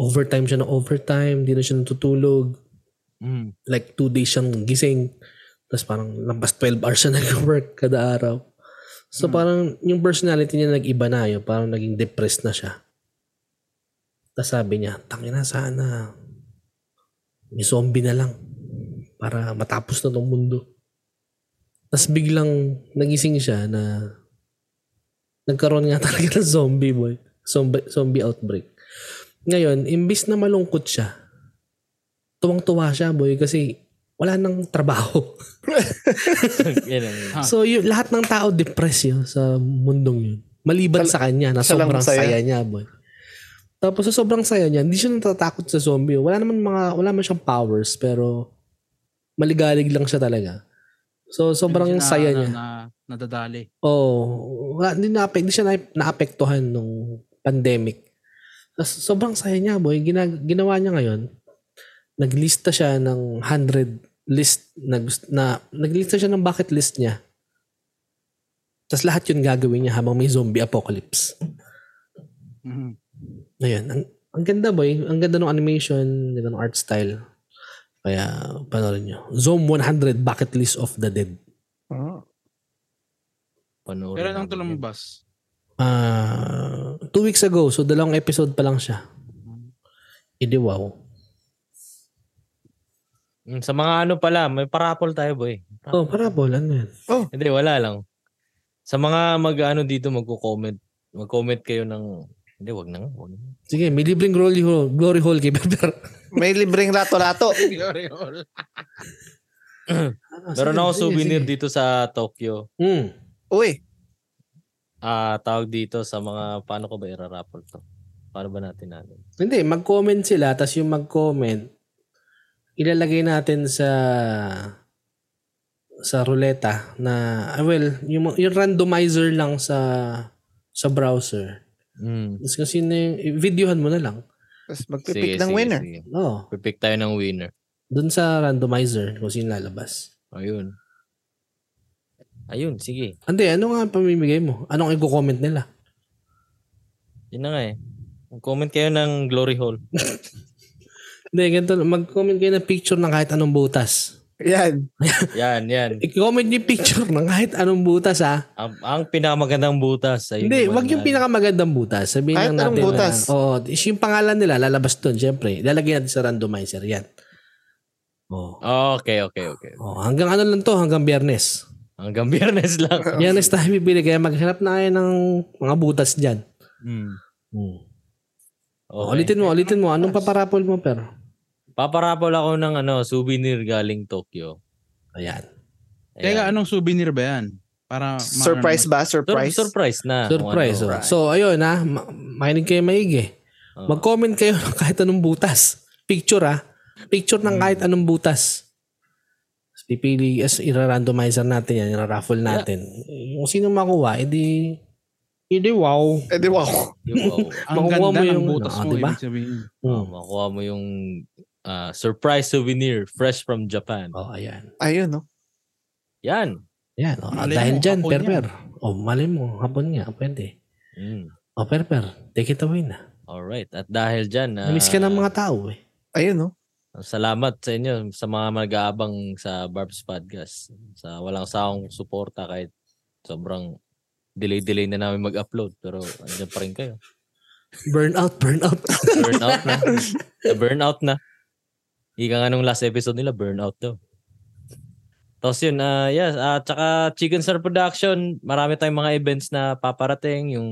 [SPEAKER 1] overtime siya ng overtime, di na siya natutulog.
[SPEAKER 4] Mm.
[SPEAKER 1] Like, two days siyang gising. Tapos parang lampas 12 hours siya nag-work kada araw. So
[SPEAKER 4] Hmm.
[SPEAKER 1] parang yung personality niya nag-iba na yun. Parang naging depressed na siya. Tapos sabi niya, tangin na sana. May zombie na lang. Para matapos na tong mundo. Tapos biglang nagising siya na nagkaroon nga talaga ng zombie boy. Zombie, zombie outbreak. Ngayon, imbis na malungkot siya, tuwang-tuwa siya boy kasi wala nang trabaho.
[SPEAKER 3] Yan ang-
[SPEAKER 4] Ah.
[SPEAKER 1] So yun, lahat ng tao depressed yun sa mundong yun. Maliban
[SPEAKER 2] Tal-
[SPEAKER 1] sa kanya na
[SPEAKER 2] siya lang
[SPEAKER 1] sobrang
[SPEAKER 2] masaya.
[SPEAKER 1] saya. niya, boy. Tapos sa sobrang saya niya, hindi siya natatakot sa zombie. Wala naman mga, wala man siyang powers, pero maligalig lang siya talaga. So sobrang
[SPEAKER 4] Hindi siya
[SPEAKER 1] saya
[SPEAKER 4] na- ano,
[SPEAKER 1] niya.
[SPEAKER 4] Na, nadadali.
[SPEAKER 1] Oo. Wala, hindi, na, hindi siya na, naapektuhan nung pandemic. Tas sobrang saya niya, boy. Gina- ginawa niya ngayon, naglista siya ng 100 list na, gust- na naglista siya ng bucket list niya. Tapos lahat yun gagawin niya habang may zombie apocalypse.
[SPEAKER 4] Mhm.
[SPEAKER 1] Ngayon, ang, ang ganda boy. Ang ganda ng animation, ganda ng art style. Kaya panoorin niyo. Zoom 100 Bucket List of the Dead.
[SPEAKER 2] Oh.
[SPEAKER 3] Panoorin
[SPEAKER 4] Pero nang
[SPEAKER 3] namin
[SPEAKER 4] to
[SPEAKER 3] yan.
[SPEAKER 4] lumabas.
[SPEAKER 1] Ah, two weeks ago. So, dalawang episode pa lang siya. Hindi wow.
[SPEAKER 3] Mm, Sa mga ano pala, may parapol tayo boy.
[SPEAKER 1] Oh, parabol. Ano yan?
[SPEAKER 3] Hindi, wala lang. Sa mga mag-ano dito, magko-comment. Mag-comment kayo ng Hindi, wag na nga. Wag na nga.
[SPEAKER 1] Sige, may libreng glory hole, glory hole kay Pepper.
[SPEAKER 2] May libreng lato-lato.
[SPEAKER 1] Ah,
[SPEAKER 3] Meron ako souvenir dito sa Tokyo.
[SPEAKER 1] Mm.
[SPEAKER 2] Uy,
[SPEAKER 3] Ah, tawag dito sa mga, paano ko ba iraraffle to? Paano ba natin natin?
[SPEAKER 1] Hindi, mag-comment sila. Tapos yung mag-comment, ilalagay natin sa sa ruleta na, ah, well, yung, yung randomizer lang sa sa browser.
[SPEAKER 3] Mm.
[SPEAKER 1] Tapos kasi na yung, videohan mo na lang.
[SPEAKER 2] tapos magpipick ng winner.
[SPEAKER 3] Sige.
[SPEAKER 1] Oo.
[SPEAKER 3] Pipick tayo ng winner.
[SPEAKER 1] Doon sa randomizer kung sino lalabas.
[SPEAKER 3] Ayun. Ayun, sige.
[SPEAKER 1] Hindi, ano nga ang pamimigay mo? Anong i-comment nila?
[SPEAKER 3] Yun na nga eh. Comment kayo ng glory hole.
[SPEAKER 1] Hindi, ganito. lang. Mag-comment kayo ng picture ng kahit anong butas.
[SPEAKER 2] Yan.
[SPEAKER 3] Yan, yan.
[SPEAKER 1] I-comment niyo yung picture ng kahit anong butas, ha?
[SPEAKER 3] Ang, ang pinakamagandang butas. Ayun
[SPEAKER 1] Hindi,
[SPEAKER 3] naman
[SPEAKER 1] wag yung
[SPEAKER 3] yan.
[SPEAKER 1] pinakamagandang butas. Sabihin
[SPEAKER 2] Kahit
[SPEAKER 1] lang natin
[SPEAKER 2] anong butas.
[SPEAKER 1] na, oo, is yung pangalan nila, lalabas dun, syempre. Lalagyan natin sa randomizer, yan. Oo.
[SPEAKER 3] Okay, okay, okay.
[SPEAKER 1] Oh, hanggang ano lang to, hanggang biyernes.
[SPEAKER 3] Hanggang biyernes lang.
[SPEAKER 1] Biyernes tayo bibili, kaya maghanap na kayo ng mga butas dyan.
[SPEAKER 3] Mm.
[SPEAKER 1] Hmm.
[SPEAKER 3] Okay.
[SPEAKER 1] Ulitin mo, ulitin mo. Anong paparapol mo, pero?
[SPEAKER 3] Paparapol ako ng ano, souvenir galing Tokyo.
[SPEAKER 1] Ayan.
[SPEAKER 3] Ayan.
[SPEAKER 4] Teka, anong souvenir ba yan? Para ma-
[SPEAKER 2] Surprise ba?
[SPEAKER 3] Sur-
[SPEAKER 2] Surprise?
[SPEAKER 3] surprise na. kung
[SPEAKER 1] Surprise.
[SPEAKER 3] ano.
[SPEAKER 1] oh. So, ayun ha. Ma- makinig kayo maigi.
[SPEAKER 3] Oo.
[SPEAKER 1] Mag-comment kayo ng kahit anong butas. Picture ha. Picture ng kahit anong butas. Tapos Pipili, as irarandomizer natin yan, iraraffle natin. Kung sino makuha, edi, edi wow.
[SPEAKER 2] Eh, di wow.
[SPEAKER 3] Yung, oh,
[SPEAKER 4] Ang
[SPEAKER 1] Makukuha mo
[SPEAKER 4] ganda ng
[SPEAKER 1] yung-
[SPEAKER 4] butas
[SPEAKER 1] Ah,
[SPEAKER 4] mo,
[SPEAKER 1] diba?
[SPEAKER 4] ibig sabihin.
[SPEAKER 3] oh, makuha mo yung ah, surprise souvenir fresh from Japan.
[SPEAKER 1] Oh, ayan.
[SPEAKER 2] Ayun, no?
[SPEAKER 3] Yan.
[SPEAKER 1] Yan. Oh,
[SPEAKER 4] Malay
[SPEAKER 1] dahil
[SPEAKER 4] mo,
[SPEAKER 1] dyan,
[SPEAKER 4] hapon
[SPEAKER 1] perper. O, oh, mali mo, hapon nga, pwede.
[SPEAKER 3] Mm.
[SPEAKER 1] O, oh, perper, take it away na.
[SPEAKER 3] All right. At dahil diyan, ah,
[SPEAKER 1] Namiss ka ng mga tao eh.
[SPEAKER 2] Ayun, no?
[SPEAKER 3] Salamat sa inyo sa mga mag-aabang sa Barb's Podcast. Sa walang sawang suporta kahit sobrang delay-delay na namin mag-upload pero andyan pa rin kayo.
[SPEAKER 1] Burnout, burnout.
[SPEAKER 3] Burnout na. Na burnout na. Ika nga nung last episode nila, burnout daw. Tapos yun, ah yes, at saka Chicken Star Production, marami tayong mga events na paparating, yung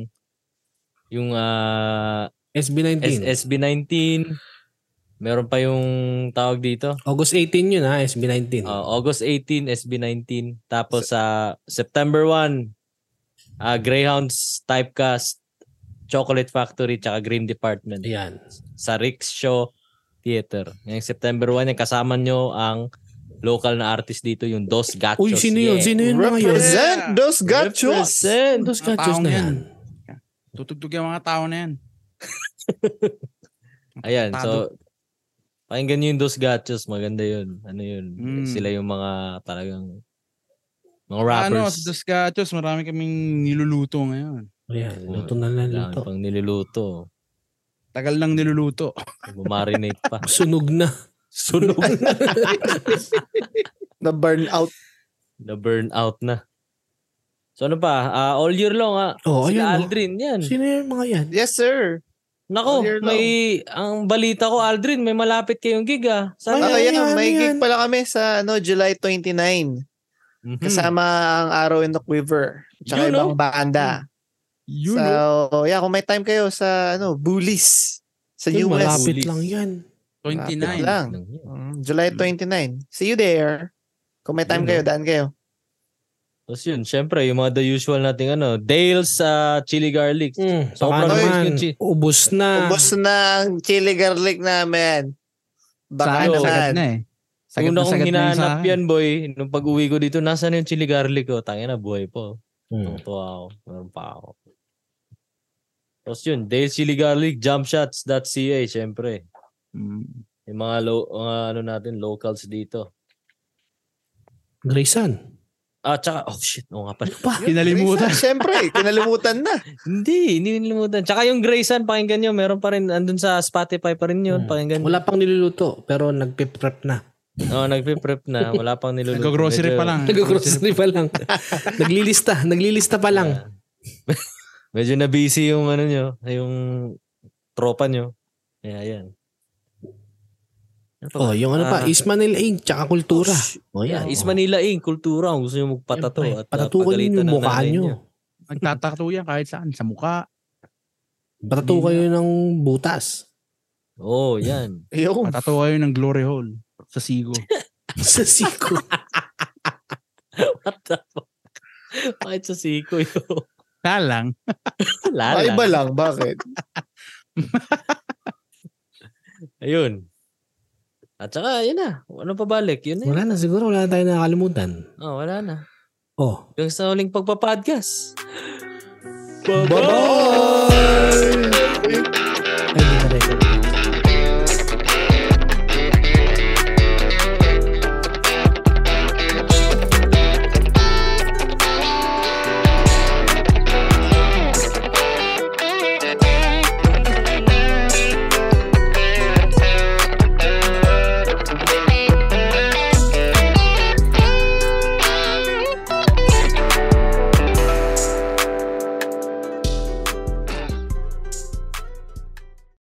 [SPEAKER 3] yung ah,
[SPEAKER 1] SB19.
[SPEAKER 3] S- SB19, meron pa yung tawag dito,
[SPEAKER 1] August 18 yun ah, ha, SB19.
[SPEAKER 3] Uh, August 18, SB19. Tapos sa September 1, ah, Greyhounds Typecast, Chocolate Factory, tsaka Green Department
[SPEAKER 1] Ayan.
[SPEAKER 3] sa Rick's Show Theater. Ngayong September 1, yung kasama nyo ang local na artist dito, yung Dos Gachos.
[SPEAKER 1] Uy, sino yun? Sino yun mga yun?
[SPEAKER 2] Represent
[SPEAKER 4] Yeah.
[SPEAKER 2] those gachos.
[SPEAKER 3] Represent!
[SPEAKER 1] Dos Gachos
[SPEAKER 4] taong
[SPEAKER 1] na yan.
[SPEAKER 4] Tutugtog yung mga tao na yan.
[SPEAKER 3] Ayan, so, pakinggan nyo yung Dos Gachos. Maganda yun. Ano yun?
[SPEAKER 4] Mm.
[SPEAKER 3] Sila yung mga talagang mga
[SPEAKER 4] Ano,
[SPEAKER 3] rappers.
[SPEAKER 4] sa Dos Gatos, marami kaming niluluto ngayon.
[SPEAKER 1] Ayan, luto na lang
[SPEAKER 3] Kailangan
[SPEAKER 1] luto.
[SPEAKER 3] pang niluluto.
[SPEAKER 4] Tagal nang niluluto.
[SPEAKER 3] Bumarinate pa.
[SPEAKER 1] Sunog na. Sunog na.
[SPEAKER 2] Na burn out.
[SPEAKER 3] na burn out na. So ano pa? Ah, all year long ah.
[SPEAKER 1] Oo, oh,
[SPEAKER 3] Sila
[SPEAKER 1] ayun.
[SPEAKER 3] Aldrin, yan.
[SPEAKER 1] oh. Sino yung mga yan?
[SPEAKER 2] Yes, sir.
[SPEAKER 3] Nako,
[SPEAKER 2] all year
[SPEAKER 3] may ang balita ko Aldrin, may malapit kayong gig ah.
[SPEAKER 1] Ay,
[SPEAKER 3] Sana
[SPEAKER 2] Ah,
[SPEAKER 1] ay,
[SPEAKER 2] kaya
[SPEAKER 1] ano
[SPEAKER 2] may
[SPEAKER 1] yan?
[SPEAKER 2] gig pala kami sa ano, July 29.
[SPEAKER 4] Hmm.
[SPEAKER 3] Mhm.
[SPEAKER 2] Kasama ang Arrow in the Quiver. Tsaka
[SPEAKER 3] Yun,
[SPEAKER 2] ibang banda.
[SPEAKER 4] You
[SPEAKER 2] so,
[SPEAKER 4] know.
[SPEAKER 2] yeah, kung may time kayo sa ano, Bullies. Sa
[SPEAKER 1] Yun,
[SPEAKER 2] US.
[SPEAKER 1] malapit
[SPEAKER 3] Police.
[SPEAKER 1] lang yan.
[SPEAKER 4] 29.
[SPEAKER 2] lang. Mm, July
[SPEAKER 4] Hmm.
[SPEAKER 2] 29. See you there. Kung may time
[SPEAKER 3] Yun,
[SPEAKER 2] kayo, daan kayo.
[SPEAKER 3] Tapos yun, syempre, yung mga the usual nating ano, Dale's ah, Chili Garlic.
[SPEAKER 1] Mm, baka
[SPEAKER 3] Sobrang
[SPEAKER 1] naman,
[SPEAKER 3] yung chi-
[SPEAKER 1] ubos na.
[SPEAKER 4] Ah.
[SPEAKER 2] Ubos na ang chili garlic namin. Baka
[SPEAKER 3] Saan?
[SPEAKER 2] naman.
[SPEAKER 4] Sagad na eh. Sagad
[SPEAKER 3] Una
[SPEAKER 4] na
[SPEAKER 3] kong
[SPEAKER 4] sagad na yun sa
[SPEAKER 3] hinanap
[SPEAKER 4] akin.
[SPEAKER 3] yan, boy, nung pag-uwi ko dito, nasaan yung Chili Garlic ko? Tangina na, buhay po.
[SPEAKER 1] Mm.
[SPEAKER 3] Tungtuwa ako. Meron pa ako. Tapos yun, Dale's Chili Garlic, jumpshots.ca, syempre.
[SPEAKER 4] Mm.
[SPEAKER 3] Yung mga, lo- mga ano natin, locals dito.
[SPEAKER 1] Grayson.
[SPEAKER 3] Ah, tsaka, oh shit, oo nga pala.
[SPEAKER 1] Ano pa?
[SPEAKER 4] Kinalimutan.
[SPEAKER 2] Siyempre, kinalimutan na.
[SPEAKER 3] hindi, hindi nilimutan. Tsaka yung Grayson, pakinggan nyo, meron pa rin, andun sa Spotify pa rin yun,
[SPEAKER 1] Hmm.
[SPEAKER 3] pakinggan nyo.
[SPEAKER 1] Wala pang niluluto, pero nagpe-prep na.
[SPEAKER 3] Oh, nagpe-prep na, wala pang niluluto.
[SPEAKER 4] Nag-grocery
[SPEAKER 3] Medyo-
[SPEAKER 4] pa lang.
[SPEAKER 1] Nag-grocery pa lang. naglilista, naglilista pa lang.
[SPEAKER 3] Ah. medyo na busy yung ano nyo, yung tropa nyo. Kaya yan. Ano pa ba?
[SPEAKER 1] Oh, yung ano pa,
[SPEAKER 3] Ah.
[SPEAKER 1] Is Manila Inc. tsaka Kultura.
[SPEAKER 3] Shh.
[SPEAKER 1] Oh,
[SPEAKER 3] Yeah,
[SPEAKER 1] yan.
[SPEAKER 3] is
[SPEAKER 1] Oh.
[SPEAKER 3] Manila Inc. Kultura. Kung gusto nyo magpatato.
[SPEAKER 1] Siyempre,
[SPEAKER 3] At, ah,
[SPEAKER 1] Patatukan
[SPEAKER 3] pagalitan
[SPEAKER 1] niyo yung
[SPEAKER 3] ng
[SPEAKER 1] mukha
[SPEAKER 3] nanay
[SPEAKER 1] niyo.
[SPEAKER 3] niya.
[SPEAKER 4] Nagtatato yan kahit saan. Sa mukha.
[SPEAKER 1] Patato kayo ng butas.
[SPEAKER 3] Oo, oh, yan.
[SPEAKER 2] Ayoko.
[SPEAKER 4] Patato kayo ng glory hole sa Sigo.
[SPEAKER 1] sa siko.
[SPEAKER 3] What the fuck? Bakit sa siko yun?
[SPEAKER 4] Talang,
[SPEAKER 3] Wala
[SPEAKER 2] Ay,
[SPEAKER 3] lang.
[SPEAKER 2] iba lang. Bakit?
[SPEAKER 3] Ayun. At saka, yun na. Ano pabalik? Yun na yun.
[SPEAKER 1] wala na siguro. Wala na tayo nakakalimutan.
[SPEAKER 3] Oh, wala na.
[SPEAKER 1] Oh.
[SPEAKER 3] Hanggang sa uling pagpapodcast.
[SPEAKER 2] Bye-bye!